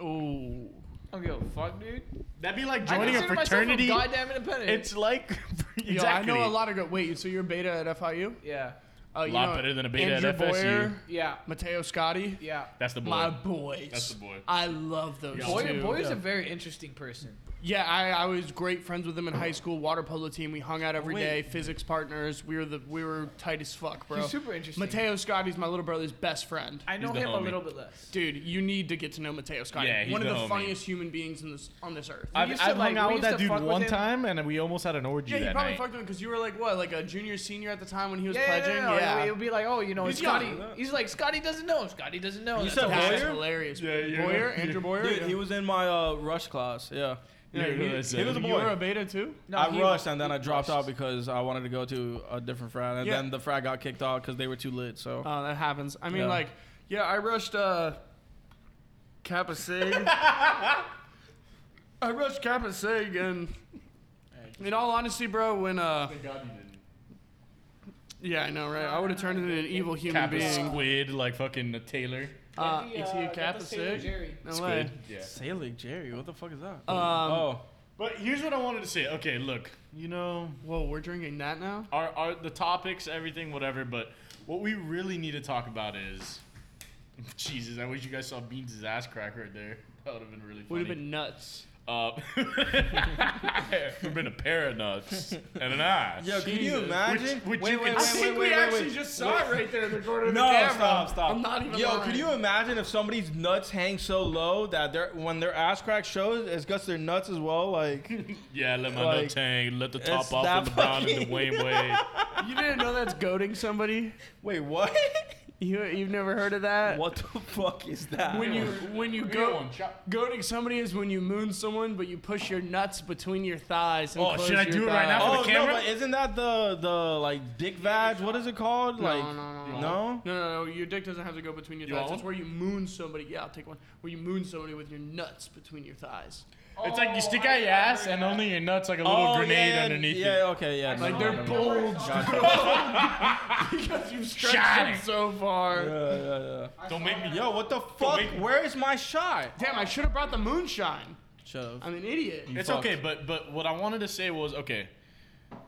oh. I don't give a fuck, dude. That'd be like I joining a consider myself fraternity. Goddamn independent. It's like *laughs* exactly. Yo, I know a lot of good. Wait, so you're beta at FIU? yeah, Oh, you Lot know better than a beta at Andrew FSU. Boyer, yeah, Mateo Scotti, yeah. That's the boy. my boys. That's the boy. I love those Yeah. Boyer, two. Boyer's a very interesting person. Yeah, I, I was great friends with him in high school. Water polo team. We hung out every Oh, Wait. day. Physics partners. We were the we were tight as fuck, bro. He's super interesting. Mateo Scotti's my little brother's best friend. I know He's the him a homie. little bit less. Dude, you need to get to know Mateo Scotti. Yeah, he's One of the the homie. funniest human beings in this on this earth. I've, used to, I've like, hung out we with used that to dude fuck with one him. time, and we almost had an orgy yeah, you that probably night. fucked with him because you were like what, like a junior senior at the time when he was Yeah, yeah, pledging. no, no, yeah, It would be like, oh, you know, He's Scotty. young. He's like, Scotty doesn't know. Scotty doesn't know. You That's *laughs* said all. That's Boyer? hilarious. Yeah, you're- Boyer, Andrew Boyer. Dude, yeah. he was in my uh, rush class. Yeah. Yeah, he- he was he a- was a You boy. were a beta too. No, I he- rushed and then I he dropped rushed. out because I wanted to go to a different frat, and Yeah. then the frat got kicked out because they were too lit. So Oh, that happens. I mean, Yeah. like, yeah, I rushed uh, Kappa *laughs* Sig. I rushed Kappa Sig, and in all honesty, bro, when uh, yeah, I know, right? I would have turned into an evil human Kappa being. squid, like fucking a tailor. Uh, Get the, is he uh, a get the Kappa Sailor Sig? Jerry. No way. Squid. Yeah. Sailor Jerry, what the fuck is that? Um, oh, But here's what I wanted to say. Okay, look, you know, whoa, we're drinking that now. our, our the topics, everything, whatever. But what we really need to talk about is, *laughs* Jesus, I wish you guys saw Beans' ass crack right there. That would have been really funny. Would have been nuts. Uh, *laughs* would've been a pair of nuts and an ass. yo, can you Jesus. imagine? Which- which you can- I think we actually just saw it right there in the corner of the camera. I'm not even. Yo, lying. could you imagine if somebody's nuts hang so low that their when their ass crack shows, it's because their nuts as well? Like, *laughs* Yeah, let my Like, nuts hang. Let the it's top off that on the brown and the *laughs* fucking- Wayne way. You didn't know that's goading somebody. wait, what? *laughs* You you've never heard of that? what the fuck is that? When you when you Go go goading somebody is when you moon someone but you push your nuts between your thighs. And Oh, close should I your do it right thighs. now? oh the camera? no, but isn't that the the like dick vag? What is it called? like, Oh, no, no, no, no? No, no, no, your dick doesn't have to go between your You thighs. want That's one? where you moon somebody. Yeah, I'll take one. Where you moon somebody with your nuts between your thighs. It's like you stick Oh, I out your ass remember and that. only your nuts like a little Oh, grenade yeah, underneath yeah, you. okay, yeah. Like no, they're Oh, no, no. bulged Gotcha. because you've stretched Shot them it. so far. Yeah, yeah, yeah. Don't make me. Yo, what the fuck? make- Where is my shot? Damn, I should have brought the moonshine. Shut up. I'm an idiot. You It's fucked. okay, but but what I wanted to say was okay.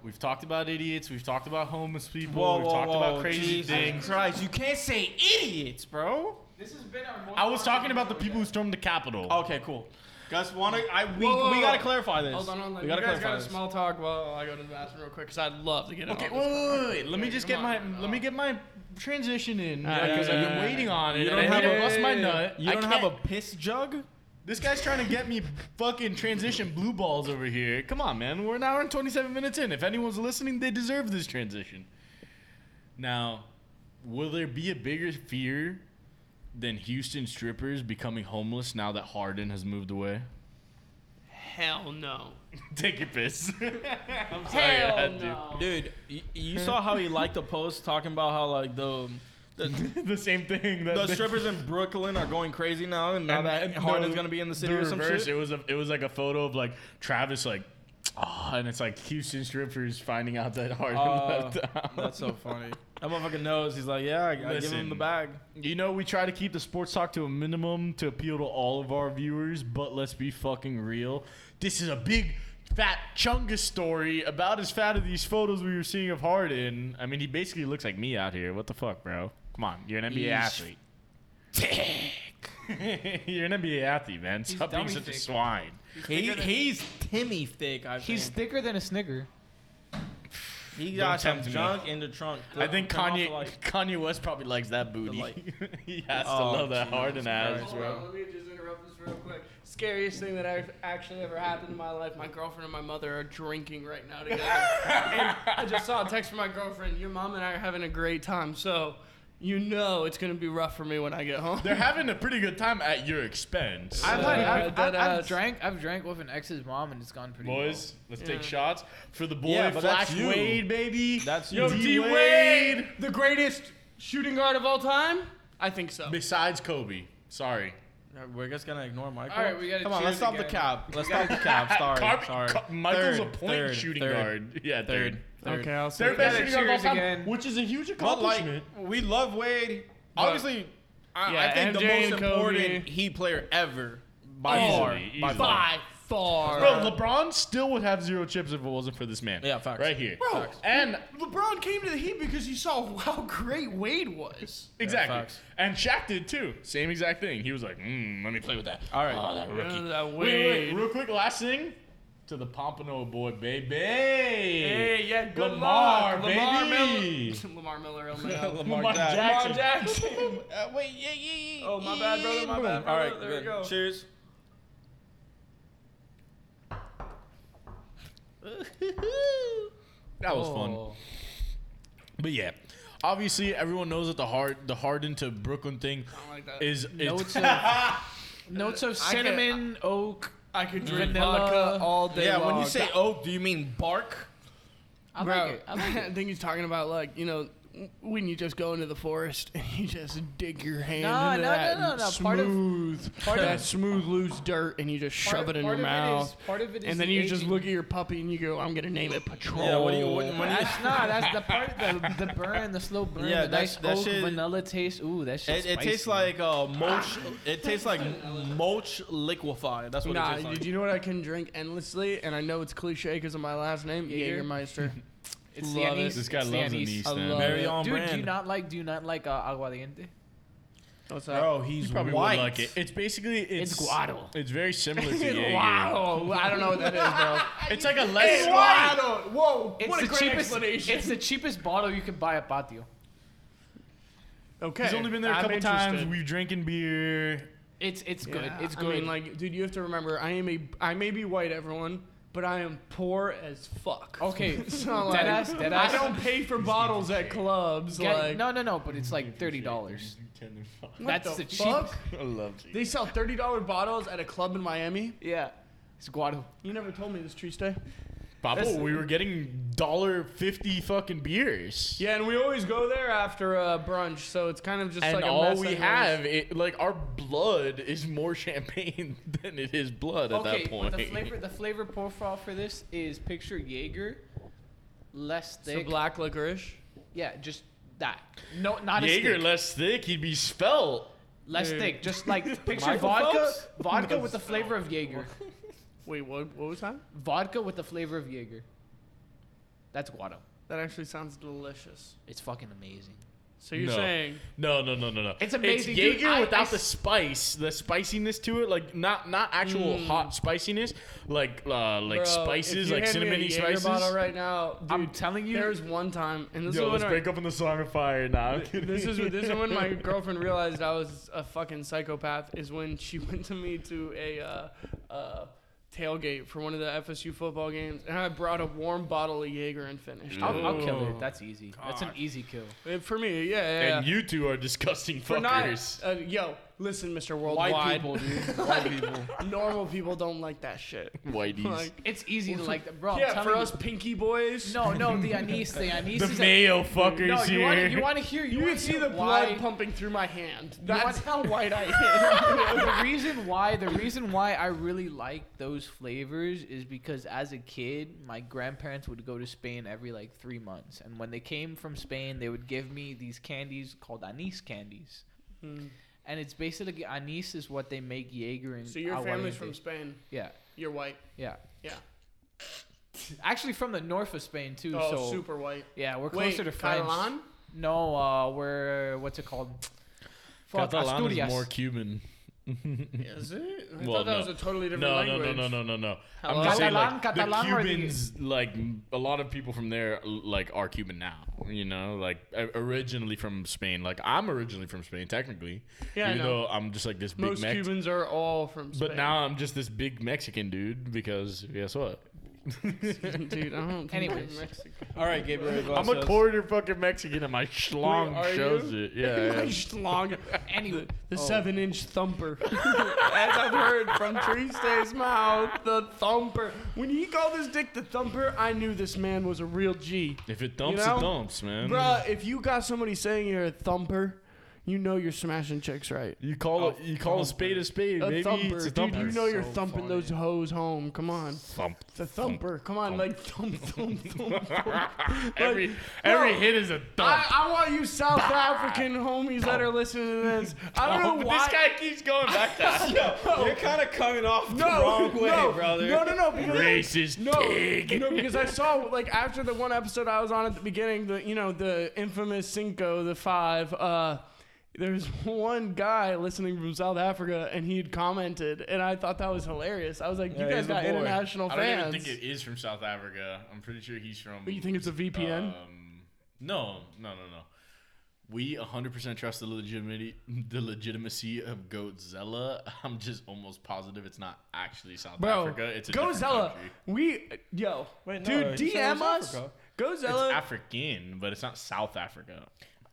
We've talked about idiots. We've talked about homeless people. Whoa, we've whoa, talked whoa, about crazy Jesus things. Christ, you can't say idiots, bro. This has been our. most I was talking about the popular people who stormed the Capitol. Okay, cool. Gus, wanna I we, Whoa, whoa, we whoa. gotta clarify this. Hold on, hold on. We You gotta guys clarify got a this. small talk while I go to the bathroom real quick because I'd love to get it. Okay, off wait, this wait, topic. wait, wait. Let me Okay, just come get my on. let me get my transition in All right, because yeah, I've yeah, been yeah. waiting on it. You and don't I have need to a- bust my nut. You I don't have a can't- piss jug? This guy's trying to get me fucking transition blue balls over here. Come on, man. We're an hour and 27 minutes in. If anyone's listening, they deserve this transition. Now, will there be a bigger fear than Houston strippers becoming homeless now that Harden has moved away? *laughs* Hell no. Take your piss. *laughs* I'm sorry, I Hell had to. no. Dude, you, you saw how he liked the post talking about how like the *laughs* The, the same thing. That the they- *laughs* strippers in Brooklyn are going crazy now, and now And- that and Harden's no, gonna be in the city the or some reverse, shit. It was a, it was like a photo of like Travis like, ah, and it's like Houston strippers finding out that Harden Uh, left town. That's so funny. That motherfucker knows. He's like, yeah, I, I give him Listen. the bag. You know, we try to keep the sports talk to a minimum to appeal to all of our viewers, but let's be fucking real. This is a big, fat chungus story about as fat as these photos we were seeing of Harden. I mean, he basically looks like me out here. What the fuck, bro? Come on, you're an NBA He's athlete. *laughs* you're an NBA athlete, man. Stop being dummy such a thick. swine. He, thicker than- he's Timmy thick. I He's think. thicker than a Snicker. he Don't got some tempt me. junk in the trunk. I think Come off Kanye the light. Kanye West probably likes that booty. light. *laughs* he has to Oh, love that Jesus Harden ass, Christ, Hold bro. on, let me just interrupt this real quick. Scariest thing that I've actually ever happened in my life. My girlfriend and my mother are drinking right now *laughs* together. and I just saw a text from my girlfriend. Your mom and I are having a great time, so you know it's gonna be rough for me when I get home. They're having a pretty good time at your expense. I've, Uh, had, I've, that I've, I've ass. drank I've drank with an ex's mom and it's gone pretty Boys, let's Yeah. take shots for the boy Yeah, but that's Flash you. Wade, baby. That's Yo, you. D D-Wade. Wade. The greatest shooting guard of all time? I think so. Besides Kobe, sorry. We're just gonna ignore Michael. All right, we gotta Come on, let's choose stop the again. cap. Let's stop the *laughs* cap. *laughs* Sorry, Carb- sorry. Ca- Michael's Third, a point third, shooting third. guard. Yeah, third. Third. Okay, I'll say Third that. best Yeah, shooting guard of all cheers time, again. which is a huge But like, accomplishment. we love Wade. Obviously, I, Yeah, I think the MJ and most important Kobe. Heat player ever by Easily, far. By easily. far. By far. Bro, LeBron still would have zero chips if it wasn't for this man. Yeah, facts. Right here. Bro. Facts. And LeBron came to the Heat because he saw how great Wade was. exactly. facts. and Shaq did too. Same exact thing. He was like, mm, let me play with that. All right. Oh, that rookie. that Wait, wait, wait, Wade. real quick, last thing to the Pompano boy, baby. Hey, yeah, good Lamar, luck. Lamar baby. Miller. Lamar Miller, oh *laughs* my God. *laughs* Lamar Lamar Jackson. Jackson. Jackson. Uh, wait, yeah, yeah, yeah. Oh, my bad, brother, my Boom. bad, All brother. right, There we good. go. Cheers. That was Oh. fun. But yeah, obviously everyone knows that the hard, the Harden to Brooklyn thing don't like that. is much. is *laughs* Notes *laughs* of notes of I can't- cinnamon, oak, I could drink vanilla vodka all day yeah, when long. you say oak, do you mean bark? I Bro, like it. I *laughs* like it. think he's talking about like you know when you just go into the forest and you just dig your hand No, no, into that no, no, and no. Part of- smooth part of- that smooth loose dirt and you just shove Part- it in your part of it mouth is- part of it is and then the you just aging. look at your puppy and you go I'm gonna name it Patrol. Yeah, what do you what, when you, That's not. That's the part. The, the burn, the slow burn, Yeah, the that- nice that oak shit- vanilla taste. Ooh, that shit. it, it tastes like Ah. uh, mulch. It tastes like mulch liquefied. That's what Nah, it tastes like. did you know what I can drink endlessly? And I know it's cliche because of my last name, Jaeger? Jägermeister. *laughs* It's love it. this guy it's the loves anise. anise. I man. love Very it. on Dude, brand. do you not like? Do you not like uh, aguardiente? What's up? Bro, he's You probably white. would like it. *laughs* It's basically it's, It's guado. It's very similar to Jaeger. Wow, I don't know what that is, bro. It's like a less Wow, whoa, It's what a the great cheapest. explanation. It's the cheapest bottle you can buy at Patio. okay, He's only been there a I'm couple times. interested. We've drinking beer. It's it's good. Yeah, It's I good. mean, like, dude, you have to remember, I am a, I may be white, everyone, but I am poor as fuck. okay, *laughs* So, like, Deadass- I deadass. don't pay for bottles at clubs. get- like, no no no, but it's like thirty dollars. what that's the, the fuck? *laughs* I love you. They sell thirty dollar bottles at a club in Miami. Yeah, it's guado. You never told me this, Tree Stay. Papa, Listen. we were getting dollar fifty fucking beers. Yeah, and we always go there after uh, brunch, so it's kind of just and like a all mess we anyways. have, it, like our blood is more *laughs* champagne than it is blood at okay, that but point. the *laughs* flavor the flavor profile for this is picture Jaeger, less So thick. black licorice. Yeah, just that. No, not a Jaeger stick. less thick, he'd be spelt. less Dude. thick. Just like picture Michael vodka, Phelps? vodka with the flavor of Jaeger. Wait, what? What was that? Vodka with the flavor of Jaeger. That's guado. That actually sounds delicious. It's fucking amazing. So you're No. saying No, no, no, no, no. It's amazing, It's dude. Jaeger I- without I the s- spice, the spiciness to it, like not not actual Mm. hot spiciness, like uh, like Bro, if spices, you like hand me a cinnamony Jaeger spices. bottle right now, I'm dude, telling you- There's one time, and this Yo, is let's when I- break up in the song of fire now. I'm kidding. this *laughs* is this is when my girlfriend realized I was a fucking psychopath. Is when she *laughs* went to me to a uh, uh, tailgate for one of the FSU football games, and I brought a warm bottle of Jaeger and finished. I'll, I'll kill Ooh. it. That's easy. That's an easy kill. it. For me, yeah, yeah. yeah. and you two are disgusting for not, fuckers. uh, yo, listen, Mr. White Worldwide, people, dude. White people. *laughs* normal people don't like that shit. Whitey's. *laughs* Like, It's easy to like, that, bro. I'm yeah, telling for you. us pinky boys. No, no, the anise thing. Anise the is mayo A, no, fuckers you here. want to you want to hear you, You wanna can see hear the why, blood pumping through my hand. wanna- *laughs* That's *laughs* how white I am. the reason why the reason why I really like those flavors is because as a kid, my grandparents would go to Spain every like three months, and when they came from Spain, they would give me these candies called anise candies, Hmm. and it's basically anise is what they make Jaeger and. so your family's from Spain. Spain. yeah, You're white. yeah, Yeah. actually from the north of Spain too. Oh, so super white. yeah, we're Wait, closer to French. Catalan? No, uh, we're what's it called? Fuck, Catalan Asturias. is more Cuban. *laughs* Is it? I Well, thought that no. was a totally different No, no, language. no, no, no, no, no. Hello? I'm just saying, like, Catalan, Catalan the or the- Cubans, like, m- a lot of people from there, l- like, are Cuban now. You know, like, o- originally from Spain. Like, I'm originally from Spain, technically. Yeah, I Even know. though I'm just like this big Most Mex- Cubans are all from Spain. But now I'm just this big Mexican dude because guess what? *laughs* dude, I don't. Anyways. Mexican. All right, Gabriel. I'm a Iglesias. quarter fucking Mexican and my schlong are shows you? it. Yeah. *laughs* Oh. yeah. long, *laughs* Anyway, the seven-inch thumper. *laughs* As I've heard from Triste's mouth, the thumper. When he called his dick the thumper, I knew this man was a real G. if it dumps, know? it dumps, man. Bruh, if you got somebody saying you're a thumper, you know you're smashing chicks right. You call it you call a spade a spade, A baby. thumper, It's a dude. thumper. You know you're So thumping funny. those hoes home. Come on. Thump. The thumper. Come on, like thump, thump, thump. *laughs* *laughs* every Like, every bro, hit is a thump. I, I want you South African homies that are listening to this. I Oh, don't know but why. This guy keeps going back *laughs* to Yo, *laughs* you're kind of coming off the no, wrong way, no, brother. No, no, no. Because racist No, pig. no, because I saw like after the one episode I was on at the beginning, the you know the infamous Cinco, the five. Uh, there's one guy listening from South Africa, and he had commented, and I thought that was hilarious. I was like, Yeah, "You guys he's the got boy. international I don't fans." even think it is from South Africa. I'm pretty sure he's from. But you think it's a VPN? Um, no, no, no, no. We 100% trust the legitimacy, the legitimacy of Goatzilla. *laughs* I'm just almost positive it's not actually South Bro, Africa. It's a Go different Zella. country. We yo, Wait, no, you dude, said it DM was us. Africa. Go It's Zella. African, but it's not South Africa.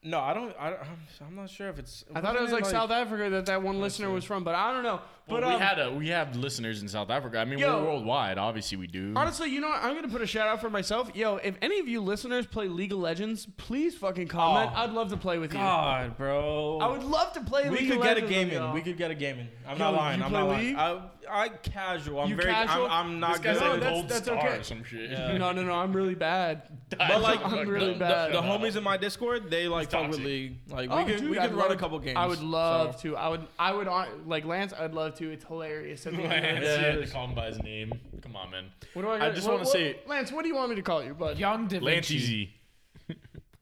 No, I don't. I don't I'm, I'm not sure if it's. I thought it was like, South Africa that that one listener was from, but I don't know. But But um, we had a we have listeners in South Africa. I mean, Yo. we're worldwide. Obviously, we do. Honestly, you know what? I'm gonna put a shout out for myself. Yo, if any of you listeners play League of Legends, please fucking comment. Oh. I'd love to play with you. God, bro. I would love to play we League could of get a Legends. game with in. y'all. We could get a game in. I'm Yo, not lying. you I'm play not League? lying. I, I casual. I'm You very. casual? I'm, I'm this not guy's good. No, like at that's- an it. old that's star okay. or some shit. Yeah. No, no, no. I'm really *laughs* bad. But like, I'm really the, bad. The homies in my Discord, they like It's fuck with toxic. League. Like Oh, we could dude, we I'd could run a love- couple games. I would love So- to. I would. I would. hon- Like Lance, I'd love to. It's hilarious. I *laughs* think- Lance, Yeah. you had to call him by his name. Come on, man. What do I? I gotta- just what- wanna what- say- Lance, what do you want me to call you, bud? Young Da Lance Vinci. Easy.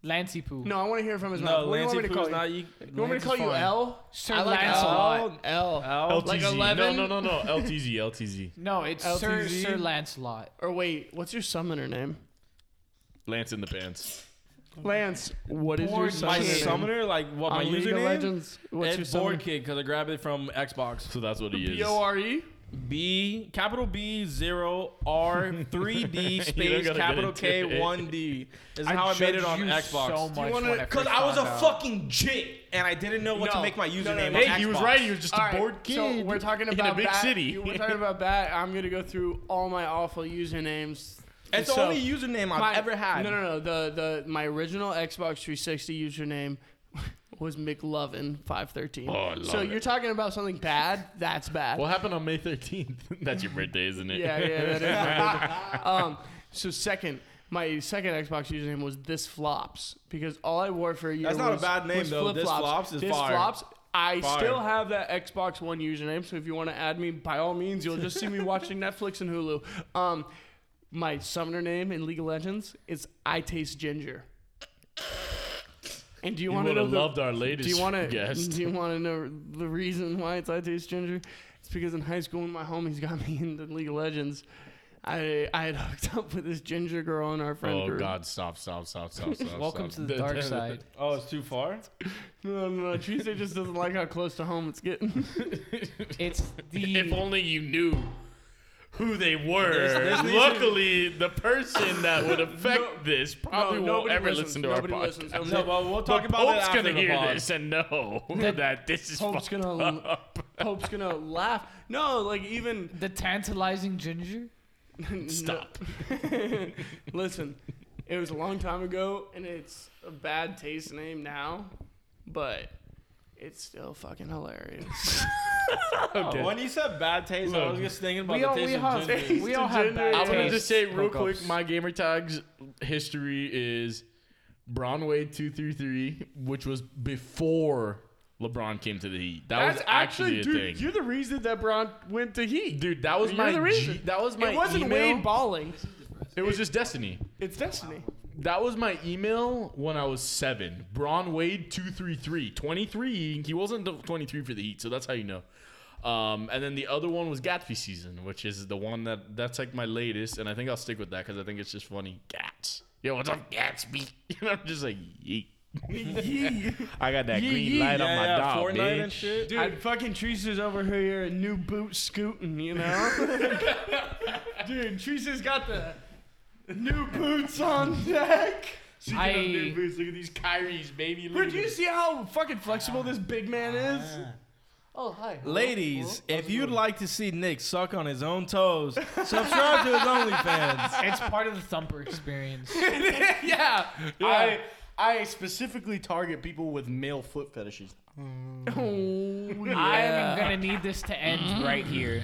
Lancy Poo. No, I want to hear from his mouth. No, What do Lancey you want me to call Pooh's you? not you. you want me to call you L? Sir I like Lancelot. L. L. L. Like LTZ. 11? No, no, no, no. LTZ, LTZ. No, it's Sir LTZ? Sir Lancelot. Or wait, what's your summoner name? Lance in the pants. Lance, what is your Bored summoner My kid. name? summoner, like what my on Uh, League of username? Legends. What's your It's summoner? board kid because I grabbed it from Xbox. So that's what he is. B O R E. B capital B zero R three D space gotta get capital into K it. one D. Is how I made judged it on you So Xbox. much wanna- when I Because first I was a found out. fucking jit and I didn't know what No. to make my No, username. no, no. on Hey, he was Xbox. right. He was just All a right, bored kid So we're talking about in a big that. city. *laughs* We're talking about that. I'm gonna go through all my awful usernames. It's So, the only username I've my- ever had. No, no, no. The the my original Xbox 360 username *laughs* was McLovin513. Oh, I love so it. you're talking about something bad? That's bad. what happened on May 13th? *laughs* that's your birthday, isn't it? Yeah, *laughs* yeah, that is. my name. um, so second, my second Xbox username was this flops because all I wore for a year That's not a was- bad name, was though. This flip-flops. Flops is this fire. flops. I Fire. still have that Xbox One username, so if you want to add me, by all means, you'll just see *laughs* me watching Netflix and Hulu. Um, my summoner name in League of Legends is I Taste Ginger. And do you, You want to would know have the, loved our latest do you *laughs* want to? guest. Do you want to know the reason why it's I taste ginger? It's because in high school, when my homies got *laughs* me into League of Legends, I I had hooked up with this ginger girl in our friend Oh group. God! Stop! Stop! Stop! Stop! stop Welcome to stop. the dark side. Oh, it's too far. No, no, no. uh, Tuesday just *laughs* doesn't like how close to home it's getting. It's the If only you knew. who they were. There's- there's- Luckily, the person that would affect this *laughs* probably won't nobody ever listens, listen to our nobody podcast. listens. The I'm No, but we'll talk about Pope's it after gonna the hear pod. this and know that this is Pope's fucked gonna- up. Pope's gonna laugh. No, like even The tantalizing ginger. *laughs* No. Stop. Listen, it was a long time ago, and it's a bad taste name now, but it's still fucking hilarious. *laughs* Oh, When you said bad taste, I was just thinking about We the all, taste we, of have, ginger. we all have ginger. bad I I'm want to gonna just taste. say real Hookups. quick, my gamer tags history is Bronway233, which was before LeBron came to the Heat. That was actually, a dude, thing. you're the reason that Braun went to Heat. Dude, that was You're my the reason. G- that was my it wasn't email. Wade balling. It was just destiny. It's Destiny. That was my email when I was seven. Braun Wade 233. 23. He wasn't the 23 for the Heat, so that's how you know. Um, and then the other one was Gatsby season, which is the one that that's like my latest, and I think I'll stick with that because I think it's just funny. Gats. Yo, what's up, Gatsby? *laughs* And I'm just like, yeet. *laughs* I got that Yee, green yee. light on Yeah, my yeah, dog, Fortnite bitch. and shit. Dude, fucking Treese is over here in new boot scooting, you know? *laughs* Dude, Treese's got the new boots on deck. Speaking I- of new boots, look at these Kyrie's baby. Bro, do you see how fucking flexible this big man is? Oh, hi. Ladies, if you'd like to see Nick suck on his own *laughs* toes, subscribe to his OnlyFans. It's part of the thumper *laughs* experience. *laughs* *laughs* yeah. I I specifically target people with male foot fetishes. I am going to need this to end right here.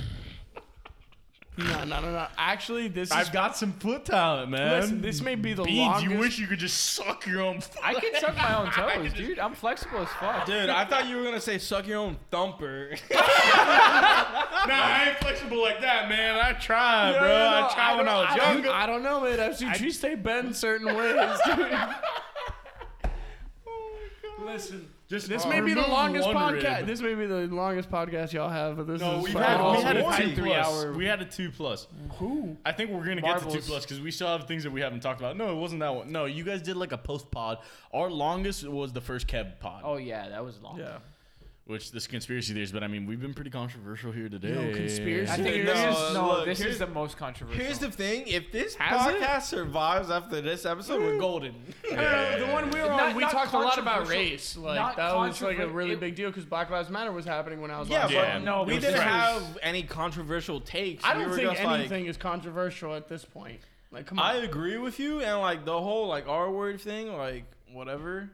No, no, no, no. Actually, this is. got some foot talent, man. Listen, this may be the Beans, longest. you wish you could just suck your *laughs* own. I can suck *laughs* my own toes, dude. I'm flexible as fuck. Dude, I thought you were gonna say suck your own thumper. nah, I ain't flexible like that, man. I tried, bro. I tried when I was don't- younger. I don't know, man. I've seen Treese bend certain ways, dude. Listen. Just This may be the remove longest one podcast. rib. This may be the longest podcast y'all have. But this no, is we fucking had, we awesome. had a Forty. two Three plus. hour- We had a two plus. Who? I think we're gonna get to Marbles. two plus because we still have things that we haven't talked about. No, it wasn't that one. No, you guys did like a post pod. Our longest was the first Kev pod, Oh, yeah, that was long. which this conspiracy theories. But I mean, we've been pretty controversial here today. Eh, conspiracy I think No, this is, no, look, this here's- is the most controversial. *laughs* Here's the thing: if this Has it? podcast survives after this episode, we're *laughs* golden. No, no, the one we were on, Not- we not talked a lot about controversial. race. Like Not that was like a controver- really it- big deal because Black Lives Matter was happening when I was. Yeah, on. Yeah. but No, we it was didn't fresh. have any controversial takes. I We don't were think just like- anything is controversial at this point. Like, come I on. agree with you, and like the whole like R word thing, like whatever.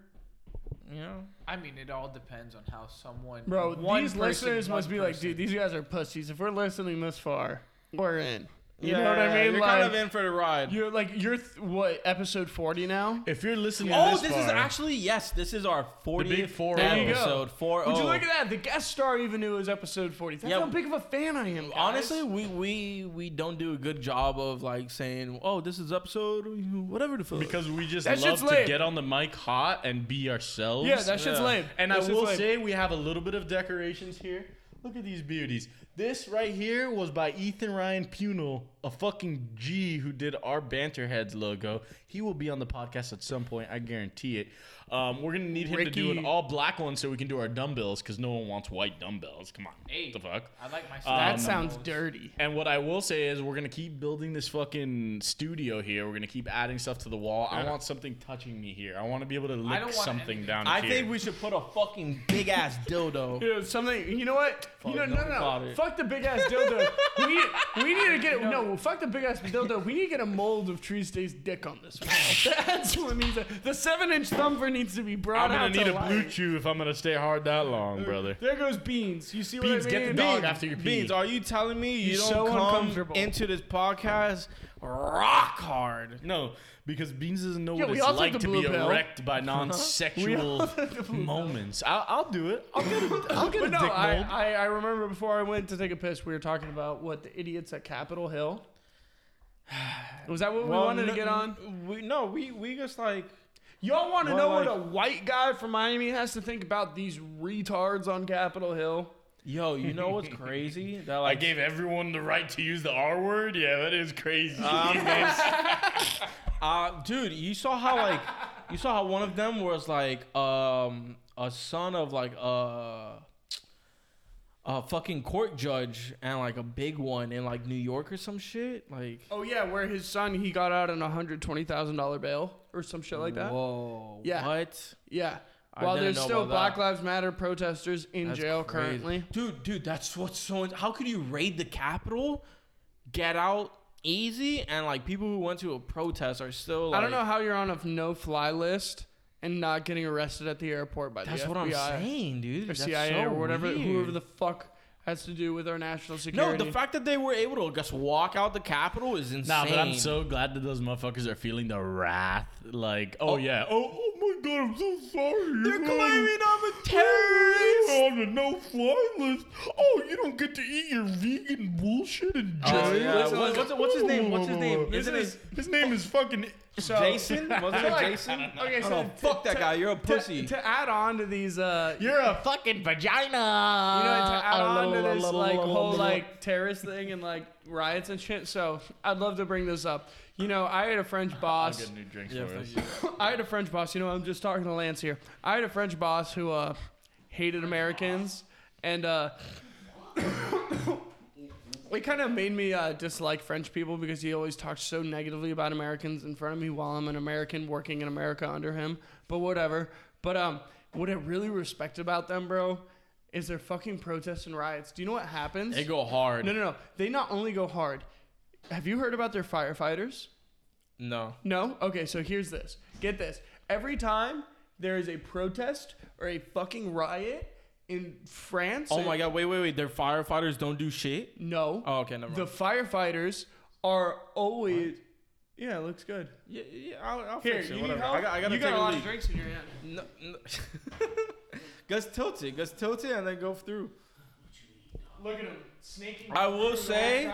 You know, I mean, it all depends on how someone. Bro, one these person, listeners one must be like, person. dude, these guys are pussies. If we're listening this far, we're in. You know what I mean? You're like, kind of in for the ride. You're like you're th- what episode forty now? If you're listening, oh, this, this, is far- actually yes. This is our 40th big 4-0. There you go. episode. Four Would you look at that? The guest star even knew it was episode forty. That's Yeah. how big of a fan I am. guys. Honestly, we, we we don't do a good job of like saying, "Oh, this is episode whatever the fuck." because we just That love shit's to lame. get on the mic hot and be ourselves. yeah, that shit's Yeah. lame. And I That shit's will lame. say we have a little bit of decorations here. Look at these beauties. This right here was by Ethan Ryan Punel, a fucking G who did our Banterheads logo. He will be on the podcast at some point, I guarantee it. Um, we're gonna need him to do Ricky- an all black one so we can do our dumbbells because no one wants white dumbbells. Come on, Hey. the fuck. I like my. that um, sounds dirty. And what I will say is, we're gonna keep building this fucking studio here. We're gonna keep adding stuff to the wall. I want something touching me here. I want to be able to don't lick want something anything. down I here. think we should put a fucking *laughs* big ass dildo. Dude, something. You know what? you know, no, no, no, fuck no. it. Fuck the big ass *laughs* dildo. we need, we need to get no. Fuck the big ass dildo. We need to get a mold of Trees Day's dick on this wall. *laughs* That's what needs. to- The seven inch thumper needs to be I'm brought gonna out. need to a light. blue chew if I'm gonna stay hard that long, brother. There goes beans. You see Beans, what I get mean? the dog after your pee. Beans, are you telling me you He's don't so come uncomfortable. into this podcast rock hard? No, because Beans doesn't know Yeah, what we it's all took like the to blue be pill. erect by *laughs* We all non-sexual took *laughs* the blue pill. moments. I'll, I'll do it. I'll get *laughs* a, I'll get a But no, dick mold. I, I, I remember before I went to take a piss, we were talking about what the idiots at Capitol Hill. *sighs* Was that what we wanted no, to get on? We no, we we just like Y'all want to Well, know like- what a white guy from Miami has to think about these retards on Capitol Hill? yo. You *laughs* know what's crazy? That I like gave everyone the right to use the R word. Yeah, that is crazy. Um, *laughs* Uh, dude, you saw how like you saw how one of them was like um a son of like uh a fucking court judge and like a big one in like New York or some shit. Like Oh yeah, where his son he got out on a hundred twenty thousand dollar bail or some shit like that. Whoa. Yeah. What? Yeah. I While didn't there's know still about Black that. Lives Matter protesters in That's jail crazy. currently. Dude, dude, that's what's so. ins- How could you raid the Capitol, get out easy, and like people who went to a protest are still. Like, I don't know how you're on a no-fly list and not getting arrested at the airport by That's the what FBI I'm saying, dude. or That's CIA so or whatever, weird. whoever the fuck has to do with our national No, security. the fact that they were able to just walk out the Capitol is insane. Nah, but I'm so glad that those motherfuckers are feeling the wrath. Like, oh, yeah, oh, oh my god, I'm so sorry. They're Oh, claiming I'm a you're terrorist. on a no-fly list. Oh, you don't get to eat your vegan bullshit in jail. Oh, yeah. What's- what's- what's his name? What's his name? His, Isn't name- his name is *laughs* fucking so, Jason? *laughs* Wasn't it Jason? Okay, so Oh, to- fuck that to- guy. You're a to- pussy. To, add on to these, uh, You're *laughs* a fucking vagina. Oh, You know, to you know, uh, to add on to this like whole like terrorist thing and like riots and shit. So I'd love to bring this up. You know, I had a *laughs* French I'll boss. get new drinks Yeah, for us. thank you. I had a French boss. You know, I'm just talking to Lance here. I had a French boss who uh, hated Americans, and uh, *coughs* it kind of made me uh, dislike French people because he always talked so negatively about Americans in front of me while I'm an American working in America under him. But whatever. But um, what I really respect about them, bro, is their fucking protests and riots. Do you know what happens? They go hard. no, no, no. They not only go hard. Have you heard about their firefighters? no. No? Okay, so here's this. Get this. Every time there is a protest or a fucking riot in France. Oh my god! Wait, wait, wait! Their firefighters don't do shit. No. Oh, okay, never mind. the firefighters are always. Yeah, it looks good. yeah, yeah, I'll, I'll Here, fix it. you, Whatever. need help? I got, I gotta you got take a lot leak. of drinks in your hand. No, no. *laughs* Just tilt it. Just tilt it and then go through. Look at him snaking. I will say,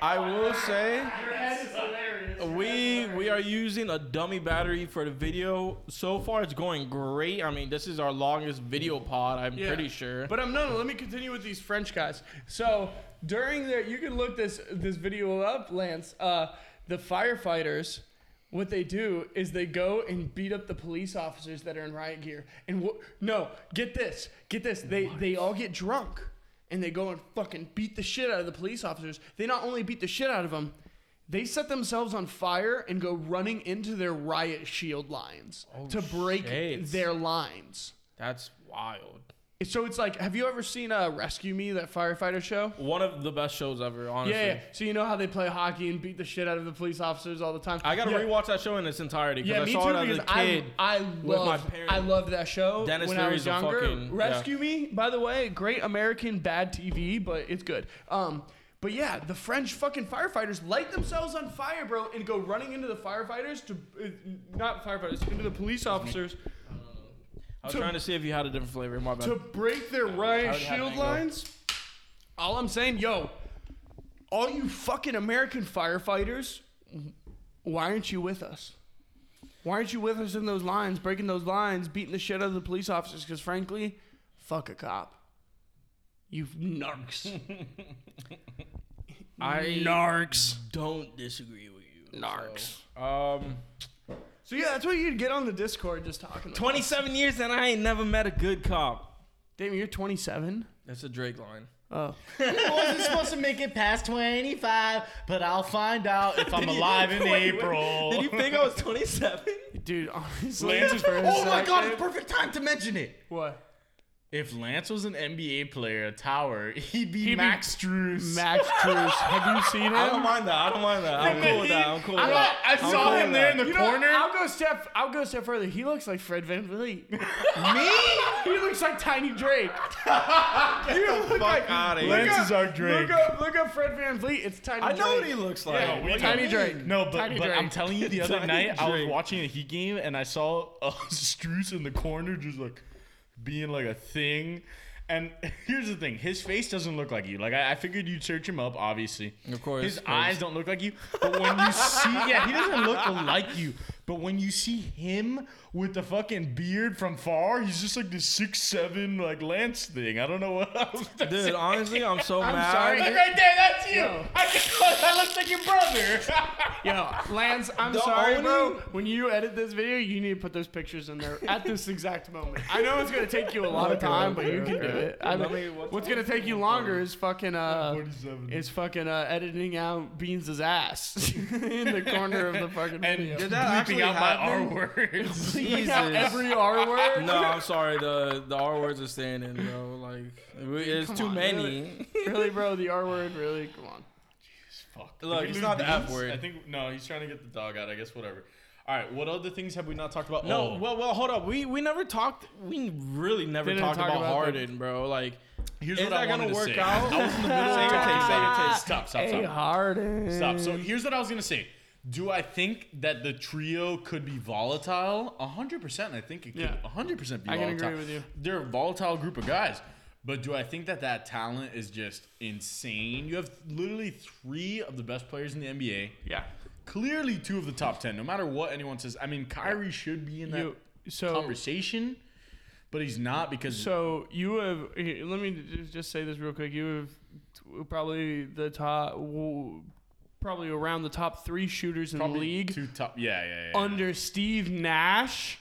I will say, Your head is hilarious. we we are using a dummy battery for the video. So far, it's going great. I mean, this is our longest video pod. I'm Yeah. pretty sure. But um, no, no. Let me continue with these French guys. So during their, you can look this this video up, Lance. Uh, the firefighters, what they do is they go and beat up the police officers that are in riot gear. And wh- no, get this, get this. They they all get drunk and they go and fucking beat the shit out of the police officers. They not only beat the shit out of them. They set themselves on fire and go running into their riot shield lines to break Oh, shit. their lines. That's wild. So it's like, have you ever seen uh, Rescue Me, that firefighter show? One of the best shows ever, honestly. Yeah, yeah. So you know how they play hockey and beat the shit out of the police officers all the time. I gotta yeah. rewatch that show in its entirety because Yeah, I me saw too. it as Because a I, kid. I with my love, parents. I love that show. Dennis when I was Leary's a younger, fucking- yeah. Rescue Me. By the way, great American bad TV, but it's good. Um, but yeah, the French fucking firefighters light themselves on fire, bro, and go running into the firefighters to, uh, not firefighters, into the police officers I was to- trying to see if you had a different flavor. My bad. to break their I riot already had shield mango. lines. All I'm saying, yo, all you fucking American firefighters, why aren't you with us? Why aren't you with us in those lines, breaking those lines, beating the shit out of the police officers? Because frankly, fuck a cop. You *laughs* narcs. I narcs. don't disagree with you. Narcs. so, um. So yeah, that's what you'd get on the Discord just talking. about. 27 years and I ain't never met a good cop. Damn, you're 27. That's a Drake line. Oh, wasn't supposed to make it past 25, but I'll find out *laughs* if I'm alive in April. Did you think I was 27? dude, honestly. Lance *laughs* is- for a oh my god, second- it's perfect time to mention it. What? If Lance was an NBA player, a tower, he'd be be Max Drews. Max Drews. Have you seen I don't him? mind that. I don't mind that. I'm cool with that. I'm cool with I, that. I I'm saw cool him with there in that. the You know, corner. I'll go step. I'll go a step further. He looks like Fred Van *laughs* Vliet. Me? He looks like Tiny Drake. you look fuck outta here. Lance up- is our Drake. Look up, look up Fred Van Vliet. It's Tiny. I know Drake. what he looks like. Yeah, What do Tiny you Drake. mean? No, but, Tiny but I'm Drake. telling you, the other Tiny night I was Drake. watching a Heat game and I saw *laughs* uh, Struz in the corner just like being like a thing. And *laughs* here's the thing: his face doesn't look like you. Like I, I figured you'd search him up, obviously. Of course, his of *laughs* course. eyes don't look like you. But when you see, yeah, he doesn't look like you. But when you see him with the fucking beard from far, he's just like the six seven like Lance thing. I don't know what *laughs* else. to say. Dude, honestly, *laughs* I'm so mad. sorry. Like, right there, that's you. No. I just thought that looks like your brother. *laughs* Yo, Lance, I'm The sorry, bro. only- When you edit this video, you need to put those pictures in there at this exact moment. I know it's gonna take *laughs* you a lot of time, but you can do it. I Let mean, me- what's what's gonna take you longer is fucking uh, 47. is fucking uh, editing out Beans' ass *laughs* in the corner of the fucking video. Did that actually Bleeping out happen? my R *laughs* *laughs* words. Bleep out Jesus. every R word. No, I'm sorry. The the R words are staying in, bro. Like, it's come too on, many. *laughs* Really, bro, the R word. Really, come on. Fuck. Look, Did we it's lose not the F Beans? word. I think no, he's trying to get the dog out. I guess whatever. All right, what other things have we not talked about? No, Oh, well, well, hold up. We we never talked. We really never Didn't talked talk about, about Harden, bro. Like, here's is what I that wanted gonna to work say. out? I was in the *laughs* middle of Say your take, talking. say your take. Stop, stop, Hey, stop. Harden. Stop. So here's what I was gonna say. Do I think that the trio could be volatile? hundred percent. I think it could. Yeah. hundred percent be I can volatile. agree with you. They're a volatile group of guys. But do I think that that talent is just insane? You have literally three of the best players in the NBA. Yeah. Clearly, two of the top ten. No matter what anyone says, I mean, Kyrie should be in that You, so conversation, but he's not because So you have. here, Let me ju- just say this real quick. You have t- probably the top, w- probably around the top three shooters in probably the league two top. Yeah, yeah, yeah, yeah. under Steve Nash.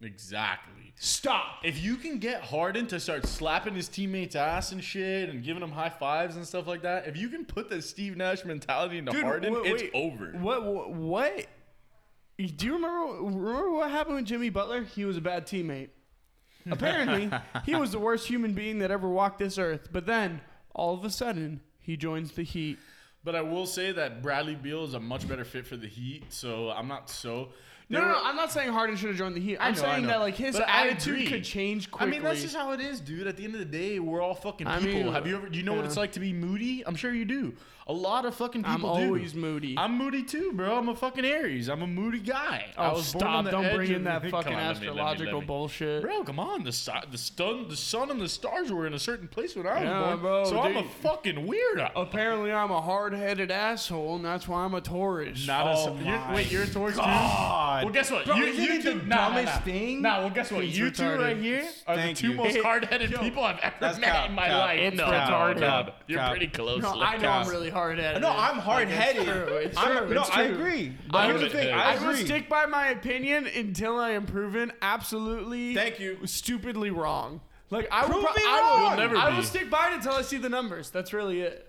exactly. Stop. If you can get Harden to start slapping his teammates' ass and shit and giving them high fives and stuff like that, if you can put the Steve Nash mentality into Harden, wha- it's wait. over. What? What? what? Do you remember? Remember what happened with Jimmy Butler? He was a bad *laughs* teammate. Apparently, he was the worst human being that ever walked this earth. But then, all of a sudden, he joins the Heat. But I will say that Bradley Beal is a much better fit for the Heat, so I'm not so. No, There no, no, were- I'm not saying Harden should have joined the Heat. I'm know, I saying know. that like his But I agree. attitude could change I quickly. mean, that's just how it is, dude. At the end of the day, we're all fucking I people. mean, Have you ever? Do you know what it's yeah. like to be moody? I'm sure you do. A lot of fucking I'm people do. always moody. I'm moody too, bro. I'm a fucking Aries. I'm a moody guy. I oh, was born on stop! the Don't edge bring of- in that Come fucking on, let me- let me- let astrological me- bullshit. Bro, come on. The, si- the, sun, the sun and the stars were in a certain place when I was Yeah, born. bro, so I'm a dude. fucking weirdo. Apparently, I'm a hard-headed asshole, and that's why I'm a Taurus. Not a- Oh you're- my wait, you're a Taurus too? God. Well, guess what? Bro, you isn't you it two, the nah, nah, dumbest nah. thing? Nah, well, guess what? He's You retarded. two right here are Thank the two you. most *laughs* Hey, hard-headed yo, people I've ever that's met cap, in my cap, life. it's no, retarded. Cap, you're cap. pretty close. no, I know I'm really hard-headed. uh, No, I'm hard true, headed. it's I'm true, No, it's I true. agree. I But here's the would- thing. uh, I I will agree. stick by my opinion until I am proven absolutely. Thank you. Stupidly wrong. Like I will. Prove Pro- me I will wrong! You'll never I will be. stick by it until I see the numbers. That's really it.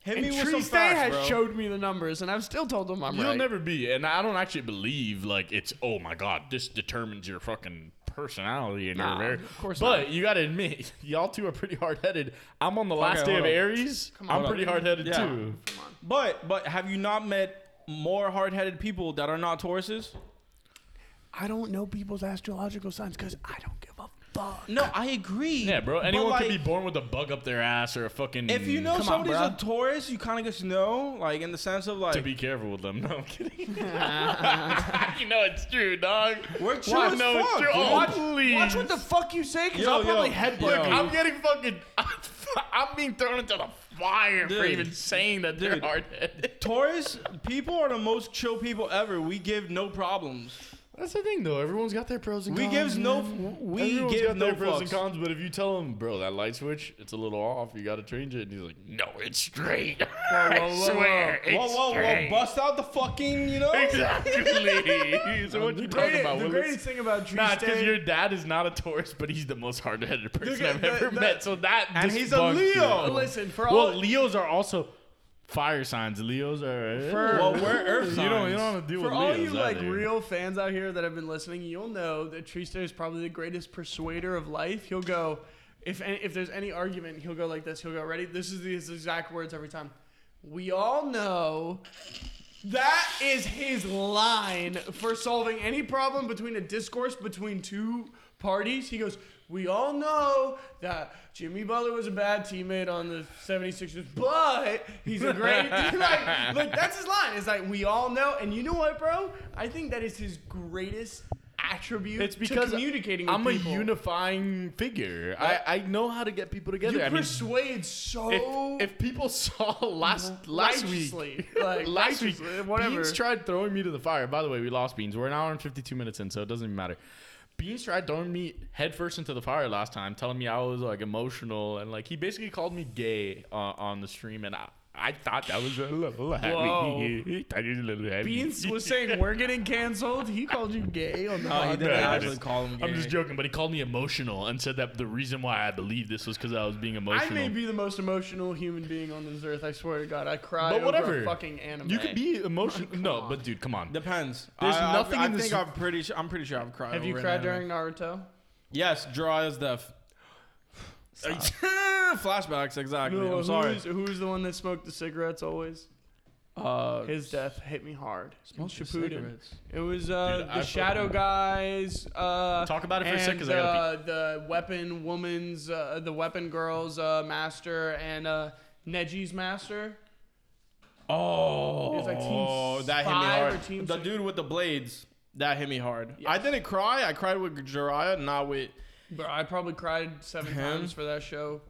Hit And me with Tree some Stay has facts, bro. showed me the numbers, and I've still told them I'm You'll right. never be, and I don't actually believe like it's. Oh my God, this determines your fucking personality and Nah, your very. of course but you gotta admit, *laughs* y'all two are pretty hard headed. I'm on the last day hold of on. Aries. on, I'm hold pretty hard headed Yeah. too. But but have you not met more hard headed people that are not Tauruses? I don't know people's astrological signs because I don't give a fuck. No, I agree. Yeah, bro. But, Anyone could like, be born with a bug up their ass or a fucking. If you know Come on, somebody's bro. a Taurus, you kind of just know, like in the sense of *laughs* like to be careful with them. No, I'm kidding. *laughs* you know it's true, dog. we're true Why? as No, fuck. it's true. dude. Oh, please. Watch what the fuck you say because Yo, I'll probably yo, headbutt yo. you. I'm getting fucking. *laughs* I'm being thrown into the fire for Dude. even saying that they're Dude. hard headed. Taurus people are the most chill people ever. We give no problems. That's the thing, though. Everyone's got their pros and We cons. gives no. man. We Everyone's give got no their pros and fucks. cons, but if you tell him, bro, that light switch, it's a little off. You got to change it, and he's like, no, it's straight. *laughs* I swear, Whoa, it's whoa, whoa! straight. Bust out the fucking, you know. Exactly. *laughs* so what you talking about, the Willis? greatest thing about Tree Nah, because Stay, your dad is not a Taurus, but he's the most hard-headed person Look at I've the- ever the- met. So that And he's a debunks it. Leo. listen for all. Well, Leos are also fire signs. Leos are. For- Well, we're Earth signs. you don't. You don't have to deal for with all Leos you like either. real fans out here that have been listening, you'll know that Tree Stay is probably the greatest persuader of life. He'll go, if any, if there's any argument, he'll go like this. He'll go, ready? This is his exact words every time. We all know that is his line for solving any problem between a discourse between two parties. He goes, We all know that Jimmy Butler was a bad teammate on the 76ers, but he's a *laughs* great. *laughs* like, like, that's his line. It's like, We all know. And you know what, bro? I think that is his greatest attribute It's to because communicating with I'm people. a unifying figure. I, I know how to get people together. You I mean, persuade so if, if people saw *laughs* last last week, *laughs* righteously, like, last week, righteously, whatever. Beans tried throwing me to the fire. By the way, we lost Beans. We're an hour and 52 minutes in, so it doesn't even matter. Beans tried throwing me headfirst into the fire last time, telling me I was like emotional and like he basically called me gay uh, on the stream, and I, I thought that was a little heavy. Whoa. *laughs* I thought it was a little heavy. *laughs* Beans was saying we're getting canceled. He called you gay on the No, he podcast. didn't I actually just- call him. Gay. I'm just joking, but he called me emotional and said that the reason why I believed this was because I was being I emotional. may be the most emotional human being on this earth. I swear to God, I cry But over whatever. a fucking anime. you could be emotional. Come No, on. but dude, come on. Depends. There's I, nothing I, in I this- think I'm pretty sure. I'm pretty sure I've cried. Have you over an cried during anime. Naruto? Yes, draw is deaf. *laughs* Flashbacks, exactly. No, I'm sorry. Who's, who's the one that smoked the cigarettes always? Uh, His death hit me hard. in smoked the Shippuden. cigarettes. It was uh, Dude, I the felt- shadow guys. Uh, Talk about it for a sec, 'cause I and, gotta uh, the weapon woman's, uh, the weapon girl's uh, master, and uh, Neji's master. Oh, It's like team that hit me five hard. or team the six. dude with the blades that hit me hard. I didn't cry. I cried with Jiraiya, not with. Bro, I probably cried seven Him? times for that show.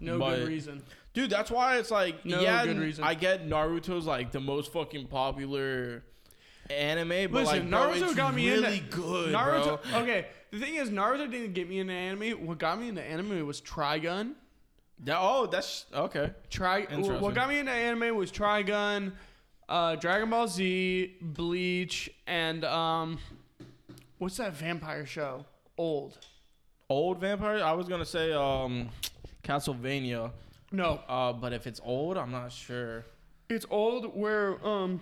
No But- good reason. Dude, that's why it's like No yeah. good reason. I get Naruto's like the most fucking popular anime, but Listen, like bro, Naruto it's got me into- really good, bro. Naruto. Okay, the thing is, Naruto didn't get me into anime. What got me into anime was Trigun. Yeah, oh, that's okay. Tri- Interesting. what got me into anime was Trigun, uh, Dragon Ball Z, Bleach, and um, what's that vampire show? Old. Old vampire. I was gonna say um, Castlevania, No, uh, but if it's old, I'm not sure. it's old where um,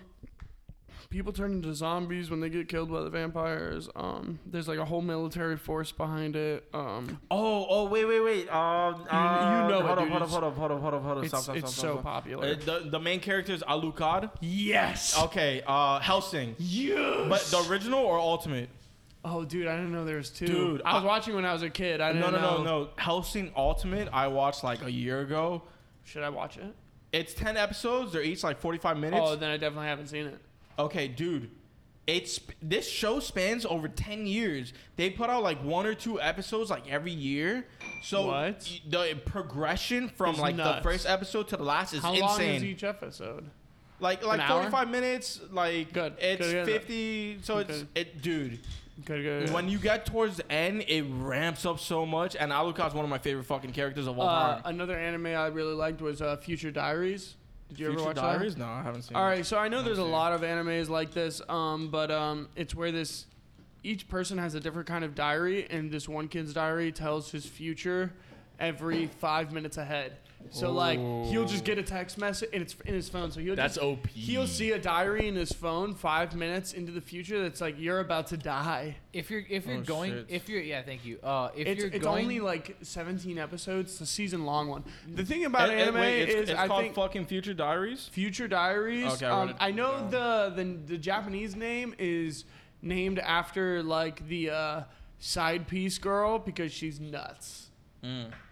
people turn into zombies when they get killed by the vampires. Um, there's like a whole military force behind it. Um, Oh, oh, wait, wait, wait. Um, You- you uh, know it, hold up, dude. hold up, It's- hold up, hold up, hold up, hold up. it's Stop, stop, it's stop, so stop, stop. popular. Uh, the, the main character is Alucard. yes. Okay, uh, Helsing. Yes. But the original or ultimate? oh, dude, I didn't know there was two. Dude, I was I- watching when I was a kid. I No, didn't no, know. no, no. Helsing Ultimate, I watched like a year ago. Should I watch it? It's 10 episodes. They're each like 45 minutes. oh, then I definitely haven't seen it. Okay, dude. It's this show spans over 10 years. They put out like one or two episodes like every year. So What? y- the progression from It's like nuts. the first episode to the last is How insane. long is each episode? Like An like hour? 45 minutes, like Good. it's Good, yeah. 50 so it's Okay. it dude, Good, good. when you get towards the end it ramps up so much and Alucard's one of my favorite fucking characters of all Uh, time. another anime I really liked was uh, Future Diaries. Did you ever Future watch Diaries? No, I haven't that? seen All it. right, so I know there's a seen it. lot of animes like this, um, but um, it's where this each person has a different kind of diary, and this one kid's diary tells his future every five minutes ahead. So like he'll just Oh. get a text message and it's in his phone, so he'll That's just, OP. he'll see a diary in his phone five minutes into the future that's like you're about to die. If you're if you're Oh, going shit. if you're yeah thank you uh if it's, you're it's going only like 17 episodes, the season long one. The thing about It- it- anime wait, it's, is it's I called think fucking Future Diaries. Future Diaries. Okay, I wrote um, it I know down. the, the the Japanese name is named after like the uh, side piece girl because she's nuts.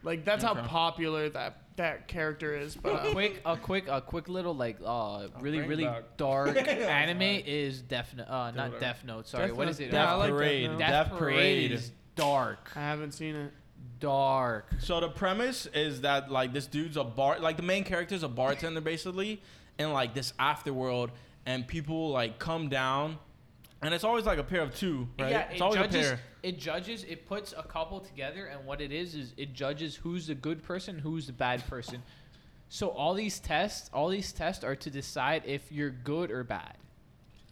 Like that's how Mm. Okay. popular that that character is. But *laughs* uh, quick a quick a quick little like uh really bring it really back. dark anime is Death Note uh not whatever. Death Note sorry Death what Note- is it Yeah, I Uh, like that Parade. now. Death, Death Parade Parade. is dark I haven't seen it. dark So the premise is that like this dude's a bar, like the main character's a bartender basically, in like this afterworld, and people like come down, and it's always like a pair of two, right? yeah it's it always judges a pair. it judges it puts a couple together and what it is is it judges who's the good person who's the bad person so all these tests all these tests are to decide if you're good or bad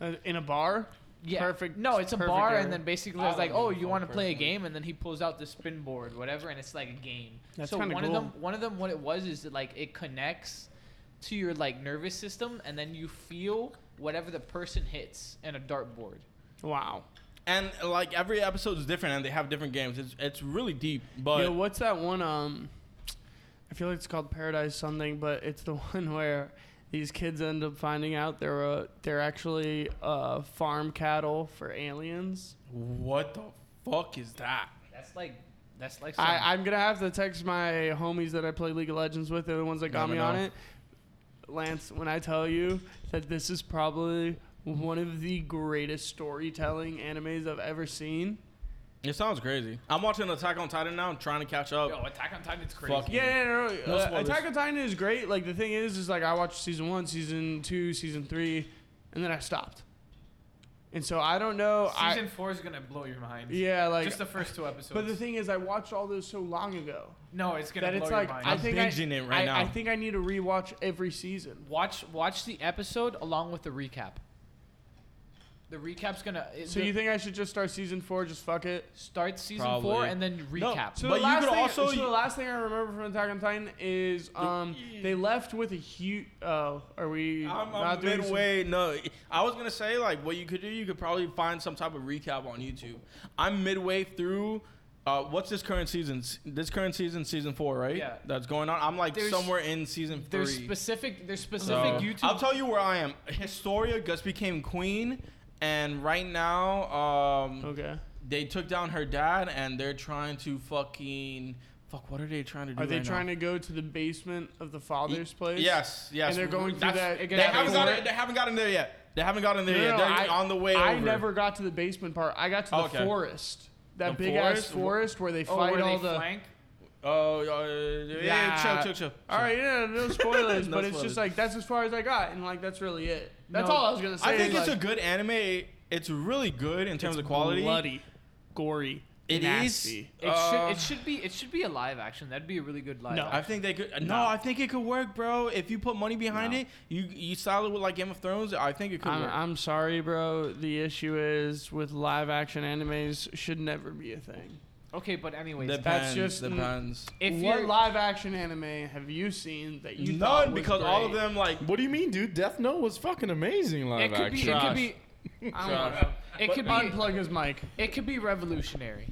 Uh, in a bar. Yeah. Perfect- No, it's a perfect bar, area. and then basically I it's like, don't oh, give a you fuck want to play a personally. game, and then he pulls out the spin board, whatever, and it's like a game. That's so kinda one cool. of them, one of them, what it was is that, like it connects to your like nervous system, and then you feel whatever the person hits in a dartboard. Wow. And like every episode is different, and they have different games. It's it's really deep, but Yo, what's that one? Um, I feel like it's called Paradise something, but it's the *laughs* one where these kids end up finding out they're uh, they're actually uh, farm cattle for aliens. what the fuck is that? That's like, that's like. some- I, I'm gonna have to text my homies that I play League of Legends with. They're the ones that got Never me on know. it. Lance, when I tell you that this is probably one of the greatest storytelling animes I've ever seen. It sounds crazy. I'm watching Attack on Titan now. I'm trying to catch up. Yo, Attack on Titan's crazy. Fuck Yeah, yeah, no, no, No uh, spoilers. Attack on Titan is great. Like the thing is, is like I watched season one, season two, season three, and then I stopped. And so I don't know. Season four is gonna blow your mind. I yeah, like. just the first two episodes. but the thing is, I watched all those so long ago no, it's gonna that blow it's your like mind. I I'm think binging I, it right I, I now. think I need to rewatch every season. watch watch the episode along with the recap. The recap's gonna it- So the- you think I should just start season four? Just fuck it. start season Probably. four and then recap. So the But you last could thing, also- so the last thing I remember from Attack on Titan is um they left with a huge. Oh, are we I'm, not I'm doing some- midway. No, I was gonna say like what you could do. You could probably find some type of recap on YouTube. I'm midway through. Uh, what's this current season? S- This current season, season four, right? Yeah. That's going on. I'm like There's- somewhere in season three. There's specific there's So, specific I'll YouTube tell you where I am. Historia just became queen, and right now, um, Okay. they took down her dad, and they're trying to fucking fuck. What are they trying to do? Are they right trying now? to go to the basement of the father's place? Yes, yes. And they're going through That's- that. They They Yeah, haven't before- got it. They haven't gotten there yet. They haven't gotten there No, yet. no, They're I- on the way. I over. never got to the basement part. I got to the Okay. forest. That The big forest? ass forest where they oh, fight where all they the. flank. Oh, uh, yeah. Yeah. Chill, chill, chill. All right, yeah, *laughs* no spoilers, No but it's just spoilers. like that's as far as I got, and like that's really it. That's No, all I was gonna say. I think is, it's a like, good anime. It's really good in terms it's of quality. bloody, gory, It is- nasty. It Uh, should it should be it should be a live action. That'd be a really good live. No. I action. think they could. No, No. I think it could work, bro. If you put money behind No. it, you you solid with like Game of Thrones. I think it could I'm, work. I'm sorry, bro. The issue is with live action animes should never be a thing. Okay, but anyways, depends. that's just- mm, depends. if what you're live action anime have you seen that you thought None was because all of great? them like What do you mean, dude? Death Note was fucking amazing it live could action. be it Trash. could be I don't wanna- it could be unplug his mic. it could be revolutionary.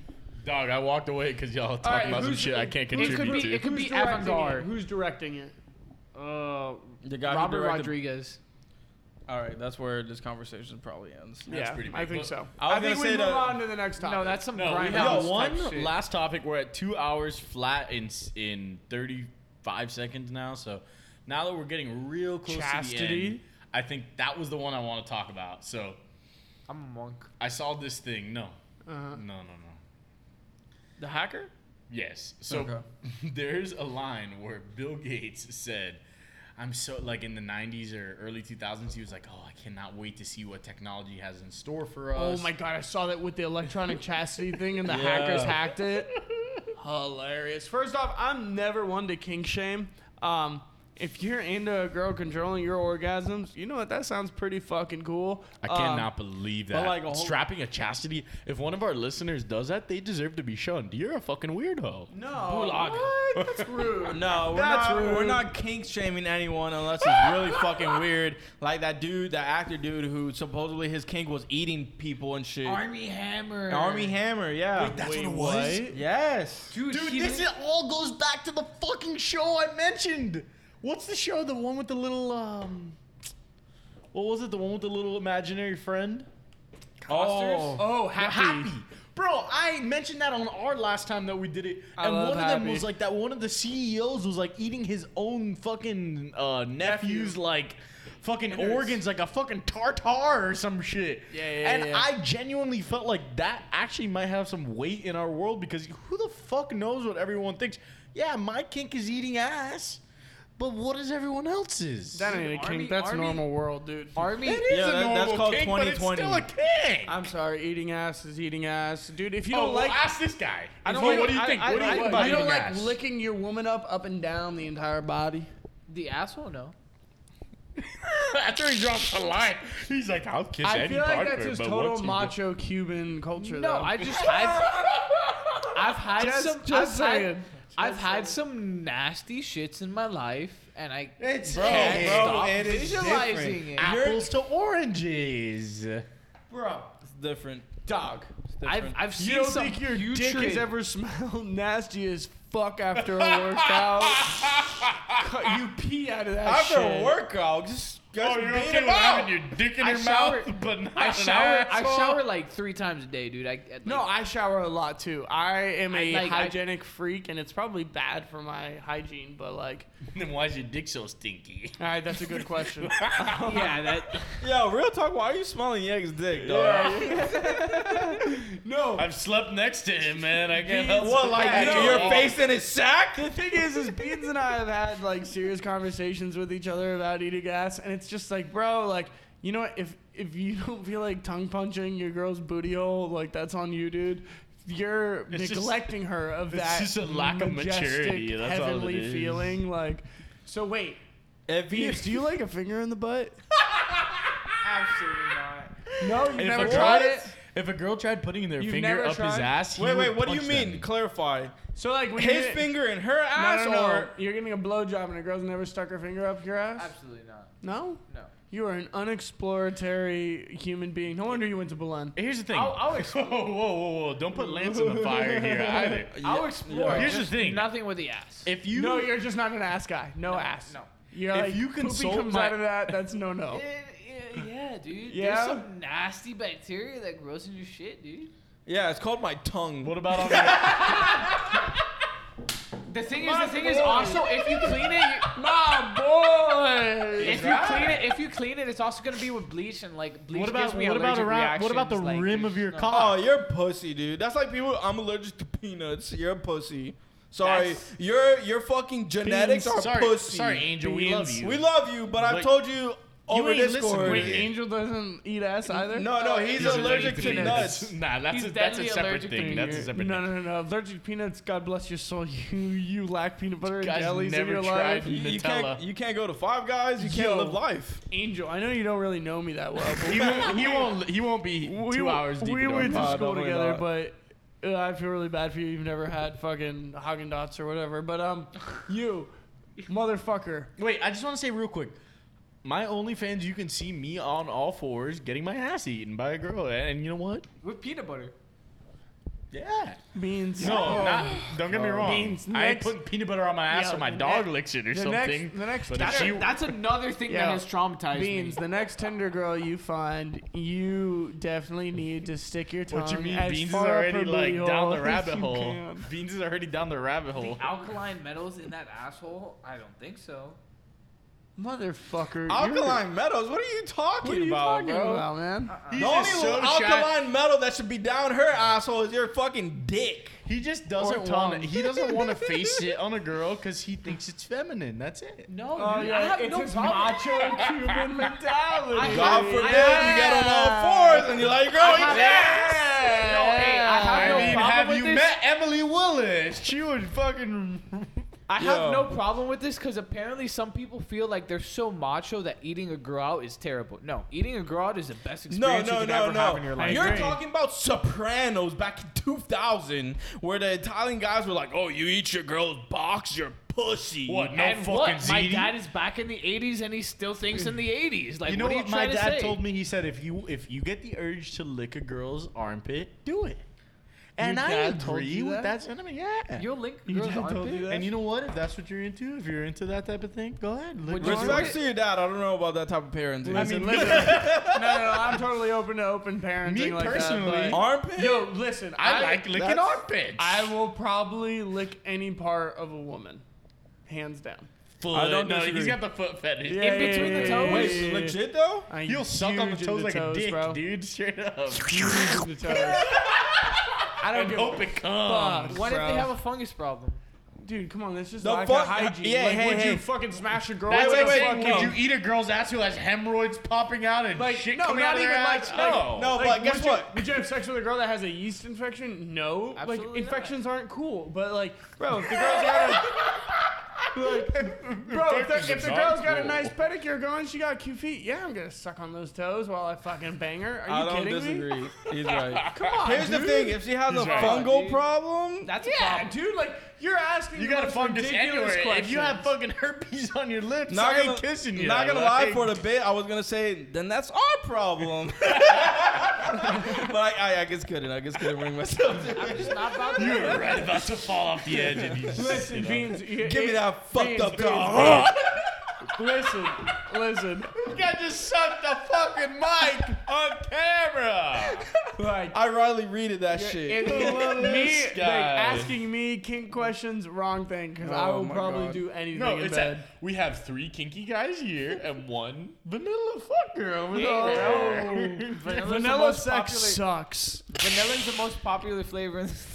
Dog, I walked away because y'all talking right, about some who's- shit I can't who's- contribute could be- to. it could- Who's be directing avant-garde. it? Who's directing it? Uh, the guy Robert who directed- Rodriguez. All right, that's where this conversation probably ends. yeah, pretty I big. think Look, so. I was think we gonna say move that- on to the next topic. No, that's some No, we grindhouse have type one shit. last topic. We're at two hours flat in s- in thirty five seconds now. So now that we're getting real close to the Chastity? end, I think that was the one I want to talk about. So I'm a monk. I saw this thing. No, Uh-huh. no, no, no. The hacker? Yes. So *laughs* there's a line where Bill Gates said. I'm so like in the 90s or early 2000s. He was like, "Oh, I cannot wait to see what technology has in store for Oh us." my god, I saw that with the electronic chastity thing and the Yeah. hackers hacked it. *laughs* Hilarious. First off, I'm never one to kink shame. Um, if you're into a girl controlling your orgasms, you know what? That sounds pretty fucking cool. I Um, cannot believe that. like, a whole- Strapping a chastity. If one of our listeners does that, they deserve to be shunned. You're a fucking weirdo. no. Bulldog. What? *laughs* That's rude. No, we're That's not. We're rude. not kink shaming anyone unless it's really fucking weird. Like that dude, that actor dude who supposedly his kink was eating people and shit. Army, Army Hammer. Hammer, yeah. Wait, what? Yes. Dude, Dude, he this didn't- is, all goes back to the fucking show I mentioned. What's the show? The one with the little um. What was it? The one with the little imaginary friend? Oh. Oh, happy. Happy. Bro, I mentioned that on our last time that we did it, I and love one of them Happy. was like that. One of the CEOs was like eating his own fucking uh, nephew's like fucking organs, like a fucking tartar or some shit. Yeah, yeah, And yeah. I genuinely felt like that actually might have some weight in our world because who the fuck knows what everyone thinks? Yeah, my kink is eating ass, but what is everyone else's? That ain't a Army- kink. That's Army- normal world, dude. Army. It is Yeah, a that- that's normal called kink, but it's 2020. still a kink. I'm sorry. Eating ass is eating ass, dude. If you oh, don't like, well, ask this guy. I don't What- like- what do you I- think? I- what do you I- think about you don't eating like ass? *laughs* licking your woman up, up and down the entire body. The asshole, no. After he drops the line, he's like, "I'll kiss I any feel like partner." that's just but total once you- *laughs* macho Cuban No, culture. though. I just I've, I've had *laughs* Just- some. just I've saying. Had, I've had some nasty shits in my life, and I It's Bro, hey, bro, stop. it is visualizing different. it. apples to oranges. Bro, it's different. dog. It's I've different. I've You seen don't some think your dick putrid- has ever smelled *laughs* nasty as fuck *laughs* after a workout? Cut- you pee out of that After shit. a workout, just Just oh, you're beat okay him with out. having your dick in I your shower- mouth, but not I an shower. I asshole? shower like three times a day, dude. I like, No, I shower a lot too. I am I a like- I- hygienic freak, and it's probably bad for my hygiene. But like, Then why is your dick so stinky? all right, that's a good *laughs* question. yeah, that. Yo, real talk. Why are you smelling Yeg's dick, dog? *laughs* no, I've slept next to him, man. I can't help What, like it. no. your face in his sack? the thing is, is Beans and I have had like serious conversations with each other about eating ass, and it's just like, bro, like, you know what? If if you *laughs* don't feel like tongue punching your girl's booty hole, like that's on you, dude. You're It's just- neglecting her of it's that just a lack of majestic, maturity, that's all it heavenly is. feeling. Like, *laughs* so wait, If he, Beans, do you like a finger in the butt? Absolutely not. No, you If never a tried girl- it. If a girl tried putting their You've finger never up his tried? ass, he wait, would wait, what do you punch mean? them. Clarify. So like when His you get, finger in her no, ass, no, no. or you're getting a blowjob and a girl's never stuck her finger up your ass? Absolutely not. No, No. you are an unexploratory human being. No wonder you went to Belen. Here's the thing. I'll- *laughs* I'll whoa, whoa, whoa, whoa! Don't put Lance in the fire here *laughs* either. I'll explore. Here's just the thing. Nothing with the ass. If you no, you're just not an ass guy. No, ass. no. You're If like, you poopy consult comes my- out of that, that's no no. Eh, eh, yeah, dude. Yeah? There's some nasty bacteria that grows in your shit, dude. yeah, it's called my tongue. what about on the The thing is, the thing is also if you clean it, *laughs* you- My boy. if you clean it, if you clelean it, it's also gonna be with bleach and like bleach what about gives me what about allergic around, what about the reactions, like, rim of there's your no- Oh, cock? you're a pussy, dude. That's like people. I'm allergic to peanuts. You're a pussy. Sorry, That's- your your fucking genetics Beans. are sorry, pussy. Sorry, Angel, we love Beans. you. we love you, but I've Wait. told you over ain't listening. Discord. Wait, Angel doesn't eat ass either. no, no, he's, He's allergic to nuts. *laughs* Nah, that's He's a, that's a deadly separate allergic to thing. That's a separate no, thing. no, no, no. Allergic peanuts. God bless your soul. *laughs* You, you lack peanut butter and Guys jellies in never your tried life. You, you can't Nutella. you can't go to Five Guys. You can't Yo. live life. Angel, I know you don't really know me that well, but He won't. *laughs* He won't. He won't be two were- hours deep. We into our Oh went to pod, school don't worry together, about but uh, I feel really bad for you. You've never had fucking Haagen Dazs or whatever. But um, you, motherfucker. *laughs* Wait, I just want to say real quick. My OnlyFans, you can see me on all fours getting my ass eaten by a girl, and you know what? with peanut butter. Yeah. Beans. Oh, No, not, don't get me wrong. I Beans, ain't next- putting peanut butter on my ass Yeah, so my the dog next- licks it or the next- something. the next but if That's, she, that's another thing Yeah. that has traumatized Beans, me. the next Tinder girl you find, you definitely need to stick your tongue. what you mean? as Beans is far up already her like booty down hole the as rabbit *laughs* you hole. can. Beans is already down the rabbit hole. The alkaline metals in that asshole? I don't think so. Motherfucker. you're- Alkaline metals. What are you talking What are you about, talking bro? about, man? He's The only just so shy. alkaline metal that should be down her asshole is your fucking dick. He just doesn't want. tongue. He doesn't want to face it on a girl because he thinks it's feminine. That's it. No, Oh dude, yeah, I have it's no his problem. macho Cuban mentality. I God Yeah. forbid you get on all fours and you're like, girl, have- yeah. No, hey, I have I no mean, problem have with you this. met Emily Willis? She would fucking. I Yo. have no problem with this because apparently some people feel like they're so macho that eating a girl out is terrible. No, eating a girl out is the best No, experience you no, can no, ever have in your no. life. You're agree. talking about Sopranos back in 2000, where the Italian guys were like, "Oh, you eat your girl's box, your pussy." What? No and fucking what? My ziti? dad is back in the '80s and he still thinks in the '80s. Like, you know what, what, are you my trying dad to say? told me? He said if you if you get the urge to lick a girl's armpit, do it. And I dad told agree you with that? that sentiment. Yeah. You'll link Your girls' dad told armpit? you that? and you know what? If that's what you're into, if you're into that type of thing, go ahead. Lick Would my you armpit. do Respect to your dad. I don't know about that type of parenting. I mean, listen. *laughs* no, no, no, I'm totally open to open parenting. Me like personally- that, but- armpit. yo, listen, I, like licking that's- armpits. I will probably lick any part of a woman, hands down. foot. I don't no, he's disagree. got the foot fetish. Yeah, yeah, between yeah, the yeah, toes? yeah, Wait, yeah, yeah. legit though. I'm You'll suck on the huge in toes like toes, a dick, bro. dude. Straight *laughs* up. *laughs* Huge in the toes. I don't and give a hope it comes. fuck, What if bro. they have a fungus problem? Dude, come on, that's just The lack fuck- of hygiene. yeah, like, hey, would hey. you fucking smash a girl? That's with what a I'm saying. fucking- Would you eat a girl's ass who has hemorrhoids popping out and Like, shit no, coming not out of their even like- ass? like- no. No, Like, but guess would you- what? Would you have sex with a girl that has a yeast infection? No. like Absolutely not. infections aren't cool, but like, bro, *laughs* if the girl's got *laughs* a like, bro, if the, if the girl's got a nice pedicure going, she got cute feet. Yeah, I'm gonna suck on those toes while I fucking bang her. Are you I don't kidding me? disagree. He's right. *laughs* Come on, Here's the dude. thing: if she has He's a right. fungal Dude. problem, That's a Yeah, problem. dude, like you're asking. You the got a most fungus ridiculous anywhere. If you questions. have fucking herpes on your lips, Not I ain't gonna- kissing you. Not gonna like. lie, for the bit, I was gonna say, then that's our *laughs* problem. but I, I, I guess couldn't. I guess couldn't bring myself. *laughs* to it. I'm just not about *laughs* You that. were right about to fall off the edge. And you just, Listen, you know. Beans, you- Give me it- that fucked Beans, up Beans, dog. listen, listen. This guy just sucked the fucking mic on camera. Like, I Riley readed that shit. It- me This like, guy. asking me kink questions, wrong thing, because I Oh will my probably God. do anything No, in it's bed. a, we have three kinky guys here and one vanilla fucker over Yeah. there. Vanilla's the Oh, Vanilla most sex popular- sucks. Vanilla's the most popular flavor. in this-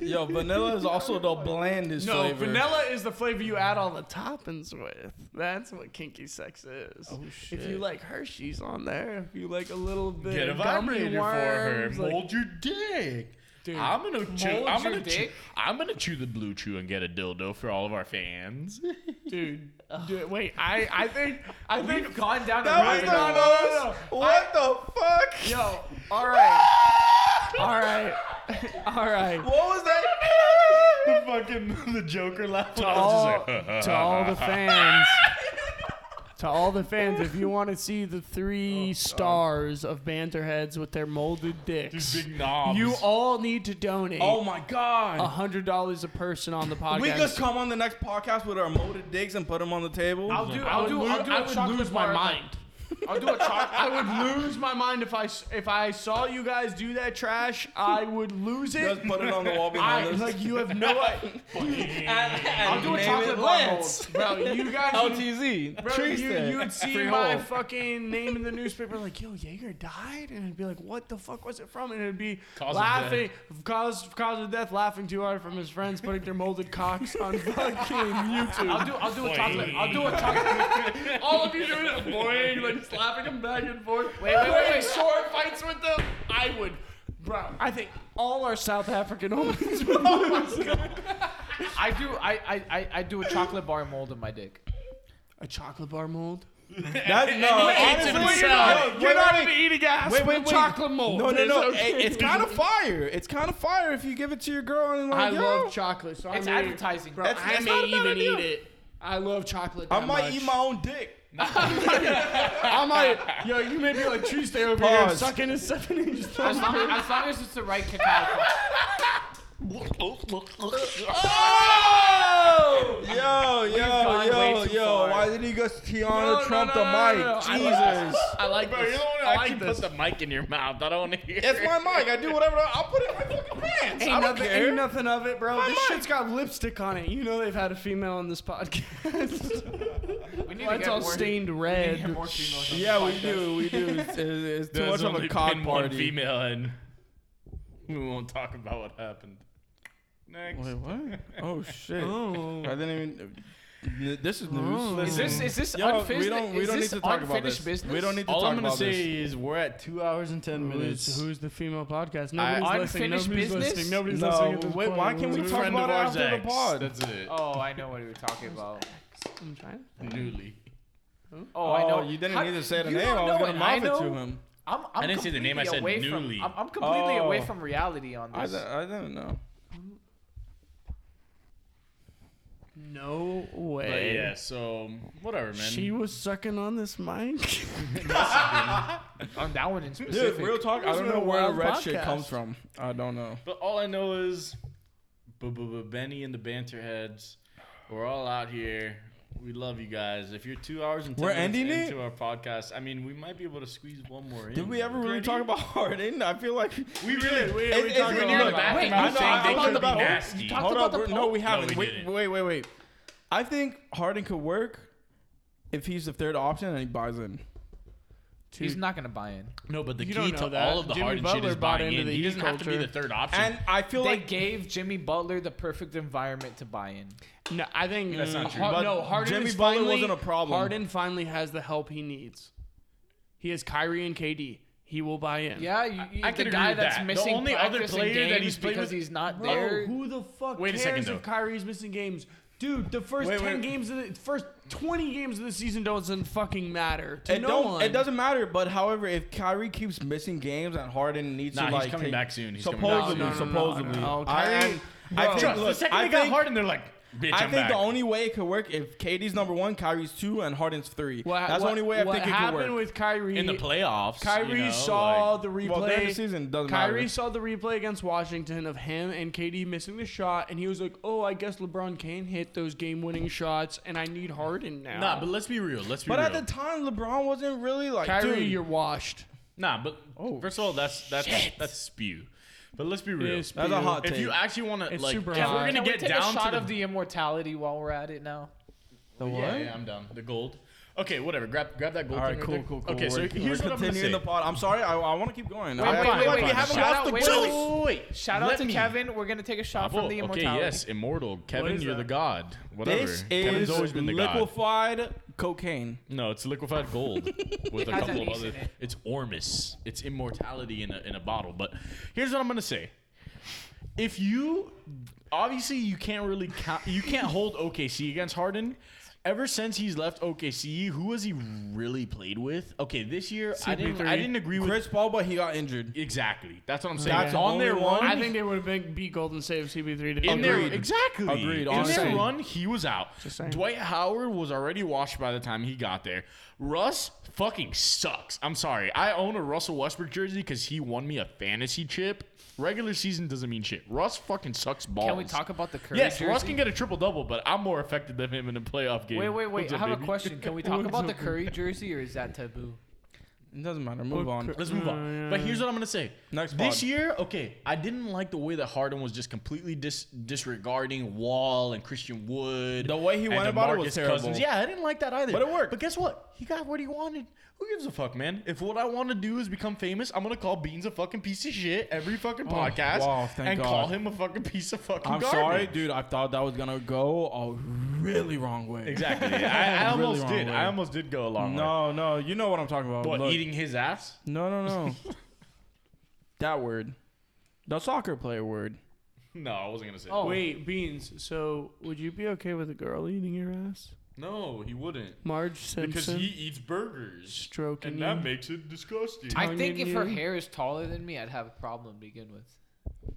Yo, vanilla is also the blandest No, flavor. vanilla is the flavor you add all the toppings with. That's what kinky sex is. Oh, If you shit. like Hershey's on there, if you like a little bit Get a of gummy vibrator worms, for her. like- Mold your dick. Dude, I'm gonna chew. mold I'm your gonna chew. dick? I'm gonna chew the blue chew and get a dildo for all of our fans. dude, dude, wait, I, I think, I think, We've gone down the That was rabbit not hole. no, us. What the fuck? yo, all *laughs* right, all right, *laughs* all right. What was that? the fucking *laughs* the Joker laugh. to all, Oh. *laughs* *laughs* to all the fans. To all the fans, if you want to see the Oh, three stars of Banterheads with their molded dicks, big knobs. you all need to donate Oh my god. hundred dollars a person on the podcast. We just come on the next podcast with our molded dicks and put them on the table. I'll do. I I'll would, do. lo- I'll do I a would chocolate lose my bar, like- mind. I'll do a chocolate. I would lose my mind if I s- if I saw you guys do that trash. I would lose it. Just put it on the wall I, behind us. like you have no idea. I'll do a Name it chocolate bar mold. Lance. Bro, you guys LTZ. Bro, Tree you, stand. you would see Free my hole. fucking name in the newspaper, like, yo, Jaeger died? And I'd be like, what the fuck was it from? And it'd be Cause of laughing, cause, cause of death, laughing too hard from his friends, putting their molded cocks on *laughs* fucking YouTube. I'll do. I'll do a chocolate. I'll do a chocolate. *laughs* all of you doing it, boing, like slapping him back and forth. Wait, wait, wait, wait. sword fights with them? I would. Bro, I think *laughs* Oh all our South African homies would lose. I do. I, I, I, I do a chocolate bar mold of my dick. A chocolate bar mold? That, no, hates it honestly, himself. no, You're wait, not wait, gonna eat a gas Wait, wait, with wait. chocolate mold. No, no, It's no. okay. It- it's kind of fire. It's kind of fire if you give it to your girl and I like, yo, love chocolate, so It's I may, advertising. Bro, That's- I that's may not a bad even idea. eat it. I love chocolate. I that might much. eat my own dick. I might. Yo, you may be like Tuesday over here Pause. sucking a seven-inch thumb. As long as, as long as it's the right cacao. Oh! Yo, gone yo, yo, way too yo. far. Why did he go Tiana No, no, Trump no, the no, mic? no, no. I like- Jesus. I like Bro, you're the this. one who I like actually this. put the mic in your mouth. I don't want to hear. It's my mic. I do whatever. I- I'll put it in my fucking pants. I Ain't don't nothing, care. ain't nothing of it, bro. My this mic. shit's got lipstick on it. You know they've had a female on this podcast. We need to That's get all more, stained We need to get red. more females. on Yeah, the *laughs* we podcast. do. We do. *laughs* It's, it's, it's too There's much of only a cock been One party. female, and *laughs* we won't talk about what happened. Next. Wait, what? Oh shit! Oh. I didn't even. n- This is news. Oh. Is this is this Yo, unfinished? we don't we is don't need this to talk about this. unfinished business? We don't need to All talk I'm gonna about say this. is we're at two hours and ten minutes. Who's, who's the female podcast? I- Nobody's listening. Unfinished Nobody's business? listening. Nobody's listening. No, at this wait, point. why can't we We're talk friend- about it after the ex. pod? That's it. Oh, I know what we were talking about. I'm trying. Newly. Oh, I know. You didn't How- need to say the you name. don't I know was gonna it. I mouth it to know. him. I'm, I'm I didn't say the name, I completely said away from- newly. I'm, I'm completely Oh. away from reality on I, this. don't- I don't know. No But way. yeah, so whatever, man. She was sucking on this mic. on that one in specific. Dude, real talk. I This don't is know a where the wild red shit podcast. comes from. I don't know. But all I know is, bu- bu- bu- Benny and the Banter Heads, we're all out here. We love you guys. If you're two hours and 10 We're minutes ending into our podcast, I mean, we might be able to squeeze one more in. Did we ever really Gertie? talk about *laughs* Harden? I feel like We really. We, It- we it's- talked we're about near the look, bathroom. wait, I I'm know, saying I'm they about could the be bathroom. nasty. talked Hold about up. the we're- No, poll? we haven't. we wait, didn't. wait, wait, wait. I think Harden could work if he's the third option and he buys in. He's not gonna buy in. No, but the You key don't to know that. all of the Jimmy Harden shit Butler is bought buying into in. the He E doesn't have to be the culture. third option. And I feel They like gave Jimmy Butler the perfect environment to buy in. *laughs* No, I think That's not true. Har- But no, Harden Jimmy is Butler finally, wasn't a problem. Harden finally has the help he needs. He has Kyrie and KD. He will buy in. Yeah, you, you, I the can agree guy with that's that. The missing only other practice and player that games he's played because with- he's not Bro, there. who the fuck Wait a cares second, though. if Kyrie's missing games? Dude, the first Wait, wait. ten games of the first twenty games of the season doesn't fucking matter to it no don't. one. It doesn't matter. But however, if Kyrie keeps missing games and Harden needs Nah, to he's like coming take- back soon. He's coming supposedly, back soon. No, no, no, no, no, supposedly. no. I, Kyrie- and I Bro. think. Just Look, the second I they got think- Harden, they're like, Bitch, I I'm think back. the only way it could work if KD's number one, Kyrie's two, and Harden's three. What, That's what- the only way I what think it could happened work. with Kyrie in the playoffs. Kyrie you know, saw like- the replay. well, during the season doesn't Kyrie matter. saw the replay against Washington of him and KD missing the shot, and he was like, "Oh, I guess LeBron can hit those game-winning shots, and I need Harden now." Nah, but let's be real. Let's be But real. at the time, LeBron wasn't really like. Kyrie, dude, you're washed. nah, but Oh, first of all, that's that's that's spew. But let's be real. It's that's a hot if take. you actually want to It's like, super if we're hot. gonna Can get we take down a shot to of the immortality while we're at it now? the what? Yeah, yeah, I'm done. The gold. Okay, whatever. Grab grab that gold. All right, thing cool, right there. cool, cool. Okay, so We're- here's we're what I'm gonna continuing say. the pod. I'm sorry, I, I want to keep going. Wait, I wait, wait, feel like wait, we wait. haven't Shout lost out- the wait, juice. wait, wait, Shout out Let to me- Kevin. We're gonna take a shot Bravo. from the Oh, okay, immortality. yes, immortal. Kevin, is you're the that? god. Whatever. This Kevin's is always been the god. liquefied cocaine. No, it's liquefied gold with a Has couple of an ace other. in it. It's Ormus. It's immortality in a, in a bottle. But here's what I'm gonna say. If you obviously you can't really count, you can't hold OKC against Harden. Ever since he's left OKC, who has he really played with? Okay, this year I didn't I CP3. didn't agree with Chris Paul, but he got injured. exactly. That's what I'm saying. That's the on only their one. run, I think they would have beat Golden State if CP3 did in their Agreed. exactly Agreed, in honestly. their run he was out Just saying. dwight howard was already washed by the time he got there russ fucking sucks i'm sorry i own a russell westbrook jersey because he won me a fantasy chip regular season doesn't mean shit russ fucking sucks balls Can we talk about the Curry yes russ jersey? can get a triple double but i'm more affected than him in a playoff game wait, wait, wait. What's I up, have a baby? question. *laughs* Can we talk about the Curry jersey, or is that taboo? It doesn't matter. Move on. Let's move on. Mm, Uh, yeah. But here's what I'm gonna say. Next this pod. year, okay, I didn't like the way that Harden was just completely dis- disregarding Wall and Christian Wood. The way he and went about it DeMarcus was terrible. Yeah, I didn't like that either. But it worked. But guess what? He got what he wanted. Who gives a fuck, man? If what I want to do is become famous, I'm gonna call Beans a fucking piece of shit every fucking podcast Oh, wow, thank and God. call him a fucking piece of fucking I'm garbage. sorry, dude. I thought that was gonna go a really wrong way. Exactly. I, *laughs* I Really almost wrong did. I way. almost did go along. way. *laughs* No, no. You know what I'm talking about. What, Look. eating his ass? No, no, no. *laughs* that word. The soccer player word. No, I wasn't gonna say. Oh. Wait, Beans. So, would you be okay with a girl eating your ass? that. No, he wouldn't. Marge Simpson eats burgers. stroking And you. that makes it disgusting. I Tongue think in if her you. hair is taller than me, I'd have a problem to begin with.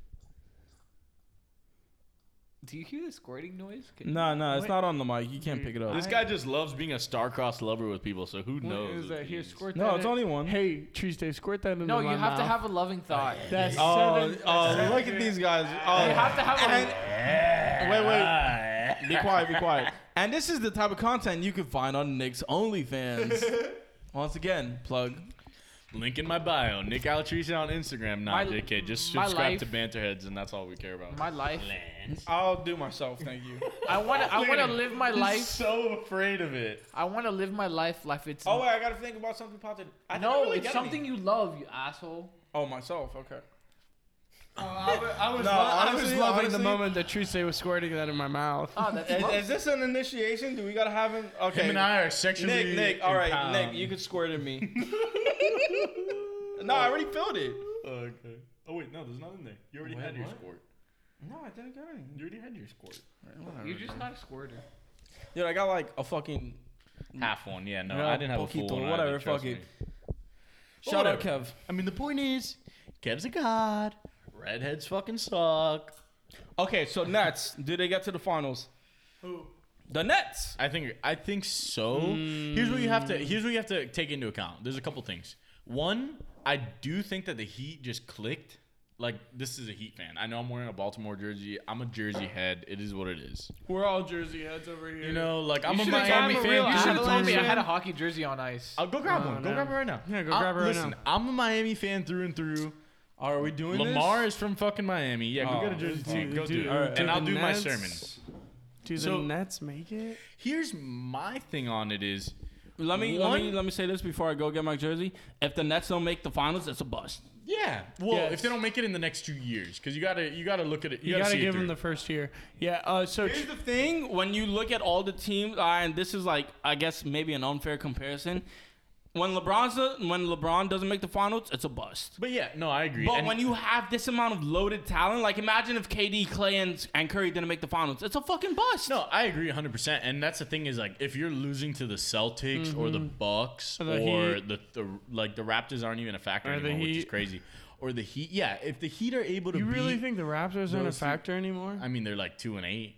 Do you hear the squirting noise? Can- No, no. It's What? not on the mic. You can't pick it up. this guy just loves being a star-crossed lover with people, so who What knows? what is that? uh, Here, it is. squirt no, that it's in. only one. Hey, cheese Dave, squirt that into No, my you have to mouth. have a loving *laughs* thought. That's Oh, seven. oh look at these guys. Oh, You have to have a. wait, wait. Be quiet, be quiet. And this is the type of content you can find on Nick's OnlyFans. Once again, plug. Link in my bio. Nick Alatrice on Instagram. Not My- JK. Just my subscribe life- to Banterheads, and that's all we care about. My life. I'll do myself, thank you. I want to. I Look at want to him. live my He's life. so afraid of it. I want to live my life. Life. It's. *laughs* oh wait, I gotta think about something popped in. I didn't no, really it's get something any. you love, you asshole. Oh, myself. Okay. I was, No, lo- I was honestly- loving honestly- the moment that Truce was squirting that in my mouth. Oh, *laughs* that's. Is, love. is this an initiation? Do we gotta have an? Okay. Him and I are sexually. Nick, Nick. All right, empowered. Nick, you could squirt at me. no, I already filled it. okay. Oh wait, no, there's nothing there. You already Wait, had your what? squirt. No, I didn't get any. You already had your squirt. You're just not a squirter. Dude, I got like a fucking Half one, yeah. No, Yeah, I didn't have a poquito, full one. whatever, either, trust fuck it. me. But shout out, whatever. Kev. I mean, the point is, Kev's a god. Redheads fucking suck. Okay, so Nets, did they get to the finals? Who? The Nets. I think I think so. Here's what you have to here's what you have to take into account. There's a couple things. One, I do think that the Heat just clicked. Like this is a Heat fan. I know I'm wearing a Baltimore jersey. I'm a jersey head. It is what it is. We're all jersey heads over here. You know, like I'm a should've told Miami me- fan. real You You should've should should've have told told me I me. had a hockey jersey on ice. I'll go grab Oh, one. Go no. grab it right now. Yeah, go I'll- grab it right listen, now. I'm a Miami fan through and through. Are we doing Lamar this? is from fucking Miami. Yeah, go Oh, get a jersey too. dude, Go do dude, it. alright. And Dude, I'll the do my Nets- sermon. Do the So- Nets make it? Here's my thing on it is Let me let me One- let me say this before I go get my jersey. If the Nets don't make the finals, it's a bust. Yeah. Well, Yes. if they don't make it in the next two years, because you gotta you gotta look at it. You, You, gotta, gotta see it give through. them the first year. Yeah. Uh, so Here's the thing: when you look at all the teams, uh, and this is like I guess maybe an unfair comparison. When LeBron's a, when LeBron doesn't make the finals, it's a bust. But yeah, no, I agree. But And- when you have this amount of loaded talent, like imagine if KD, Clay, and, and Curry didn't make the finals, it's a fucking bust. no, I agree 100. percent And that's the thing is like if you're losing to the Celtics or the Bucks or, Or the Heat. the, the like the Raptors aren't even a factor Or the anymore, which is Heat. crazy. Or the Heat, yeah. If the Heat are able to, you really beat- think the Raptors aren't a those two- factor anymore? I mean, they're like two and eight.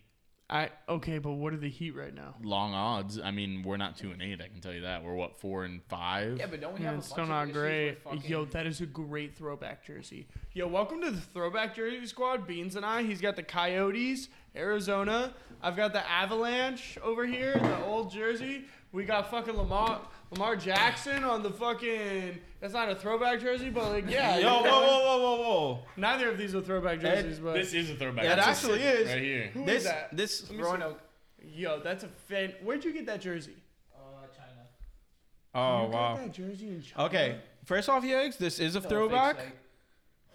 I okay, but what are the Heat right now? Long odds. I mean, we're not two and eight. I can tell you that. We're what four and five. Yeah, but don't we Yeah, have a it's bunch still of not issues with great. Fucking, Yo, that is a great throwback jersey. Yo, welcome to the throwback jersey squad. Beans and I. He's got the Coyotes, Arizona. I've got the Avalanche over here, the old jersey. We got fucking Lamar Lamar Jackson on the fucking. That's not a throwback jersey, but like yeah. *laughs* Yo, whoa, whoa, whoa, whoa, Neither of these are throwback Ed, jerseys, but This is a throwback. That That's a actually six is. right here. Who whoa. is This, that? this, Roanoke. Yo, that's a fan. Where'd you get that jersey? Uh, China. oh you wow. Got that jersey in China. Okay, first off, Yeggs, this is a No, throwback. fake, like-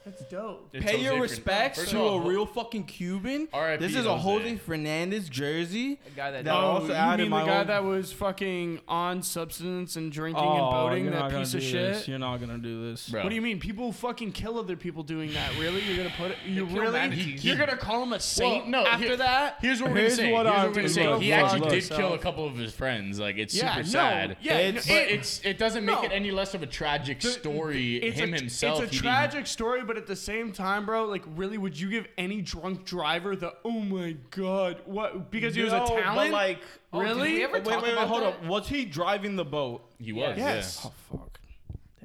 That's dope. It's Pay Jose your Fern- respects First to of all, a real fucking Cuban. R.I.P. This is a Jose. Jose Fernandez jersey. a guy that No. died. Oh, also you added mean my the guy own- that was fucking on substance and drinking Oh, and boating? That piece of shit. You're not gonna do this. Bro. What do you mean? People fucking kill other people doing that. Really? You're gonna put it? You kill really? manatees. You're gonna call him a saint no, after here- that? Here's what we're gonna Here's say. what Here's I'm what we're gonna gonna say. He look, actually look. did kill a Look. couple of his friends. Like it's yeah, super no, sad. Yeah, It's- no, But it- it's it doesn't make no. it any less of a tragic story. It's Him a, himself. It's he a didn't- tragic story, but at the same time, bro, like, really, would you give any drunk driver the "Oh my god" what because he was a No, but, talent? like, Oh, did really? we ever wait, wait, talk wait, about hold that? up. Was he driving the boat? He was. Yes. Yeah. fuck.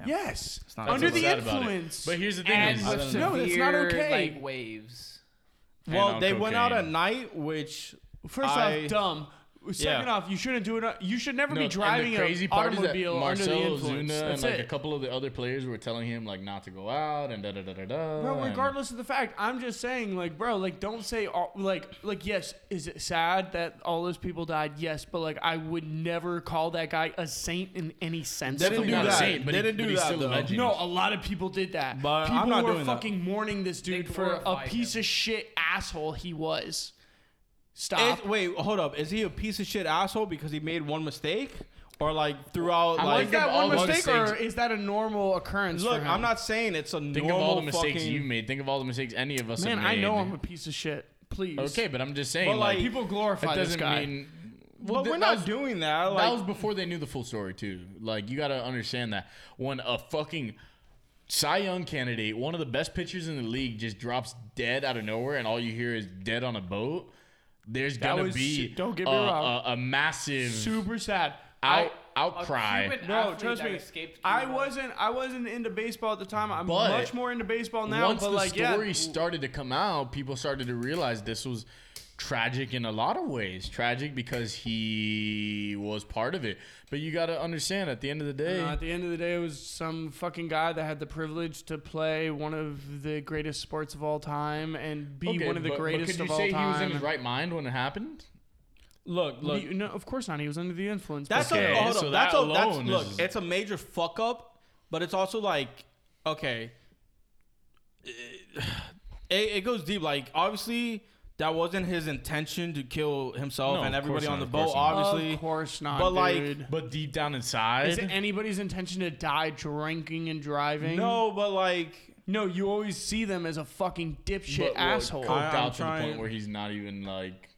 yes, not under so the Sad about it. influence. But here's the thing: And is, I with don't severe, know. No, that's not okay. Like waves. Well, on they went out at cocaine. night, which First I- off, dumb. Second Yeah. off, you shouldn't do it. You should never No, be and the driving crazy an part is that automobile under the Marcelo influence. Ozuna That's and like it. a couple of the other players were telling him like not to go out and da da da da da. Bro, and- regardless of the fact, I'm just saying, like, bro, like, don't say, all, like, like, yes, is it sad that all those people died? Yes, but like, I would never call that guy a saint in any sense. They didn't of do the not word. a that. saint, but They he- didn't do but he's that, still a though. legend. No, a lot of people did that. But people I'm not were doing that. fucking mourning this dude They for a glorified piece him. of shit asshole he was. Stop. Ah. Is, wait, hold up. Is he a piece of shit asshole because he made one mistake, or like throughout? I like like that of one all the mistake, or mistakes- is that a normal occurrence? Look, for him? I'm not saying it's a Think normal of all the mistakes fucking. you made. Think of all the mistakes any of us Man, have made. I know I'm a piece of shit. Please. Okay, but I'm just saying. But, like, like, People glorify that this doesn't guy. mean. well, Th- we're that not was- doing that. Like, that was before they knew the full story too. Like you got to understand that when a fucking Cy Young candidate, one of the best pitchers in the league, just drops dead out of nowhere, and all you hear is "dead on a boat." There's gonna was- be don't get me a, wrong. a, a massive Super sad. I- out outcry. Cuban No, athlete trust that me. escaped I Cuba. wasn't. I wasn't into baseball at the time. I'm But much more into baseball now. Once but the like, story yeah, started to come out, people started to realize this was tragic in a lot of ways. Tragic because he was part of it. But you got to understand, at the end of the you day, know, at the end of the day, it was some fucking guy that had the privilege to play one of the greatest sports of all time and be Okay, one of the but- but greatest could of you all say time. he was in his right mind when it happened? look, look. You- no, of course not. He was under the influence. but That's Okay, a hold so up. that That's a that's, alone look. is- It's a major fuck up, but it's also like okay. *sighs* It, it goes deep. Like obviously, that wasn't his intention to kill himself No, and of course everybody on not, the of course boat. not. Obviously, of course not. but, like, dude. *laughs* But deep down inside, is it anybody's intention to die drinking and driving? no. But like, no. You always see them as a fucking but, dipshit like, asshole. coked I- I'm out to the trying- point where he's not even like.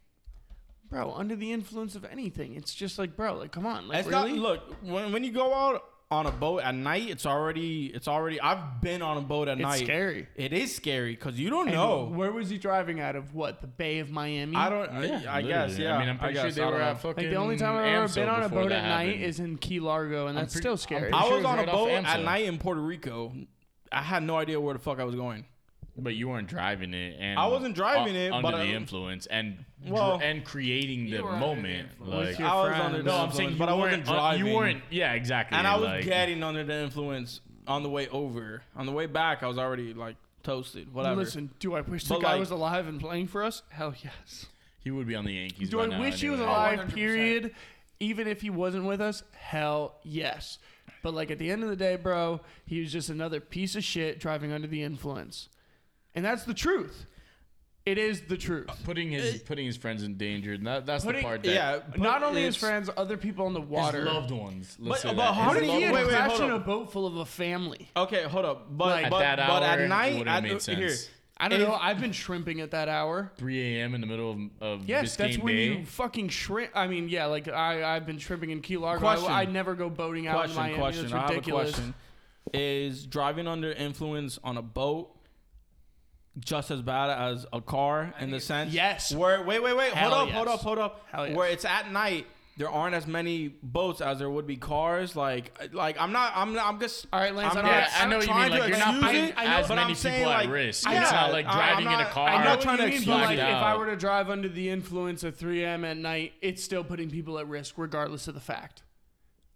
bro under the influence of anything it's just like bro like come on like it's really not. Look, when when you go out on a boat at night, it's already it's already. I've been on a boat at it's night. scary It is scary because you don't And know. where was he driving out of what the bay of miami I don't. I- I, guess. literally. Yeah. I mean, I'm pretty guess, sure I they were don't at know. fucking. like the only time i've ever Amso been on a before boat that at night happened. is in key largo and that's pretty- still I'm scary pretty I sure it was was on right a off boat at Amso. night in Puerto Rico. I had no idea where the fuck I was going. But you weren't driving it, and I wasn't driving u- it, under but the I- influence and dr- Well- and creating the You were under the moment. influence. like, Your I was friend. under the no, I'm influence, saying, but I wasn't driving. you weren't. Yeah, exactly. and I was like- getting under the influence on the way over. On the way back, I was already like toasted. Whatever. listen do i wish the But, guy like- was alive and playing for us hell yes He would be on the Yankees. do by i now wish he was anyway. Oh, alive 100%. period even if he wasn't with us hell yes but like at the end of the day bro he was just another piece of shit driving under the influence and that's the truth it is the truth Uh, Putting his putting his friends in danger. and That, that's Putting- the part that Yeah. but not only his it's- friends, other people on the water. his loved ones. Let's But- say but that. how How His did he Wait, get wait, wait, crashed hold in a up. boat full of a family? Okay, hold up. But Like- At but, that hour, but at it night, wouldn't at, have made here, sense. I don't If- know. I've been shrimping at that hour. 3 a.m. in the middle of, of Yes, that's Biscayne when Bay. you fucking shrimp. I mean, yeah, like I, I've been shrimping in Key Largo. Question. I, I never go boating out question, in Miami. question. That's I have a ridiculous. question. Is driving under influence on a boat just as bad as a car in the think- sense Yes. where wait wait wait Hell hold up hold yes. up hold up Hell yes. where it's at night there aren't as many boats as there would be cars like like I'm not I'm not, I'm just All right, Lance, I'm I'm not, Yeah, I know what you trying mean. Like, to you're not excuse putting it, I as but many I'm saying, people at like, risk. yeah, It's not like I- driving I'm in a not- car. I'm I know not what you trying to mean, excuse but Blacked like, it. if I out. were to drive under the influence of 3M at night, it's still putting people at risk, regardless of the fact.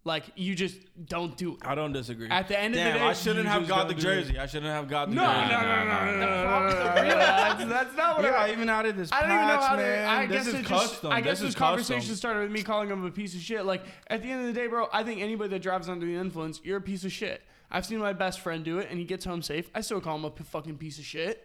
Like you just don't do it. I don't disagree. At the end of the Damn, day, I shouldn't you have just got don't the do jersey. I shouldn't have got the No, jersey. no, no, no, no, no, no, no, no. That's, that's not what Yeah, I. I even added this I patch, don't even know how man. to. I this guess is it just. custom. I guess this this, is conversation custom. started with me calling him a piece of shit. Like at the end of the day, bro, I think anybody that drives under the influence, you're a piece of shit. I've seen my best friend do it, and he gets home safe. I still call him a p- fucking piece of shit.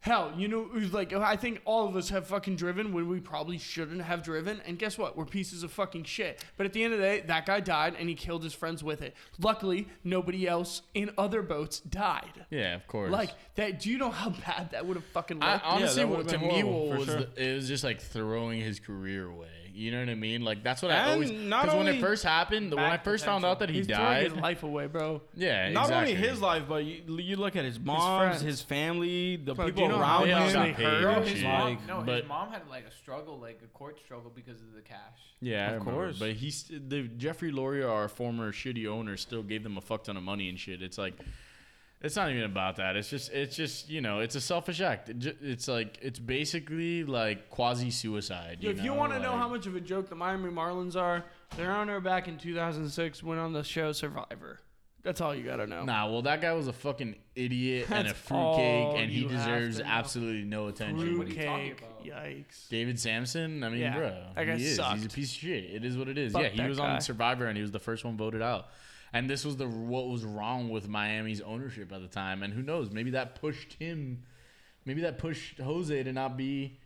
Hell, you know, it was like I think all of us have fucking driven when we probably shouldn't have driven, and guess what? We're pieces of fucking shit. But at the end of the day, that guy died, and he killed his friends with it. Luckily, nobody else in other boats died. Yeah, of course. Like that. Do you know how bad that would have fucking I, looked? honestly, that what, would've to been me, horrible, what for was sure. the, it was just like throwing his career away. You know what I mean? Like that's what I And always not because when it only first happened, the- when I back first found potential. out that he He's throwing died, his life away, bro. yeah, Not exactly. only his life, but you, you look at his mom's, friends. his, family, the Bro, do people you know how around they him. actually got paid hurt? and his shit. mom- no, but- his mom had like a struggle, like a court struggle because of the cash. Yeah, Of of course. course. But he's the Jeffrey Loria, our former shitty owner, still gave them a fuck ton of money and shit. It's like, it's not even about that. It's just, it's just you know, it's a selfish act. It ju- it's like, it's basically like quasi suicide. if you want to know like- how much of a joke the Miami Marlins are, their owner back in 2006 went on the show Survivor. That's all you gotta know. Nah, well, that guy was a fucking idiot and a That's all fruitcake, and he you have deserves to know. absolutely no attention. What are you talking Fruitcake. about? Yikes. David Sampson, I mean, Yeah, bro, that guy he is. sucked. He's a piece of shit. It is what it is. Fuck yeah, he that was guy. on Survivor and he was the first one voted out. And this was the what was wrong with Miami's ownership at the time. And who knows? Maybe that pushed him. Maybe that pushed Jose to not be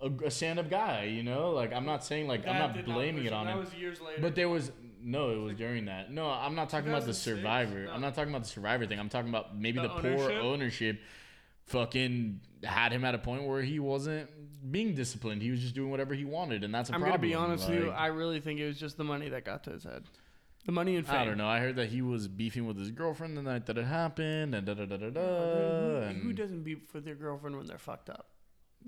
a, a stand-up guy. You know, like I'm not saying like I'm not blaming it on him. years later. But there was no, it was during that. No, I'm not talking about the 2006? survivor. No. I'm not talking about the survivor thing. I'm talking about maybe the, The poor ownership? ownership fucking had him at a point where he wasn't being disciplined. He was just doing whatever he wanted and that's a I'm problem. gonna be honest with you. Like, I really think it was just the money that got to his head. The money and fame. I don't know. I heard that he was beefing with his girlfriend the night that it happened, and da da da da Dude, who- da. who and- doesn't beef with their girlfriend when they're fucked up?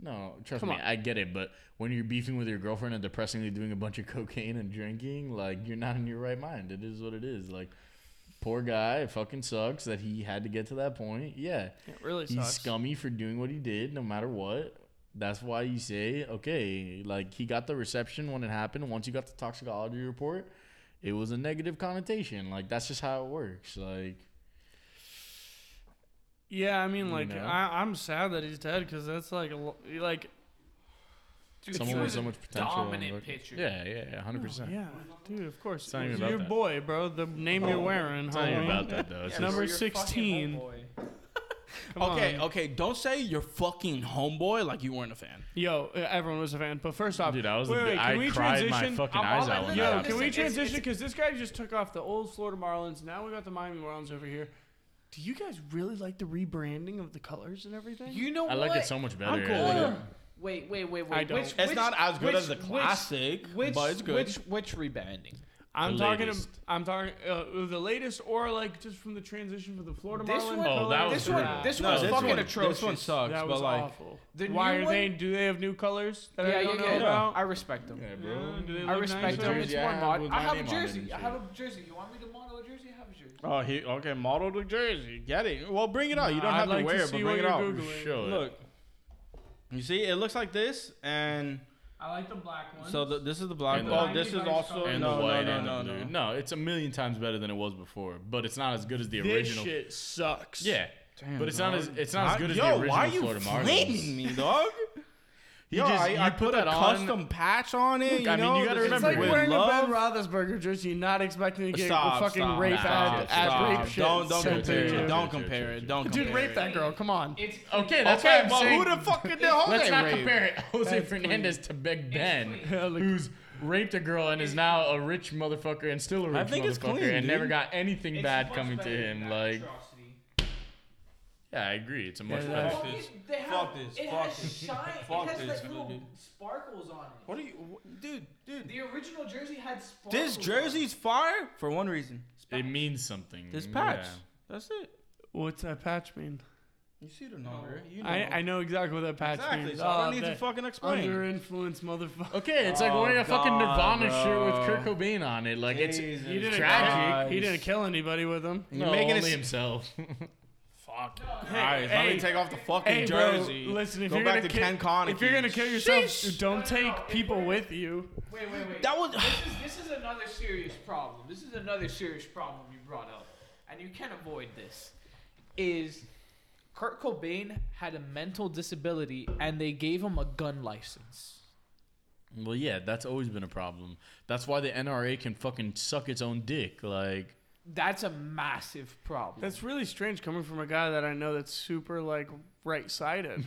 No, trust Come me, on. I get it. But when you're beefing with your girlfriend and depressingly doing a bunch of cocaine and drinking, like you're not in your right mind. It is what it is. Like, poor guy, it fucking sucks that he had to get to that point. Yeah, It really he's sucks. scummy for doing what he did, no matter what. That's why you say, okay, like he got the reception when it happened. Once you got the toxicology report, it was a negative connotation. Like that's just how it works. Like, Yeah, I mean, like, know? I, I'm sad that he's dead because that's like, a lo- like, Dude, Someone he with was so a much potential on the- Dominant pitcher. yeah, yeah, hundred percent. yeah, dude, of course, not it even was about your that. boy, bro. The name you're wearing, It's not even homie. about that though. It's just- Yeah, Number you're fucking 16. homeboy. Come Okay, on. okay. Don't say you're fucking homeboy like you weren't a fan. Yo, uh, everyone was a fan, but first off, Dude, I was. wait, wait, I can we cried transition? my fucking I'm eyes all out in when the- that Yo, happened. can we Listen, it's- transition? it's- Because this guy just took off the old Florida Marlins. Now we got the Miami Marlins over here. Do you guys really like the rebranding of the colors and everything? You know I what? like it so much better. cool with yeah. it. Wait, wait, wait, wait. I don't. Which, It's which- not as good which- as the which- classic, Which, but it's good. Which which rebranding? I'm The talking. ab- latest. I'm talking uh, the latest, or like just from the transition from the Florida This Marlins. one- Oh, that was colors This to brutal. that. one, this No, one's this fucking one- this one atrocious. sucks, That but, was like- awful. The Why new are they? Do they have new colors that Yeah, I yeah, don't know yeah. about? I respect them. Yeah, Yeah, do they I look respect nicer? them. It's Jersey I more have mod. with I my have a name on it and jersey. I shit. have a jersey. You want me to model a jersey? I have a jersey. Oh, he okay. Model the jersey. Get it. Well, bring it out. Oh, You Nah, don't I'd have like to to wear it, see but what bring it you're out. Googling. Show it. Look, you see, it looks like this, and I like the black one. so the, this is the black. And oh, the- this is also and no, the white no, and no, the no, blue. no. No, it's a million times better than it was before, but it's not as good as the this original. shit sucks. Yeah, Damn, but it's not dog. as it's not as good as yo, the original why are you Florida flaming Marlins. me, dog? You *laughs* yo, just- I, you I put put, a that on- custom patch on it. you I mean, know, you gotta this is It's remember like with wearing love. a Ben Roethlisberger jersey, not expecting to get Stop, a fucking stop, rape nah, ad, stop, ad stop. rape shit. Don't don't sent to compare you. it. Don't Don't compare compare it. it. Don't Dude, compare rape it. that girl. Come on. It's Okay, that's Okay, why but I'm who saying. the fuck did Jose Let's not rape? compare it. *laughs* Jose That's Fernandez to Big Ben, Yeah, look- who's raped a girl and is now a rich motherfucker and still a rich think motherfucker it's clean, and dude. never got anything it's bad much coming to better than him. that Like, atrocity. yeah, I agree. It's a much Yeah, better. that's- Fuck this. it, they have- Fuck this. It Fuck has this. shine. Fuck it has this, like little dude. sparkles on it. What are you, wh- dude? Dude, The original jersey had sparkles. this on it. jersey's fire for one reason. It means something. This yeah. patch. That's it. What's that patch mean? You see the number. You know. I, I know exactly what that patch exactly. means. So I Oh, don't need to that fucking explain. under influence, motherfucker. Okay, it's like Oh, wearing a fucking God, Nirvana bro. shirt with Kurt Cobain on it. Like Jesus it's He didn't, tragic. he didn't kill anybody with him. No, You're making only it s- himself. *laughs* Fuck. Guys, let me take off the fucking Hey, bro, jersey. listen, if Go you're back gonna to kill- Ken Con. If you're gonna kill yourself, don't take people with you. Wait, wait, wait. That was- this is *laughs* this is another serious problem. This is another serious problem you brought up, and you can't avoid this. Is Kurt Cobain had a mental disability, and they gave him a gun license. well, yeah, that's always been a problem. That's why the NRA can fucking suck its own dick. Like, That's a massive problem. That's really strange coming from a guy that I know that's super like *laughs* right-sided.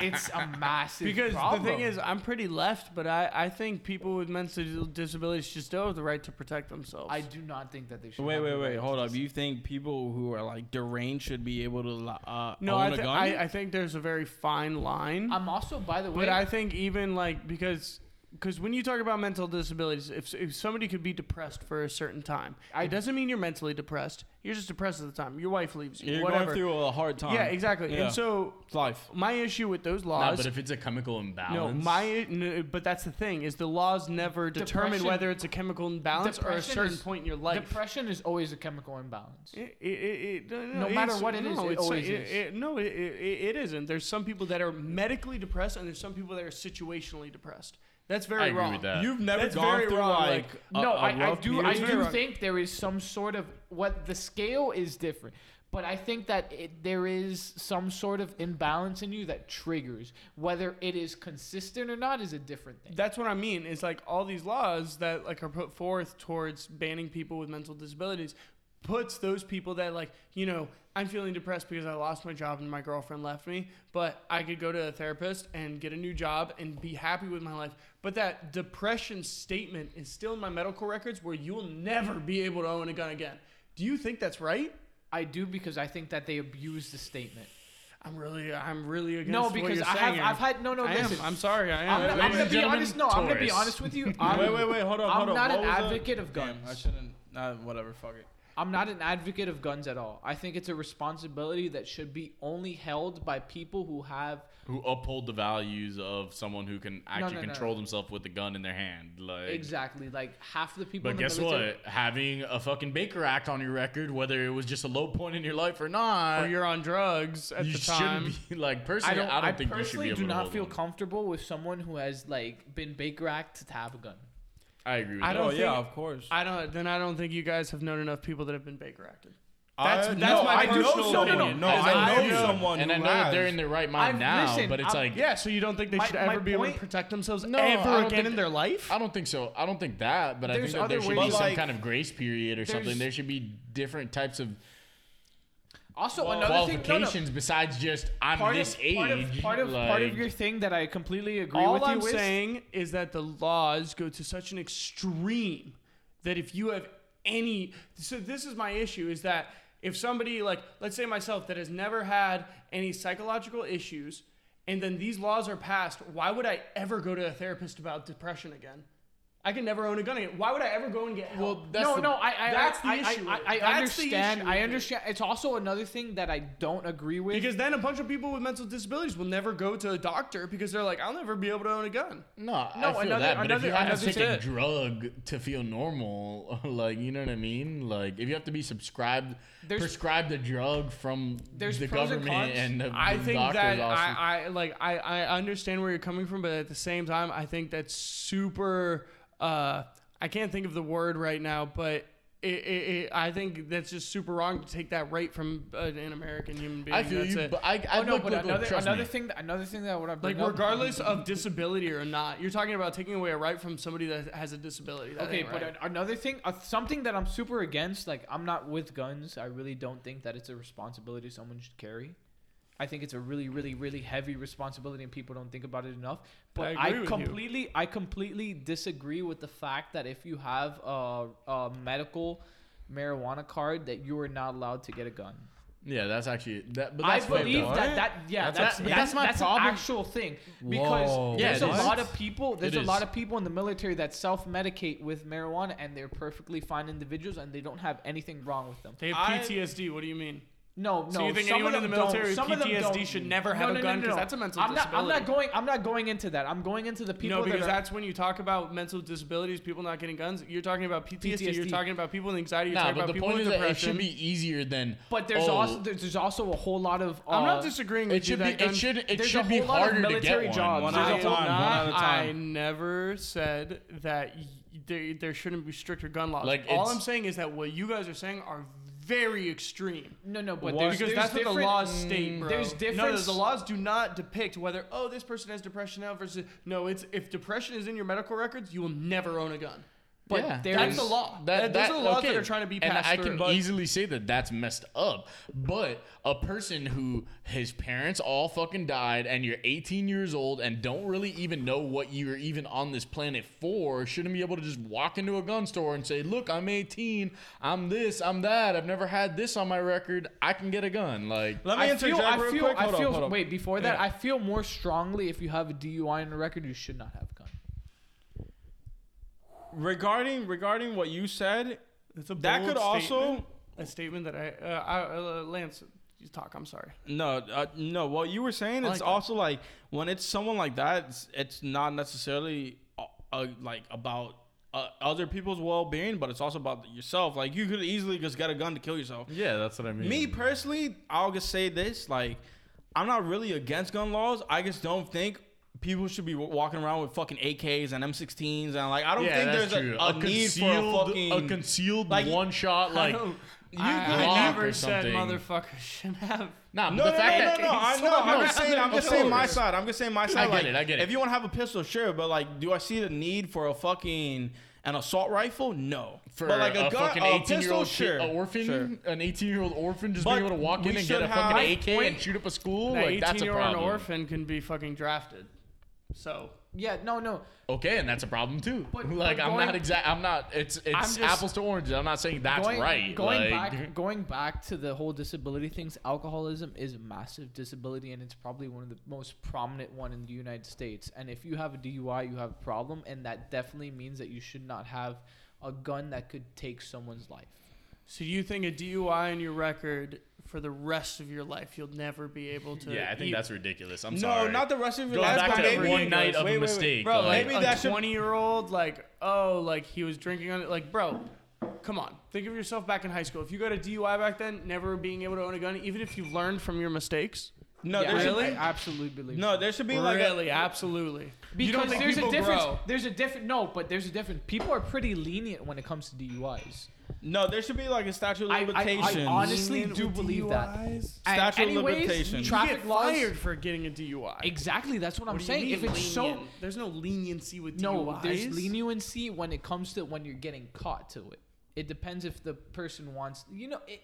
it's *laughs* a massive Because problem. the thing is, I'm pretty left, but I, I think people with mental disabilities should still have the right to protect themselves. I do not think that they should. Wait, have wait, a wait. right Hold to up. You think people who are like deranged should be able to uh, no, own I, a thi- gun? I, I think there's a very fine line. I'm also, by the way, But I think even like because because when you talk about mental disabilities, if, if somebody could be depressed for a certain time, it doesn't mean you're mentally depressed. You're just depressed at the time. Your wife leaves you. You're whatever. going through a hard time. yeah, exactly. Yeah. And so it's life. my issue with those nah, laws. but if it's a chemical Uh, no, imbalance, my n- but that's the thing is the laws never determine Depression- whether it's a chemical imbalance or a depression certain is- point in your life. depression is always a chemical imbalance. It- it- it- it- No matter it's- what it is, no, it it's- always it- is. it- no, it, it, it isn't. There's some people that are medically depressed, and there's some people that are situationally depressed. That's very I agree wrong. with that. You've never That's gone very through wrong, like, like- a, no, a I I rough do. period? I It's do very- think there is some sort of what the scale is different, but I think that it, there is some sort of imbalance in you that triggers whether it is consistent or not is a different thing. That's what I mean. Is like all these laws that like are put forth towards banning people with mental disabilities puts those people that like you know I'm feeling depressed because I lost my job and my girlfriend left me, but I could go to a therapist and get a new job and be happy with my life. But that depression statement is still in my medical records where you will never be able to own a gun again. Do you think that's right? I do because I think that they abuse the statement. I'm really, I'm really against No, what because you're I have saying I've here. had no no. I am. listen, I'm sorry. I am. I'm, Ladies I'm gonna and be gentlemen, honest. No, I'm gonna be Taurus. honest with you. I'm, wait, wait, wait. Hold up. I'm hold up. not What an was advocate that? of Damn, I guns. shouldn't. Nah, whatever. Fuck it. I'm not an advocate of guns at all. I think it's a responsibility that should be only held by people who have who uphold the values of someone who can actually no, no. control themselves with a gun in their hand. Like, exactly like half the people. But in the guess military- what? Having a fucking Baker Act on your record, whether it was just a low point in your life or not, or you're on drugs at you the time. shouldn't be *laughs* like personally. I don't, think you should personally be able do to not hold feel them. comfortable with someone who has like been Baker Act to have a gun. I agree. With I that. don't Oh yeah, think- of course. I don't. Then I don't think you guys have known enough people that have been Baker acted. That's, that's no, my I know personal someone. opinion. No, As I I know do. someone and who I know that they're has. in their right mind I've- now, listen, but it's I'm- like Yeah. So you don't think they My- should my ever be able to point- protect themselves No, Oh, I ever don't again think- in their life? I don't think so. I don't think that, but I There's think that other there should ways- be But, some like, kind of grace period or something. there's- There should be different types of Also, another thing, no, no, qualifications besides just I'm part, this of, age. part of part of part of like- your thing that I completely agree All with you I'm with. saying is that the laws go to such an extreme that if you have any, so this is my issue is that if somebody like, let's say myself that has never had any psychological issues, and then these laws are passed, why would I ever go to a therapist about depression again? I can never own a gun again. Why would I ever go and get help? Well, that's no, the- no, I, I, that's the I, I- issue I, with I, it. That's the understand. issue with I it. understand. It's also another thing that I don't agree with. Because then a bunch of people with mental disabilities will never go to a doctor because they're like, I'll never be able to own a gun. No, No, I feel another- that. But another- if you have another to take a tip. drug to feel normal, *laughs* like you know what I mean, like if you have to be subscribed, There's- prescribed a drug from There's the pros and government cons. and the I think doctor's that office. I, I like I, I understand where you're coming from, but at the same time, I think that's super. Uh, I can't think of the word right now, but it, it, it, I think that's just super wrong to take that right from an, an American human being. I feel that's you, it. but I, I oh, no, look, but look, look, another trust another me. thing, another thing that what I bring like up- regardless of disability or not, you're talking about taking away a right from somebody that has a disability. That Okay, ain't but right. an- another thing, uh, something that I'm super against, like I'm not with guns. I really don't think that it's a responsibility someone should carry. I think it's a really, really, really heavy responsibility, and people don't think about it enough. But I, I agree with you. completely, I completely disagree with the fact that if you have a, a medical marijuana card, that you are not allowed to get a gun. Yeah, that's actually that. But I that's fucked believe up. that that yeah, That's- that's that- that's, that's my that's problem. an actual thing because Whoa. Yeah, there's it a is. lot of people there's It a lot is. of people in the military that self-medicate with marijuana and they're perfectly fine individuals and they don't have anything wrong with them. they I- have PTSD. what do you mean? No, no. So you think some anyone of in the them don't. military with Some of them PTSD don't. should never have a gun, 'cause that's a mental I'm Not, I'm disability. not going. I'm not going into that. I'm going into the people no, because that are, that's when you talk about mental disabilities, people not getting guns. You're talking about PTSD. You're PTSD. talking about people with anxiety. You're Nah, talking but about the people point with is that it depression. should be easier than. But there's oh, also there's, there's also a whole lot of. Uh, I'm not disagreeing with It should you. be. that gun- It should. It There's should a be whole lot of harder to military get jobs. one. One at I a will time, not- one at a time. I never said that y- there, there shouldn't be stricter gun laws. Like, All it's- I'm saying is that what you guys are saying are very extreme. No, no. But What? there's, there's Because that's what Mm, the different- Mm, laws state, bro. There's No, no, difference. the laws do not depict whether oh this person has depression now versus no. It's if depression is in your medical records, you will never own a gun. But yeah, there's That's the law. That, those are the laws that okay. are trying to be and passed I through. can easily say that that's messed up. But a person who his parents all fucking died, and you're 18 years old and don't really even know what you're even on this planet for, shouldn't be able to just walk into a gun store and say, "Look, I'm 18. I'm this. I'm that. I've never had this on my record. I can get a gun." Like, Let me I interject feel. I real feel. quick. I Hold feel. up, hold up. Wait. Before that, Yeah. I feel more strongly if you have a DUI on the record, you should not have a gun. regarding regarding what you said, That's a that bold could also statement. a statement that I, uh, I uh, Lance, you talk. I'm sorry. no uh, no. What you were saying, I like it's that. also like when it's someone like that, it's, it's not necessarily uh, uh, like about. Uh, other people's well-being, but it's also about yourself. Like you could easily just get a gun to kill yourself. yeah, that's what I mean. Me personally, I'll just say this: like, I'm not really against gun laws. I just don't think people should be wa- walking around with fucking AKs and M16s, and like, I don't yeah, think that's there's true. a, a, need for a concealed- fucking. a concealed like- one shot like. don't- you I, could- I lock never or said something. *laughs* motherfucker should have. Nah, but no, the no, no, fact no, that no, I know. Slow I'm down. just saying, I'm just saying Slow my down. side. I'm just saying my side. get like, it, I get If it. you want to have a pistol, sure, but like, do I see the need for a fucking an assault rifle? No. for but like a, gun, fucking a 18 year pistol, old sure, orphan, sure. an 18 year old orphan just But being able to walk we in and should get a have- fucking AK Wait. and shoot up a school, That like that's a 18-year-old problem. orphan can be fucking drafted. So Yeah. No. No. Okay, and that's a problem too. But- like but I'm going- not exact. I'm not. It's it's I'm just- apples to oranges. I'm not saying that's going, right. Going like, back, going back to the whole disability things, alcoholism is a massive disability, and it's probably one of the most prominent one in the United States. And if you have a DUI, you have a problem, and that definitely means that you should not have a gun that could take someone's life. So you think a DUI on your record for the rest of your life, you'll never be able to. yeah, I think eat- that's ridiculous. I'm no, sorry. not the rest of your Goes life. back but to maybe- one night of a wait, wait, wait. mistake, Bro, like- maybe a that should twenty-year-old, like, oh, like he was drinking on it. Like, bro, come on, think of yourself back in high school. If you got a DUI back then, never being able to own a gun, even if you learned from your mistakes. No, Yeah, there I- should, Really? I absolutely believe. No, so. there should be like uh, a- Really, absolutely. because you don't think there's people a difference. grow. There's a different. No, but there's a difference. People are pretty lenient when it comes to DUIs. no, there should be like a statute of I- I- I limitations. honest- honestly do believe that. And Statute of anyways, limitations. You Traffic get laws. fired for getting a DUI. Exactly. That's what I'm What do you saying. mean If it's so. lenient? there's no leniency with DUIs. No, there's leniency when it comes to when you're getting caught to it. It depends if the person wants. You know, it,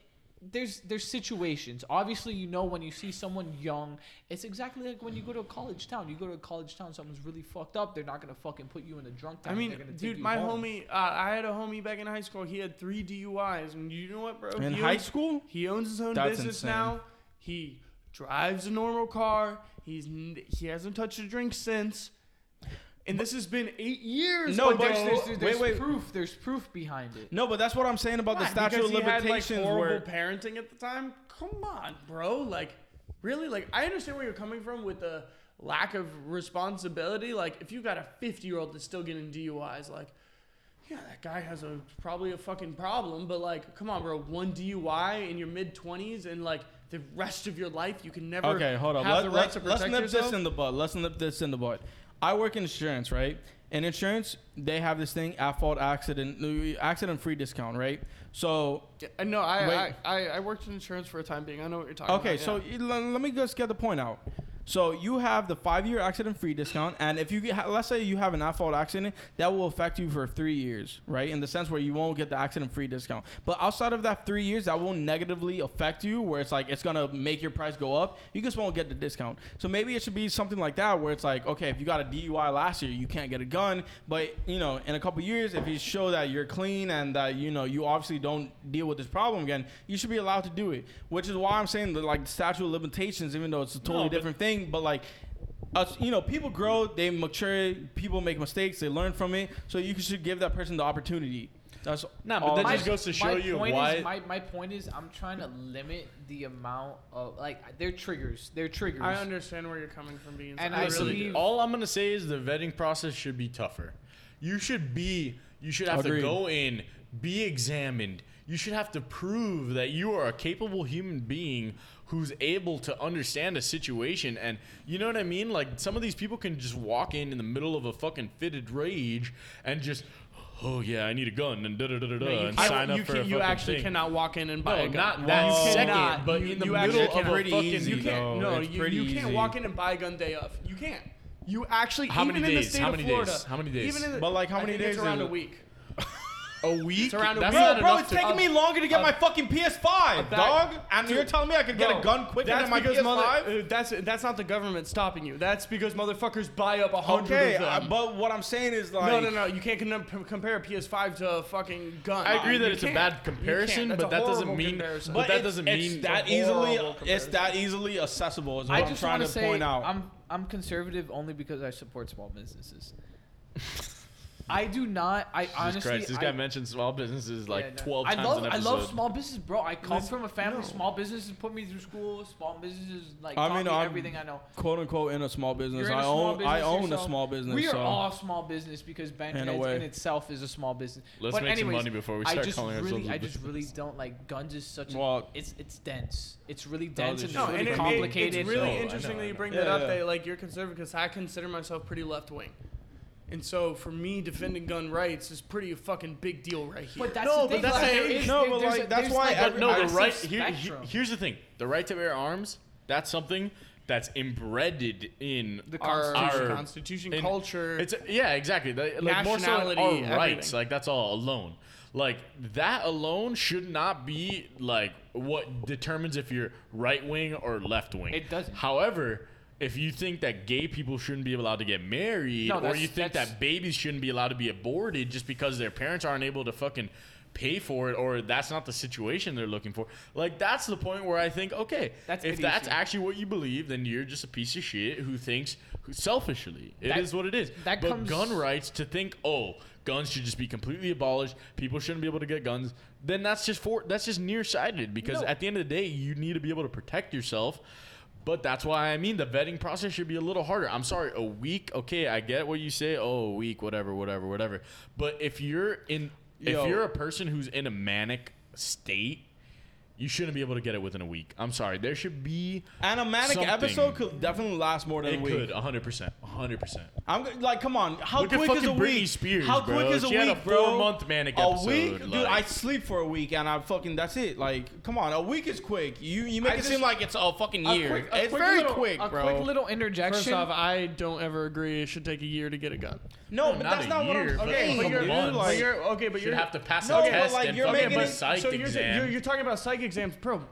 there's there's situations. Obviously, you know when you see someone young, it's exactly like when you go to a college town. You go to a college town, someone's really fucked up. They're not gonna fucking put you in a drunk town. I mean, They're gonna take dude, you my home. homie, uh, I had a homie back in high school. He had three DUIs, and you know what, bro? in He high owns- school. He owns his own That's business insane. now. He drives a normal car. He's n- he hasn't touched a drink since, and this has been eight years. No, ago. But there's, there's, there's, Wait, there's wait. proof. There's proof behind it. No, but that's what I'm saying about Why? the statute Because of he had, like, limitations. horrible where parenting at the time. Come on, bro. Like, really? Like, I understand where you're coming from with the lack of responsibility. Like, if you got a 50 year old that's still getting DUIs, like, yeah, that guy has a probably a fucking problem. But like, come on, bro. One DUI in your mid 20s and like the rest of your life, you can never okay, hold on. have Let, the right let, to let's protect nip yourself. this in the bud. Let's nip this in the bud. I work in insurance, right? In insurance, they have this thing at fault accident accident free discount, right? So Uh, no, I, Wait. I, I I worked in insurance for a time being. I know what you're talking Okay, about. so yeah. you- le- let me just get the point out. So you have the five-year accident-free discount, and if you get, ha- let's say you have an at-fault accident, that will affect you for three years, right? In the sense where you won't get the accident-free discount. But outside of that three years, that will negatively affect you, where it's like it's gonna make your price go up. You just won't get the discount. So maybe it should be something like that, where it's like, okay, if you got a DUI last year, you can't get a gun, but you know, in a couple years, if you show that you're clean and that you know you obviously don't deal with this problem again, you should be allowed to do it. Which is why I'm saying that like the statute of limitations, even though it's a No, totally but- different thing, but like. Us, you know, people grow, they mature, people make mistakes, they learn from it. So you should give that person the opportunity. That's Nah, but all that I'm just goes to show my you point why- Is, my, my point is, I'm trying to limit the amount of like their triggers. Their triggers. I understand where you're coming from, being. And I Listen, believe- all I'm gonna say is the vetting process should be tougher. You should be, you should have Agreed. to go in, be examined. You should have to prove that you are a capable human being who's able to understand a situation. And you know what I mean? Like some of these people can just walk in in the middle of a fucking fitted rage and just, oh yeah, I need a gun and da da da da da, No, you and can't- sign you up for can- a You fucking actually thing. cannot walk in and buy No, a gun. not You that cannot. second, but You- in the you middle actually of cannot. a Pretty fucking easy, You though. can't. No, It's you, pretty you can't easy. walk in and buy a gun day of. You can't. You actually How even many in the days? state How of many days? Florida. How many days? Even in the, But, like, how I many think it's days around is a it? week. a week. It's around a That's week. not Bro, bro, enough it's to- taking me longer to get my fucking PS5, that- dog. And you're telling me I could get Bro, a gun quicker that's than my because PS5? mother- uh, that's that's not the government stopping you. That's because motherfuckers buy up a hundred okay, of I- them. but what I'm saying is like, no, no, no. You can't con- compare a PS5 to a fucking gun. I agree You that it's a can't. bad You comparison, can't. That's but a that doesn't horrible mean- comparison. but that it's- doesn't it's mean- that It's a easily. horrible It's comparison. that easily accessible. Is what I am just trying want to to say point out. I'm I'm conservative only because I support small *laughs* businesses. I do not. I Jesus honestly. Christ, this guy I, mentioned small businesses like Yeah, no. 12 I times love, an episode. I love small business, bro. I come Listen, from a family. no. Small businesses put me through school. Small businesses like I taught mean, me I'm- everything I know. quote unquote in a small business. You're in I a small own. I business own yourself. a small business. We are so. all small business because Banterheads in, In a way. itself is a small business. Let's but make some anyways, money before we I start just calling really, ourselves a I just really don't like guns. Is such a Well- it's it's dense. It's really dense Guns and it's is No, really really and it- it- complicated. it's really No, I know, interesting I that you know. bring Yeah, that up. yeah. That like you're conservative because I consider myself pretty left wing, and so for me defending gun rights is pretty fucking big deal right here. But that's No, the but thing. that's like, the- there is- no, there- but there's like, a- that's there's why like a every- no, the massive right here, he- spectrum. here's the thing: the right to bear arms. That's something that's embedded in The our, our- constitution, in- culture. It's yeah, exactly. Like, like, more so like, Nationality, our rights. everything. Like that's all alone. Like that alone should not be like what determines if you're right wing or left wing. It doesn't. However. If you think that gay people shouldn't be allowed to get married, No, or that's- you think that's- that babies shouldn't be allowed to be aborted just because their parents aren't able to fucking pay for it, or that's not the situation they're looking for, like that's the point where I think, okay, That's if that's idiocy. actually what you believe, then you're just a piece of shit who thinks selfishly. It is That- what it is that but comes- gun rights to think oh guns should just be completely abolished people shouldn't be able to get guns then that's just for that's just nearsighted because No. at the end of the day you need to be able to protect yourself but that's why I mean the vetting process should be a little harder. I'm sorry, a week. Okay, I get what you say. Oh, a week, whatever, whatever, whatever. But if you're in, Yo. if you're a person who's in a manic state, you shouldn't be able to get it within a week. I'm sorry. There should be And a manic something. episode could definitely last more than It a week. could 100, percent 100. percent I'm g- like, come on, how Look at quick is a fucking Britney week? Spears, how bro. quick is a She week, had a bro? four-month manic a episode, week, dude. like- I sleep for a week and I fucking that's it. Like, come on, a week is quick. You you make I it just- seem like it's a fucking A year. quick- a it's quick very little- quick, a bro. quick little interjection. First off, I don't ever agree. It should take a year to get a gun. no, No, but not that's a not year, what but I'm saying. a dude, month. like- But you're okay, but Should you're have to pass No, a but, test like, and you're fucking making be it- psyched so you're, exam. You're, you're talking about psych exams, bro.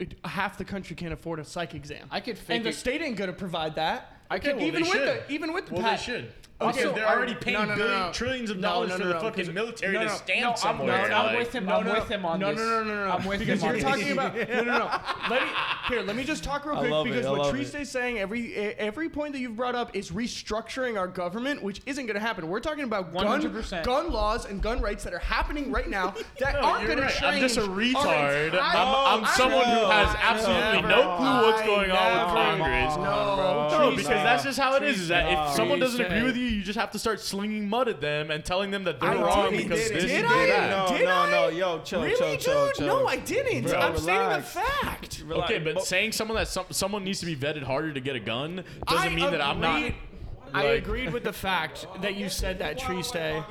it- Half the country can't afford a psych exam. I could fake and the it. state ain't gonna provide that. I Okay, could- well, even they with should. the even with the well, pat- they should. Okay, because they're I- already paying no, no, billion- no. trillions of No, dollars no, for no, the no, fucking because- military no, to no. stand No, I'm- somewhere. no, I'm like- with him. No, I'm no, with him on no, this. No, no, no, no, no. I'm with because him on you're this. talking about no, no, no. Let me here. Let me just talk real I quick love it, because I what love Triste it. is saying, every e- every point that you've brought up is restructuring our government, which isn't going to happen. We're talking about gun 100%. gun laws and gun rights that are happening *laughs* right now that No, aren't you're going to right. change. I'm just a our retard. entire- I'm, I'm I someone who know, has I absolutely never- no clue what's going on with never- Congress. No, No, Triste. because that's just how it is. Is that No. if someone doesn't agree Triste. with you, you just have to start slinging mud at them and telling them that they're I wrong did- because did- this did and I? that. No, Did no, I? no, yo, chill, Really, chill, dude? chill, chill. No, I didn't. Bro, I'm stating a relax. fact. Relax. Okay, but saying someone that some, someone needs to be vetted harder to get a gun doesn't I mean that I'm not. agreed- I like- agreed with the fact that you said that, Triste.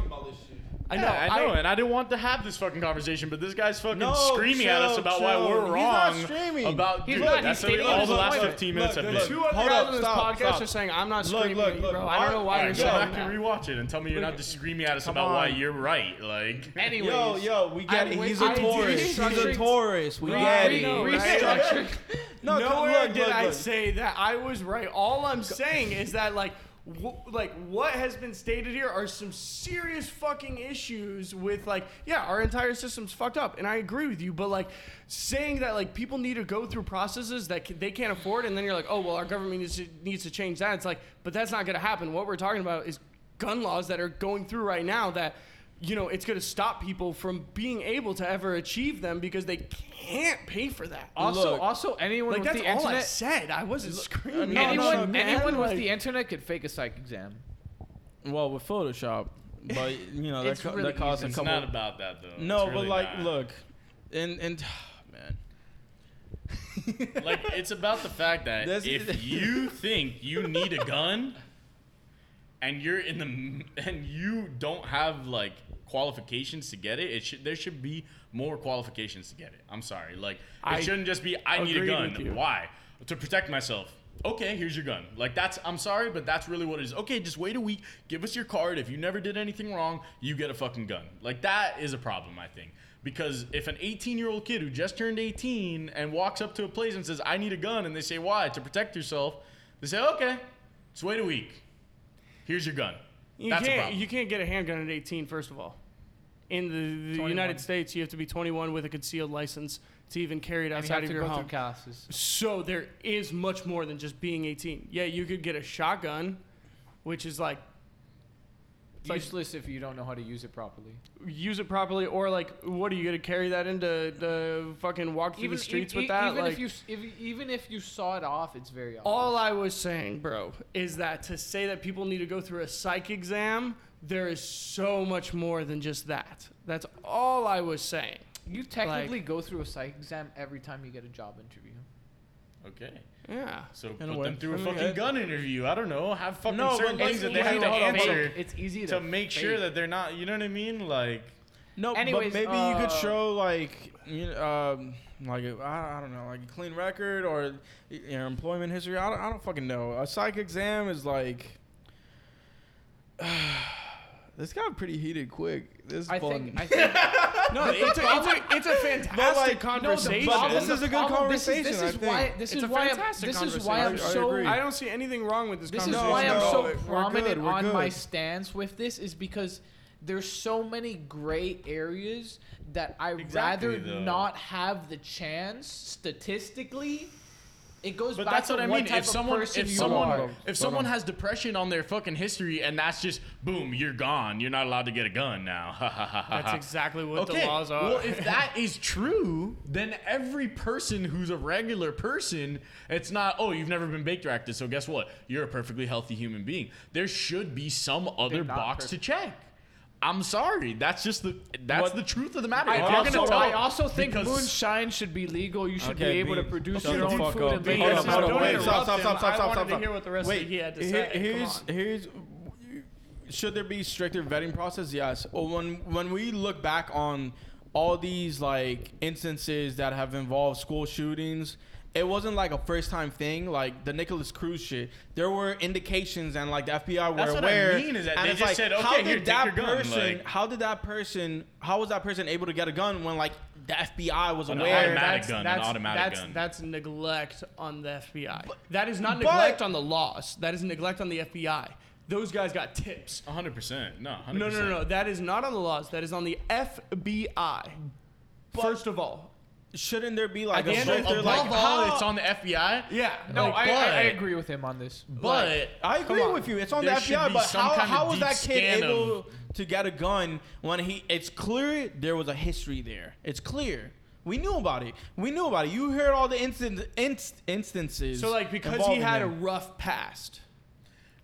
I know. Yeah, I know, I, and I didn't want to have this fucking conversation, but this guy's fucking No, screaming at us chill, about why chill. we're He's wrong. not screaming. About He's dude, not. that's He's the- stating all his the last point. 15 minutes Look, have look, been. Two other Hold guys up, on this stop, podcast stop. are saying I'm not Look, screaming, look, at you, look. bro. I don't know I- why All you're right, go Yo. back saying that. and rewatch it and tell me you're not just screaming at us Come about why on. you're right. *laughs* Like, Anyways, Yo, yo, we get I it. went- He's a I did Taurus. He's a restructuring- Taurus. We Re- get re- it. restructuring. No, come- Nowhere look, did look, I look. say that. I was right. All I'm saying is that like. wh- Like what has been stated here are some serious fucking issues with like yeah our entire system's fucked up and I agree with you but like saying that like people need to go through processes that ca- they can't afford and then you're like oh well our government needs to, needs to change that it's like but that's not gonna happen what we're talking about is gun laws that are going through right now that you know, it's going to stop people from being able to ever achieve them because they can't pay for that. Also, Look. also anyone like with that's the all I internet, said. I wasn't screaming. No, no, anyone, no, man, anyone with like- the internet could fake a psych exam. Well, with Photoshop, but you know that, It's co- really that costs a It's couple. not about that though. no, It's but really like, not. look, and and *sighs* man, like it's about the fact that This- *laughs* if you think you need a gun and you're in the m- and you don't have like qualifications to get it, it should there should be more qualifications to get it. I'm sorry, like it I shouldn't just be I need a agreed gun. with you. Why? To protect myself. Okay, here's your gun. Like that's I'm sorry, but that's really what it is. Okay, just wait a week. Give us your card. If you never did anything wrong, you get a fucking gun. Like that is a problem, I think. Because if an 18-year-old kid who just turned 18 and walks up to a place and says, "I need a gun," and they say, "Why?" to protect yourself, they say, "Okay, just wait a week. Here's your gun." You that's a can't. problem. You can't get a handgun at 18. First of all, in the, the 21. United States, you have to be 21 with a concealed license to even carry it And you have outside of to your go home. through classes. So there is much more than just being 18. Yeah, you could get a shotgun, which is like It's like- Useless if you don't know how to use it properly. use it properly, or like what are you gonna carry that into the fucking walk through the streets with that? even like, if you s- if, even if you saw it off, it's very obvious. All I was saying, bro, is that to say that people need to go through a psych exam, there is so much more than just that. That's all I was saying. you technically go through a psych exam every time you get a job interview. Okay. Yeah. So a put way. them through a Okay. fucking gun interview. I don't know. Have fucking No, certain but things that like- they have wait, to hold on, hold on. answer It's easy to, to make sure fake. that they're not. You know what I mean? Like no, Anyways, but maybe you uh, could show like, you know, um, like a, I, I don't know, like a clean record or y- your employment history. I don't, I don't fucking know. A psych exam is like. *sighs* this got pretty heated quick. This is I fun. think I think No, it's a, it's a, it's a But, fantastic like, no, the conversation. But problem- this is a the good problem- this is- conversation, I This is think. why this It's is a why I'm fantastic this is why I'm conversation. I- I so agree. I don't see anything wrong with this, This is conversation. why I'm No, so we're good, prominent we're on my good. stance with this is because there's so many gray areas that I Exactly, rather though. not have the chance statistically. It goes But back that's to what I mean. type If of someone, person if you someone, are. if someone has depression on their fucking history, and that's just boom, you're gone. You're not allowed to get a gun now. *laughs* Ha, ha, ha, ha, That's ha. exactly what Okay. the laws are. Well, if that is true, then every person who's a regular person, it's not. Oh, you've never been baked acted, so guess what? You're a perfectly healthy human being. There should be some other They're not box to check. I'm sorry. That's just the. That's What- the truth of the matter. I If also- you're gonna also, tell- I also think because- *laughs* moonshine should be legal. You should Okay, be able to Bean, produce shut your the own fuck food up. and Bean, make Hold it up, hold legal. up, don't wait, interrupt stop, stop, him. stop, stop, I stop, wanted to stop. hear what the rest of Wait, he had to here- say. Come Here's, on. here's, should there be stricter vetting process? Yes. Or when when we look back on all these like instances that have involved school shootings. It wasn't like a first time thing, like the Nicholas Cruz shit. There were indications, and like the FBI were That's what I aware. mean, is that and they it's just like, said, how "Okay, did here, take that your gun," person, like- how did that person, how was that person able to get a gun when like the FBI was An aware? automatic that's, gun, an that's, automatic that's, gun. That's neglect on the FBI. that is not but- neglect on the laws. That is neglect on the FBI. Those guys got tips. 100%. No. 100%. No, no, no, no. That is not on the laws. That is on the FBI. First of all, Shouldn't there be At like the a end of- stricter Above like? all, it's on the FBI. yeah. No, Like, I, I, I but- agree with him on this. But I agree on. with you. It's on There the should FBI, be but some how, kind of how was deep that kid scan of- able to get a gun when he? It's clear there was a history there. It's clear. We knew about it. We knew about it. You heard all the instant inst- instances. So like because he involving had a him. rough past.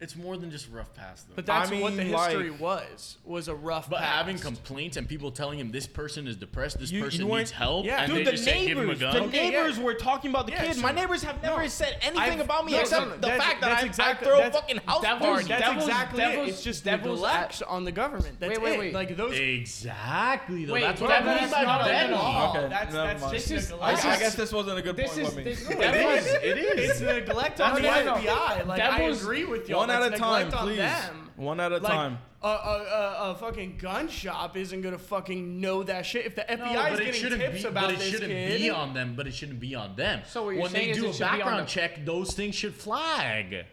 it's more than just rough past though. But that's I what the mean, like- history was. Was a rough But past. having complaints and people telling him this person is depressed, this You- person you weren't- needs help, Yeah. and Dude, they the just neighbors, say give him a the gun. Okay, yeah. neighbors were talking about the Yeah, kid. so- My neighbors have never No. said anything I've- about me no, except no, the that's- fact that that's I, exactly- I throw that's- fucking house that was- parties. That's Devil's- exactly devil's- it. It's just devil's neglect on the government. That's Wait, wait, it. wait. Like those. Exactly though. Wait, that's what that- I mean that's by not vetting. at all. Okay, that's never that's mind. just This is- I, neglect. this I is- guess this wasn't a good this point is for me. this, no, It is. that's- It It's is. neglect on the That's why- FBI. Like I Devil's- agree with you. One at a time, on please. Them. One at a Like, time. A, a, a, a fucking gun shop isn't gonna fucking know that shit. If the FBI No, is but it getting shouldn't tips be, about but it this shouldn't kid, be on them. But it shouldn't be on them. So what you're when they saying is do it a should be on background the- check, those things should flag.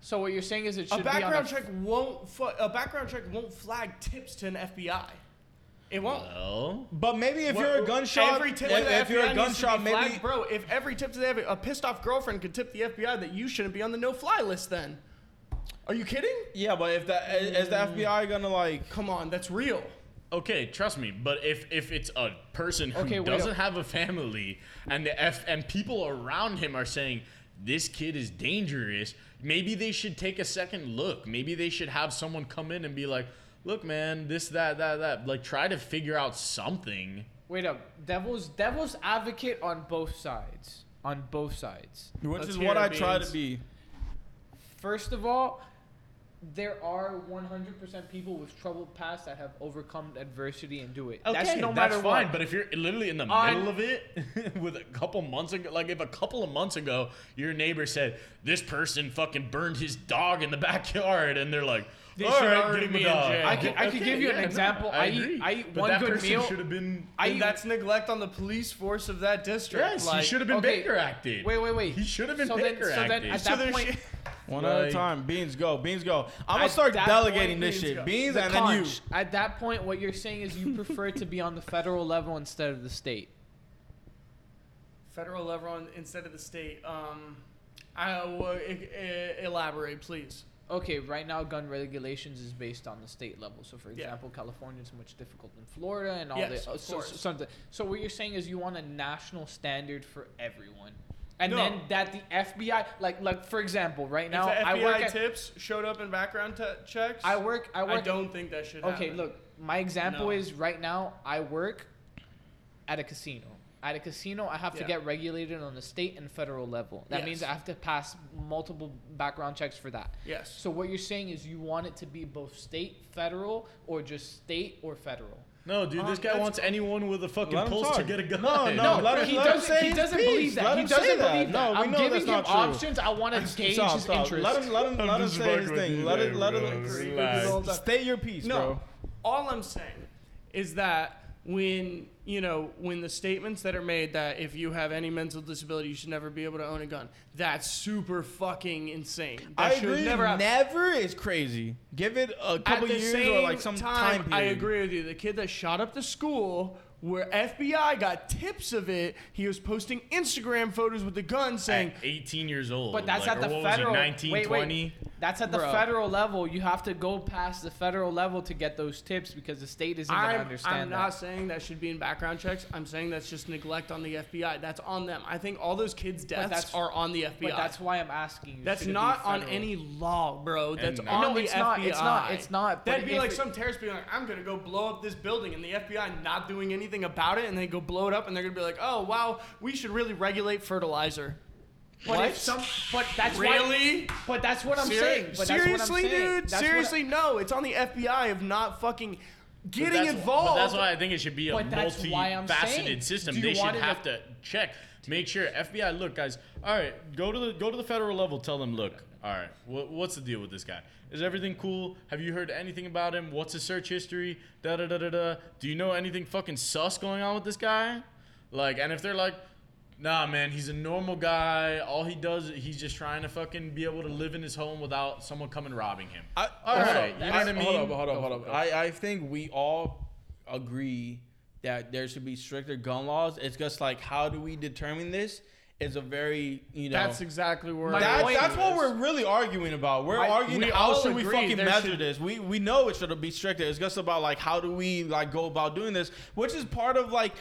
So what you're saying is it should a be on background check won't fu- a background check won't flag tips to an FBI. It won't. Oh. Well, But maybe if What- you're a gun shop, every tip if, to the if you're FBI a gun needs to shop, be maybe flagged, bro, if every tip to the FBI, a pissed off girlfriend could tip the FBI that you shouldn't be on the no fly list, then are you kidding? Mm. Yeah, but if that is the FBI gonna like? Come on, that's real. Okay, trust me. But if if it's a person who Okay, wait doesn't up. have a family and the F and people around him are saying this kid is dangerous, maybe they should take a second look. Maybe they should have someone come in and be like, "Look, man, this, that, that, that." Like, try to figure out something. Wait up. Devil's devil's advocate on both sides. On both sides. Which Let's is hear what it, I try Beans. to be. First of all, there are 100% people with troubled past that have overcome adversity and do it. that's no matter fine. what. But if you're literally in the On- middle of it, *laughs* with a couple months ago, like if a couple of months ago your neighbor said this person fucking burned his dog in the *laughs* backyard, and they're like, They "All should right, already give him a be in dog." jail. I could- I could give you an no, example. I eat- agree. I eat But one that good person meal. Should have been. I and that's neglect on the police force of that district. *laughs* yes, like, he should have been okay, Baker acted. wait, wait, wait. He should have been So then- Baker so then acted. at that there point- should- One at a Like- time. Beans go. Beans go. I'm gonna At start that point, delegating this Beans shit. go. Beans The and then you. conch. At that point, what you're saying is you prefer to be on the federal level instead of the state. federal level on, instead of the state. Um, I will e- e- elaborate, please. Okay, right now gun regulations is based on the state level. So, for example, California is much difficult than Florida and all Yes, the uh, of so, course. so, something. So, what you're saying is you want a national standard for everyone, and No. then that the FBI, like, like for example, right now if the I FBI work at, tips showed up in background te- checks, I work I work. I don't think that should okay, happen. look, my example No. is right now I work at a casino. At a casino, I have to Yeah. get regulated on the state and federal level. That means I Yes. have to pass multiple background checks for that. Yes. So what you're saying is you want it to be both state, federal, or just state or federal. no, uh, dude, this guy Um, that's- wants anyone with a fucking Let him pulse to talk. get a gun. *laughs* No, No, let but him- he let him doesn't. say He his doesn't piece. believe that. Let He him say doesn't that. believe that. No, we I'm know giving that's him not true. options. I want to gauge Stop, his stop. interest. Let him, let him, I'm let him just say his fucking with thing. you Let there, it, let bro. it. Relax. Stay your peace, No, bro. all I'm saying is that when you know when the statements that are made that if you have any mental disability you should never be able to own a gun, that's super fucking insane. That I should agree. never happen. never is crazy. Give it a couple At the years same or like some time. I period. agree with you. The kid that shot up the school, where FBI got tips of it, he was posting Instagram photos with the gun saying, At 18 years old. But that's like, at or the what federal. Was he, 19, wait, 20? wait. That's at the Bro. federal level. You have to go past the federal level to get those tips because the state isn't going to I'm, understand I'm that. not saying that should be in background checks. I'm saying that's just neglect on the FBI. That's on them. I think all those kids' deaths that's- are on the FBI. but that's why I'm asking you. That's should it be not on federal? any law, bro. That's no. on No, the it's FBI. not, it's not, it's not, but That'd be if like it- some terrorist being like, "I'm gonna go blow up this building," and the FBI not doing anything about it, and they go blow it up, and they're gonna be like, "Oh wow, we should really regulate fertilizer." But What? if some, but that's Really? Why, but that's what I'm Ser- saying. But that's what seriously, I'm saying. dude. That's what I- seriously, no. It's on the FBI of not fucking But getting that's- involved. But that's why I think it should be a But that's why I'm saying, multifaceted system. do you They should want it to- have to check, make sure FBI. Look, guys. All right, go to the go to the federal level. Tell them, look. All right, wha- what's the deal with this guy? Is everything cool? Have you heard anything about him? What's his search history? Da da da da da. Do you know anything fucking sus going on with this guy? Like, and if they're like. Nah, man, he's a normal guy. All he does, he's just trying to fucking be able to live in his home without someone coming robbing him. I, All hold right, you up. know I- what I mean? Hold up, hold up, Go hold for up. it, go. I, I think we all agree that there should be stricter gun laws. It's just like how do we determine this? Is a very you know. That's exactly where. My that's, point that's what is. we're really arguing about. We're Right, arguing we how all should we agree fucking there measure should- this. We we know it should be stricter. It's just about like how do we like go about doing this, which is part of like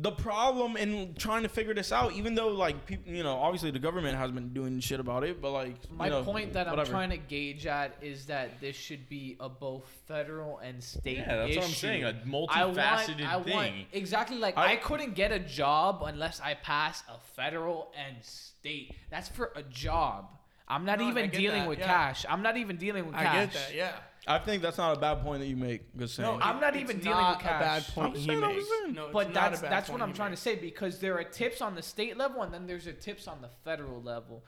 the problem in trying to figure this out. Even though like people, you know, obviously the government has been doing shit about it, but like you My know, point that whatever. I'm trying to gauge at is that this should be a both federal and state Yeah, that's issue. what I'm saying, a I want- multifaceted I want- thing. exactly like I, I- couldn't get a job unless I pass a federal and state. That's for a job. I'm not No, I even get dealing that, with yeah. cash. I'm not even dealing with I cash. get that. Yeah. I think that's not a bad point that you make. Just saying. No, I'm not it's even dealing not with a bad cash. point I'm he saying, I'm makes. saying. No, it's but not that's a bad that's point what I'm he trying makes. to say because there are tips on the state level and then there's a tips on the federal level.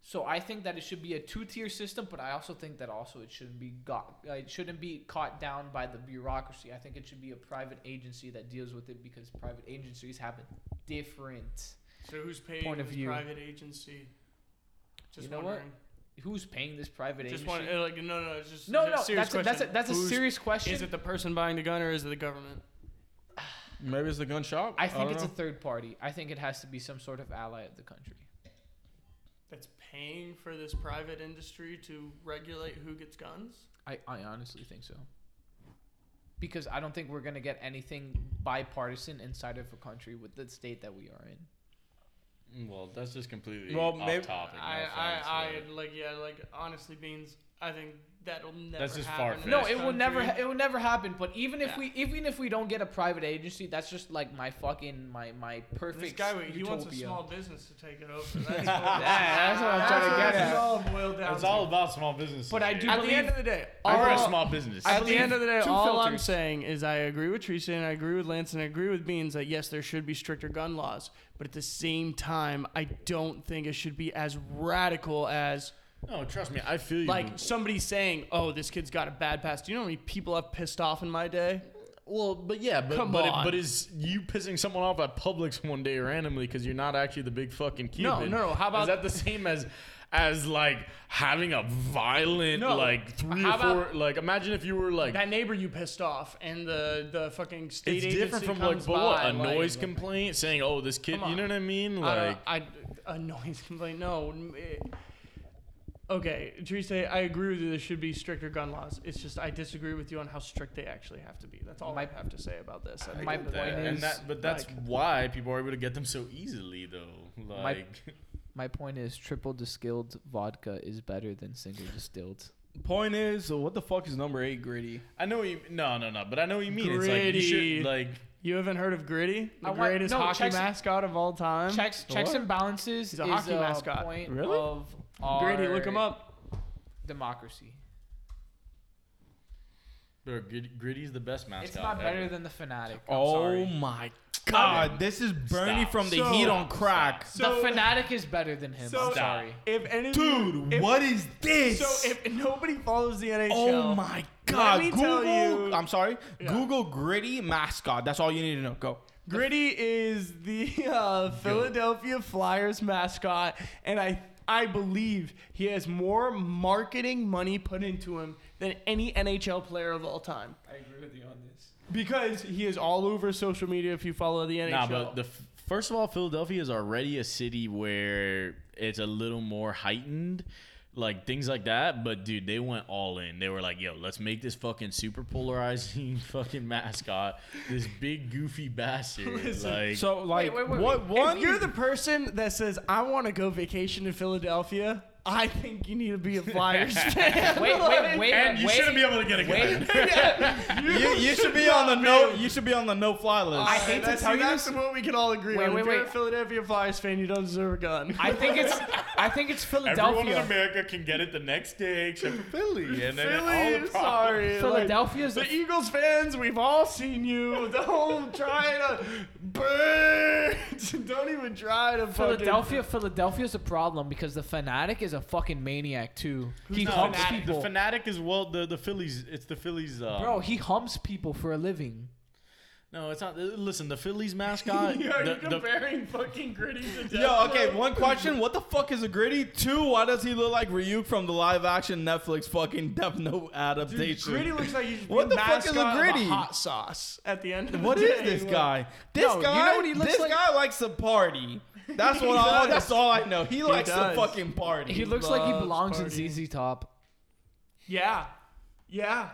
So I think that it should be a two-tier system, but I also think that also it shouldn't be got uh, it shouldn't be caught down by the bureaucracy. I think it should be a private agency that deals with it because private agencies have a different. So who's paying Point of this view. private agency? Just You know what? wondering. Who's paying this private Just agency? want like no no it's just no, it's no, a serious that's a, that's a, question. that's a Who's- serious question. Is it the person buying the gun or is it the government? Maybe it's the gun shop. I think don't it's a know. third party. I think it has to be some sort of ally of the country. That's paying for this private industry to regulate who gets guns. I, I honestly think so. because I don't think we're gonna get anything bipartisan inside of a country with the state that we are in. Well, that's just completely Well, off maybe- topic. No I, offense, I, but- I, like, yeah, like, honestly, Beans, I think that'll never That's just happen in No, this it will never. country. It will never happen. But even if Yeah. we, even if we don't get a private agency, that's just like my fucking my my perfect. This guy, he wants a utopia. small business to take it over. *laughs* That's what, that's what I'm trying to get That's at. all boiled down It's to. all about small businesses. But I here. do At believe- the end of the day, I all- we're a small business. At the end of the day, two all I'm filters. saying is I agree with Teresa and I agree with Lance and I agree with Beans that yes, there should be stricter gun laws, but at the same time, I don't think it should be as radical as *laughs* no, trust me, I feel you. like somebody saying, "Oh, this kid's got a bad past." Do you know how many people I've pissed off in my day? well, but yeah, but Come but, on. but is you pissing someone off at Publix one day randomly because you're not actually the big fucking No, Cuban? no, how about- is that the same as? As like having a violent No. like three How or four about- like imagine if you were like That neighbor you pissed off, and the the fucking state it's agency different from comes like but what by, a like- noise complaint saying oh this kid Come you know on. what I mean I don't like know, I, a noise complaint. No. n- eh. Okay, Teresa, I agree with you. There should be stricter gun laws. It's just I disagree with you on how strict they actually have to be. That's all I My- have to say about this. I think my that- point that- is, and that but that's like- why people are able to get them so easily though like My point is, triple distilled vodka is better than single distilled. Point is, so what the fuck is number eight gritty? I know what you no no no, but I know what you mean. It's like you Gritty. should like you haven't heard of Gritty, the I want- greatest no, hockey checks- mascot of all time. Checks, checks What? and balances He's a is hockey a mascot. point Really? of our Gritty, look him up. Democracy. bro, Grit- Gritty's the best mascot. It's not better ever. than the fanatic. I'm oh sorry. my god, this is Bernie Stop. from the So- heat on crack. So- the fanatic is better than him. so- I'm *laughs* sorry. If any of you- Dude, if- what is this? So if nobody follows the NHL, oh my god, me Google. tell you- I'm sorry. Google gritty mascot. That's all you need to know. Go. Gritty is the *laughs* uh, Philadelphia Flyers mascot, and I I believe he has more marketing money put into him than any NHL player of all time. I agree with you on this. Because he is all over social media. If you follow the NHL, Nah, but the f- first of all, Philadelphia is already a city where it's a little more heightened, like things like that. But dude, they went all in. They were like, "Yo, let's make this fucking super polarizing *laughs* fucking mascot, this big goofy *laughs* bastard." like, So like, wait, wait, what if one? you're the person that says I want to go vacation to Philadelphia, I think you need to be a *laughs* Flyers fan. Wait, wait, *laughs* wait. and you wait, shouldn't be able to get a gun. you, you *laughs* should be on the no. You should be on the no fly list. I hate to That's, tell you that's this. what we can all agree Wait, on. wait, if you're a wait. Philadelphia Flyers fan, you don't deserve a gun. I think it's I think it's Everyone in Philadelphia. America can get it the next day except for *laughs* Philly, and then all Philly, the problems- sorry. like, Philadelphia's the Eagles fans, we've all seen you. Don't try to burn. *laughs* Don't even try to fucking- Philadelphia Philadelphia's a problem because the fanatic is a fucking maniac too. He No, humps Fnatic- people. The fanatic is well the the Phillies. It's the Phillies. Uh, Bro, he humps people for a living. no, it's not. uh, Listen, the Phillies mascot. Yeah, *laughs* Are *laughs* the, you the- comparing fucking gritty to death? Yo, okay, one question. What the fuck is a gritty? Two, why does he look like Ryuk from the live action Netflix fucking Death Note Dude, adaptation? gritty looks like he's What the the fuck is a mascot of Gritty? hot sauce at the end. Of what the *laughs* is day. this Like, guy? This No, you guy know what he looks This like? guy likes to party. That's *laughs* what He all does. that's all I know. He, likes to does. fucking party. He looks like he loves belongs in partying. ZZ Top. Yeah, yeah.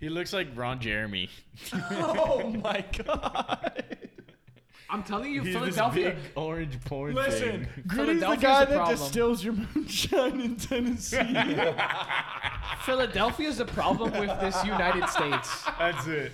he looks like Ron Jeremy. *laughs* Oh my god. I'm telling you, He's Philadelphia. this big orange porn Listen, thing. Gritty's the Philadelphia's guy a that problem. distills your moonshine in Tennessee. Philadelphia's the problem with this United States. That's it.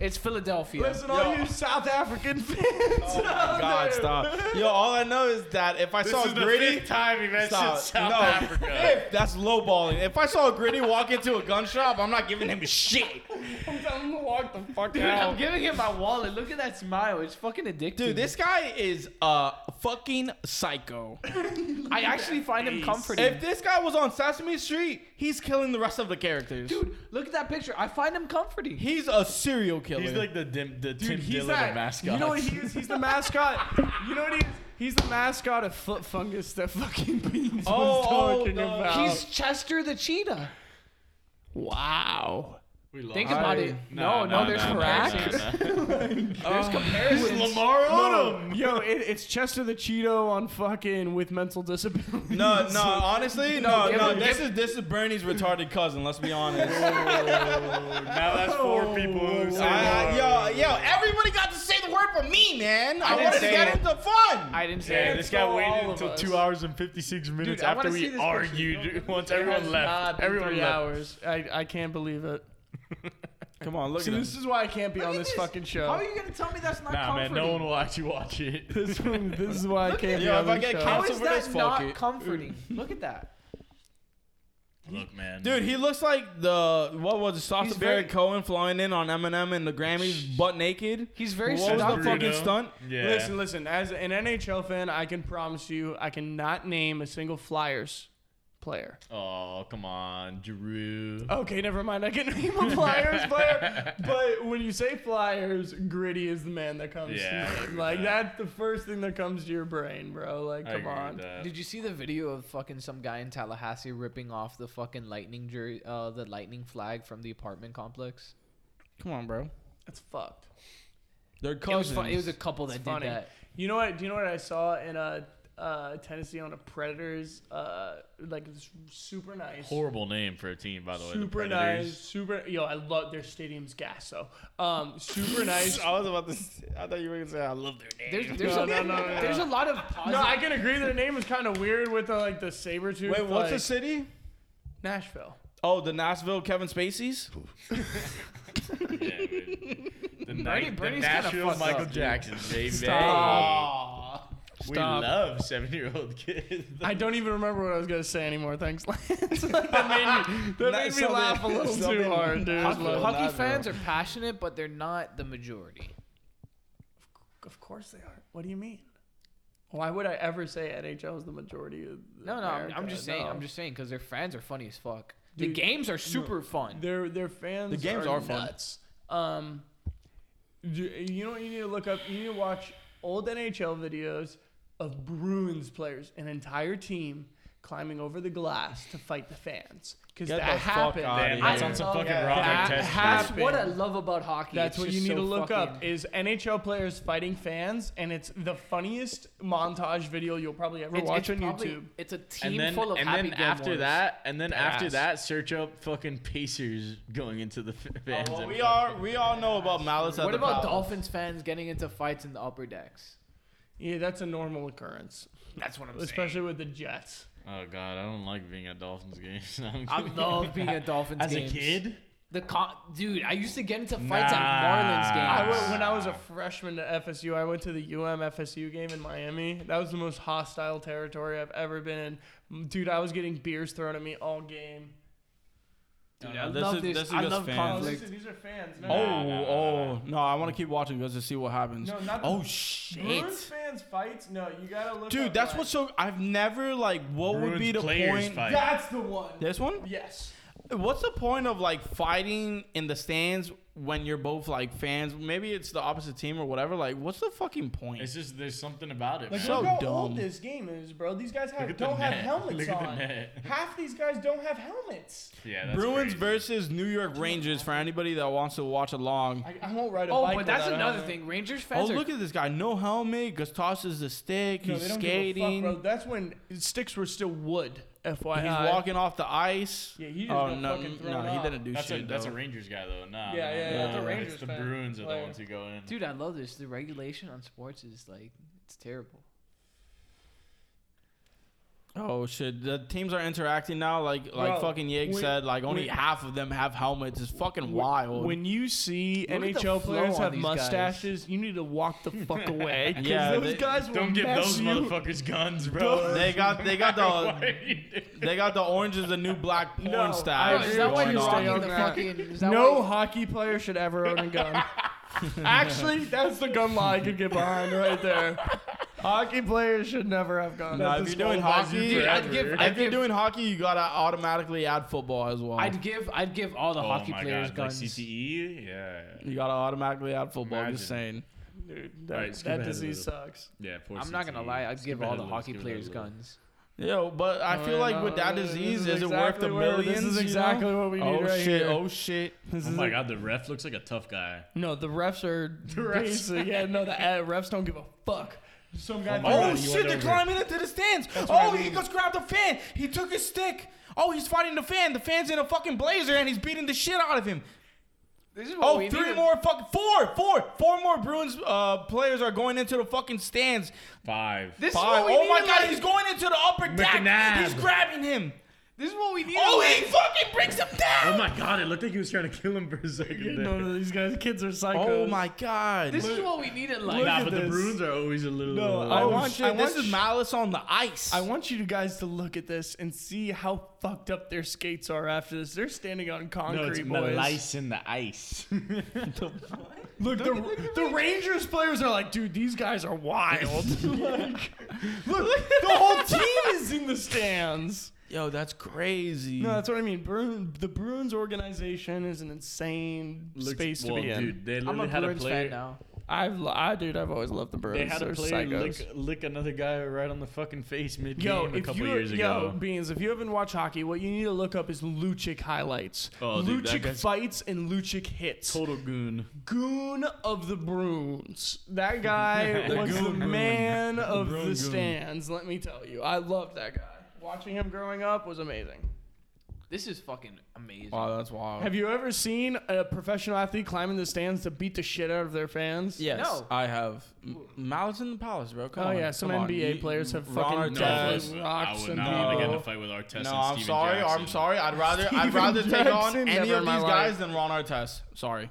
It's Philadelphia. Listen, all Yo. you South *laughs* African fans. Oh my god, stop. *laughs* Yo, all I know is that if I This saw is the gritty, fifth time he mentioned stop. South no, *laughs* Africa. if that's lowballing. If I saw a gritty walk into a gun shop, I'm not giving him shit. *laughs* I'm telling him to walk the fuck Dude, out. I'm giving him my wallet. Look at that smile. It's fucking addictive. Dude, this guy is a fucking psycho. I actually find him face. comforting. If this guy was on Sesame Street, he's killing the rest of the characters. Dude, look at that picture. I find him comforting. he's a serial killer. He's like the Dim, the Tim Dude, he's Dillon that. of mascots. You know what he is? He's the *laughs* mascot. you know what he is? He's the mascot of foot fungus that fucking *laughs* Beans Oh, was talking no. about. He's Chester the cheetah. wow. We lost. Think about it. No, no, there's cracks. Oh. no, no. *laughs* There's comparisons. Lamar No, Odom. yo, it, it's Chester the Cheeto on fucking with mental disability. *laughs* No, no, honestly, no, give no. him- This is this is Bernie's retarded cousin. Let's be honest. *laughs* Now that's four people who say I- I- yo, yo, everybody got to say the word for me, man. I, didn't wanted to say get it. into fun. I didn't say Yeah, it. this guy All waited of until us. two hours and fifty-six minutes Dude, I after wanna see we this picture. argued. *laughs* Once It has everyone not left, been everyone three left. hours. I, I can't believe it. Come on, look See, at this this. is why I can't be Look on at this, this. fucking How show. are you gonna tell me that's not Nah, man, comforting? no one will actually watch it. *laughs* this, one- this is why I can't be Yo, if I on this get show. How Cancel is for that this, fuck not it. comforting? Look at that. Look, man, Dude, he looks like the what was it, Sasha He's very- Baron Cohen flying in on Eminem and the Grammys butt naked. He's very What That's was that stuck. Bruno. fucking stunt? Yeah. Listen, listen. As an NHL fan, I can promise you, I cannot name a single Flyers player. Oh, come on, Giroux. Okay, never mind. I can *laughs* name a Flyers player, but when you say Flyers, gritty is the man that comes. Yeah, I to agree mind. with like that. that's the first thing that comes to your brain, bro. Like, I come agree with on. that. Did you see the video of fucking some guy in Tallahassee ripping off the fucking lightning jer- uh, the lightning flag from the apartment complex? Come on, bro. That's fucked. They're It was, cousins. fu- it was a couple that It's did funny. that. You know what? Do you know what I saw in uh, uh, Tennessee on a Predators? Uh, like it's super nice. Horrible name for a team, by the way. the Super Predators. nice, super. Yo, I love their stadium's gas. So, um, *laughs* super nice. I was about to. Say, I thought you were gonna say I love their name. There's, there's, No, a, no, no, *laughs* no, there's no. a lot of No, positive. I can agree. Their name is kind of weird with the, like the saber tooth. Wait, what's the like, city? Nashville? Oh, the Nashville Kevin Spacey's. Yeah, dude. the Bernie, Bernie's kinda Nashville fucked Michael up, dude. Jackson, baby. Stop. We Stop. love seven-year-old kids. *laughs* I don't even remember what I was gonna say anymore. Thanks, *laughs* Lance. Like, that made me, that Not made me laugh a something- little too something- hard, dude. Hockey- Like, hockey- Hockey Not, fans are passionate, but they're not the majority. of course they are. What do you mean? Why would I ever say NHL is the majority of? No, no, I'm, I'm America? just saying. No. I'm just saying because their fans are funny as fuck. Dude, the games are super fun. Their their fans. The games are, are fun. nuts. Um, you, you know what you need to look up? You need to watch old NHL videos of Bruins players, an entire team climbing over the glass to fight the fans because Get that the fuck happened. outta Damn, here. that's on some I- fucking that Robert Test. That's happened. what I love about hockey. That's It's what you just need so to look fucking- up is NHL players fighting fans, and it's the funniest montage video you'll probably ever It's- watch it's on probably- YouTube. It's a team and then, full of and happy then after gamblers. that, and then after Ass. that, search up fucking Pacers going into the f- fans. Well, and Oh, we fucking- are. We all know about Malice at What the about Palace. Dolphins fans getting into fights in the upper decks? *laughs* Yeah, that's a normal occurrence, That's what I'm especially with the Jets. Oh god, I don't like being at Dolphins games. *laughs* I love being at Dolphins As games. a kid, the con- dude, I used to get into fights Nah. I at Marlins games. went, when I was a freshman at FSU, I went to the UM FSU game in Miami. That was the most hostile territory I've ever been in. Dude, I was getting beers thrown at me all game. Dude, I Nah, this love is- this. this is I just love fans. Oh, conflict. listen, these are fans. No, Oh, no, Nah, nah, nah, oh, no! I want to keep watching just to see what happens. no, not oh the shit, Bruins fans fights. No, you gotta look. dude, up, that's like- what's so. I've never like. What would be Bruins the players point? fight. That's the one. This one? Yes. What's the point of like fighting in the stands when you're both like fans? Maybe it's the opposite team or whatever. Like, what's the fucking point? It's just there's something about it. man. Like, So look how dumb. old this game is, bro. These guys have, at the don't have net. helmets Look at the on. net. Half these guys don't have helmets. yeah, that's Bruins crazy. versus New York Rangers for anybody that wants to watch along. I, I won't ride a Oh, bike. but that's without a another helmet. thing. Rangers Oh, fans are look at this guy! No helmet. Gustas is the stick. No, He's they don't skating. Give a fuck, bro. That's when sticks were still wood. FYI. He's uh, walking off the ice. Yeah, he just oh got no, fucking no, thrown he off. didn't do That's shit. a that's a though. Rangers guy though. Nah. nah, Yeah, yeah, yeah, nah, that's a nah, Rangers It's the fan. Bruins are the Like- ones who go in. Dude, I love this. The regulation on sports is like it's terrible. oh shit! The teams are interacting now. Like like Bro, fucking Yeg when- said. Like only when- half of them have helmets. It's fucking wild. When you see Look at the flow NHL players on have these guys. mustaches, you need to walk the fuck away. *laughs* 'cause Yeah, those they- guys will Don't give mess those you. motherfuckers guns, *laughs* bro. *laughs* *laughs* *laughs* they got they got Why the are you doing- they got the orange is the new black porn No, I style. agree is that why with you're you. rocking Stay on the that. fucking? Is that No why, hockey player should ever own a gun. *laughs* Actually, that's the gun lie I could get behind right there. Hockey players should never have guns. Nah, That's if just you're doing all about hockey, you. dude, I'd forever. give. If I'd If you're give, doing hockey, you gotta automatically add football as well. I'd give. I'd give all the Oh hockey my players God, guns. Like CTE, yeah. you gotta automatically add football. Imagine. Just saying. Dude, All that, right, skip that ahead a disease little. sucks. Yeah, poor I'm not gonna CTE. lie. I'd Skip give ahead all a the little, hockey skip ahead a players little. guns. Yo, but Oh, I feel like with that disease, is, it worth the millions? This is you know? exactly what we need Oh right shit! here. Oh shit! This Oh is my it. god, the ref looks like a tough guy. No, *laughs* the refs are refs. basic. yeah, no, the uh, refs don't give a fuck. Some guy. my Oh God, he shit! went They're over. climbing into the stands. what oh, I he mean. just grabbed a fan. He took his stick. Oh, he's fighting the fan. The fan's in a fucking blazer, and he's beating the shit out of him. This is what Oh, we three need. more fucking four, four, four more Bruins uh, players are going into the fucking stands. Five. This Five. is what we Oh need my to, god, like- he's going into the upper deck. McNabb. He's grabbing him. This is what we need. to, Oh, he like- fucking brings him down. Oh my god, it looked like he was trying to kill him for a second. You there. know, these guys, kids are psychos. Oh my god. This is what we need in life. Look Nah, at but the this. Bruins are always a little. No, oh I want- shit, I want this is sh- malice on the ice. I want you guys to look at this and see how fucked up their skates are after this. They're standing on no, it's concrete, boys. lice in the ice. *laughs* Look, the, the Rangers players are like, dude, these guys are wild. like, *laughs* look, the whole team is in the stands. Yo, that's crazy. No, that's what I mean. Bruin, the Bruins organization is an insane Looks- space to well, be in. Dude, they I'm a literally had a Bruins fan player. now. I've, lo- I, dude, I've always loved the Bruins. They had They're a player psychos. lick, lick another guy right on the fucking face mid Yo, game a if couple you, years yo, ago. Beans, if you haven't watched hockey, what you need to look up is Lucic highlights. Oh, dude, that Lucic guy's- fights and Lucic hits. Total goon. Goon of the Bruins. *laughs* That guy The was the goon Bruin. man of Bruin the goon. stands, let me tell you. I loved that guy. Watching him growing up was amazing. This is fucking amazing. Wow, that's wild. Have you ever seen a professional athlete climbing the stands to beat the shit out of their fans? Yes, No. I have. M- Malice in the Palace, bro. Come Oh, on. yeah, some come on. NBA You- players have Ron fucking Artest. No, definitely was- rocks I would and not want to get in people. a fight with Artest No, and I'm Steven sorry. Jackson. I'm sorry. I'd rather I'd Steven rather take on Jackson, any never of in my these life. guys than Ron Artest. Sorry.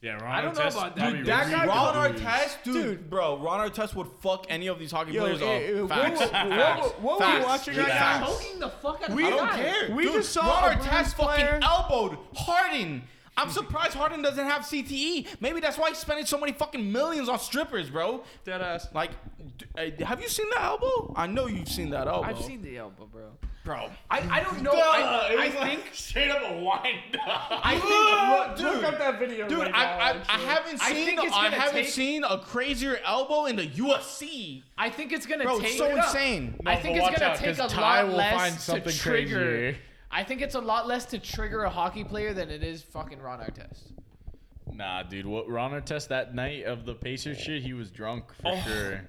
Yeah, Ron I don't know Artest about that. probably Dude, That really guy, good Ron goons. Artest, dude, Dude. bro, Ron Artest would fuck any of these hockey Yo, players eh, eh, off. what Facts. were- Facts. what were- what were you Facts. watching Facts. right Stop now? poking the fuck out of We the I don't guy. care. We Dude, just saw a Ron Bruins Artest player- fucking elbowed Harden. I'm surprised Harden doesn't have CTE. Maybe that's why he's spending so many fucking millions on strippers, bro. Dead ass. Like, d- eh, have you seen that elbow? I know you've seen that elbow. I've seen the elbow, bro. bro. I, I don't know. Duh, I, it I was like- think Straight up a wind up. I think Look, look up that video. Dude, right I, now, I, I actually. haven't I seen think it's I, gonna haven't take- seen a crazier elbow in the UFC. I think it's gonna Bro, take. it's so it up. insane. I No, think but it's watch gonna out, take 'cause a Ty lot will less find to something trigger. crazier. I think it's a lot less to trigger a hockey player than it is fucking Ron Artest. Nah, dude. What Ron Artest that night of the Pacers shit? He was drunk for sure.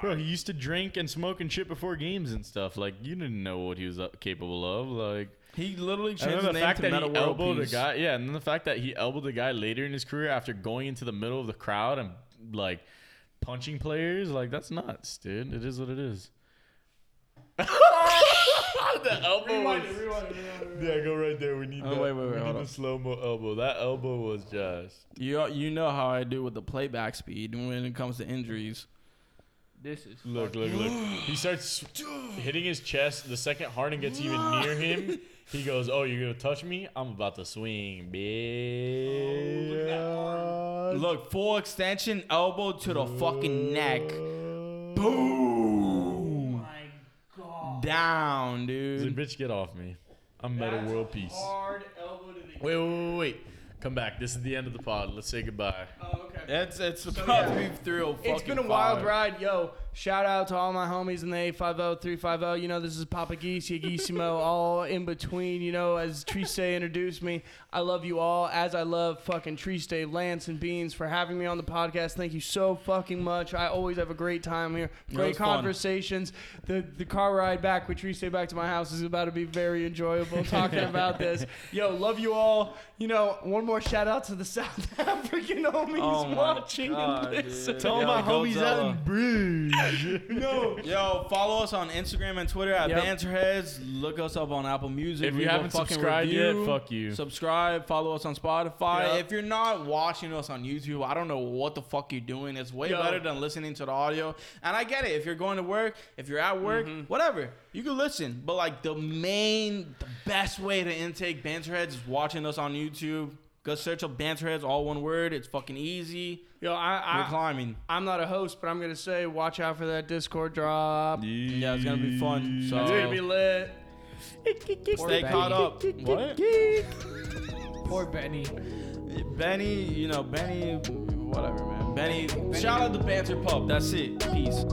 Bro, he used to drink and smoke and shit before games and stuff. Like you didn't know what he was uh, capable of. Like He literally and changed then the the name fact to that Meta he World elbowed Peace. a guy. Yeah, and then the fact that he elbowed a guy later in his career after going into the middle of the crowd and like punching players. Like that's nuts, dude. It is what it is. the elbow. Rewind was- it, rewind it, rewind it, rewind it. Yeah, go right there. We need Oh, that. wait, wait, wait, we hold need on. the slow mo elbow. That elbow was just. You you know how I do with the playback speed when it comes to injuries. This is. Look, look, look. He starts hitting his chest. The second Harden gets even near him, he goes, Oh, you're going to touch me? I'm about to swing, bitch. Look, full extension, elbow to the fucking neck. Boom. Down, He's like, dude. Bitch, get off me. I'm Meta World Peace. Hard elbow to the. Wait, wait, wait, wait. Come back. This is the end of the pod. Let's say goodbye. Oh, okay. It's it's about to be through a It's fucking been a wild fire. ride, yo. Shout out to all my homies in the oh, 850 350. You know, this is Papa Geese, *laughs* Yagissimo, all in between. You know, as Triste introduced me, I love you all as I love fucking Triste, Lance, and Beans for having me on the podcast. Thank you so fucking much. I always have a great time here. Great was fun. conversations. The the car ride back with Triste back to my house is about to be very enjoyable talking about *laughs* this. Yo, love you all. You know, one more shout out to the South *laughs* African homies Oh my watching God, and listening. dude. Yo, Godzilla. Bruges. No. Yo, follow us on Instagram and Twitter at Yep. Banterheads. Look us up on Apple Music. If you Leave a haven't fucking subscribed yet, review. fuck you. Subscribe. Follow us on Spotify. Yep. If you're not watching us on YouTube, I don't know what the fuck you're doing. It's way Yo. better than listening to the audio. And I get it. If you're going to work, if you're at work, whatever, you can listen. But like the main, the best way to intake Banterheads is watching us on YouTube. Go search up Banterheads, all one word. It's fucking easy. Yo, I, We're I climbing. I'm not a host, but I'm gonna say, watch out for that Discord drop. Yeah, it's gonna be fun. So It's gonna be lit. stay Benny. caught up. *laughs* What? Poor Benny. Benny, you know, Benny, whatever, man. Benny, shout out to Banter Pub. That's it. Peace.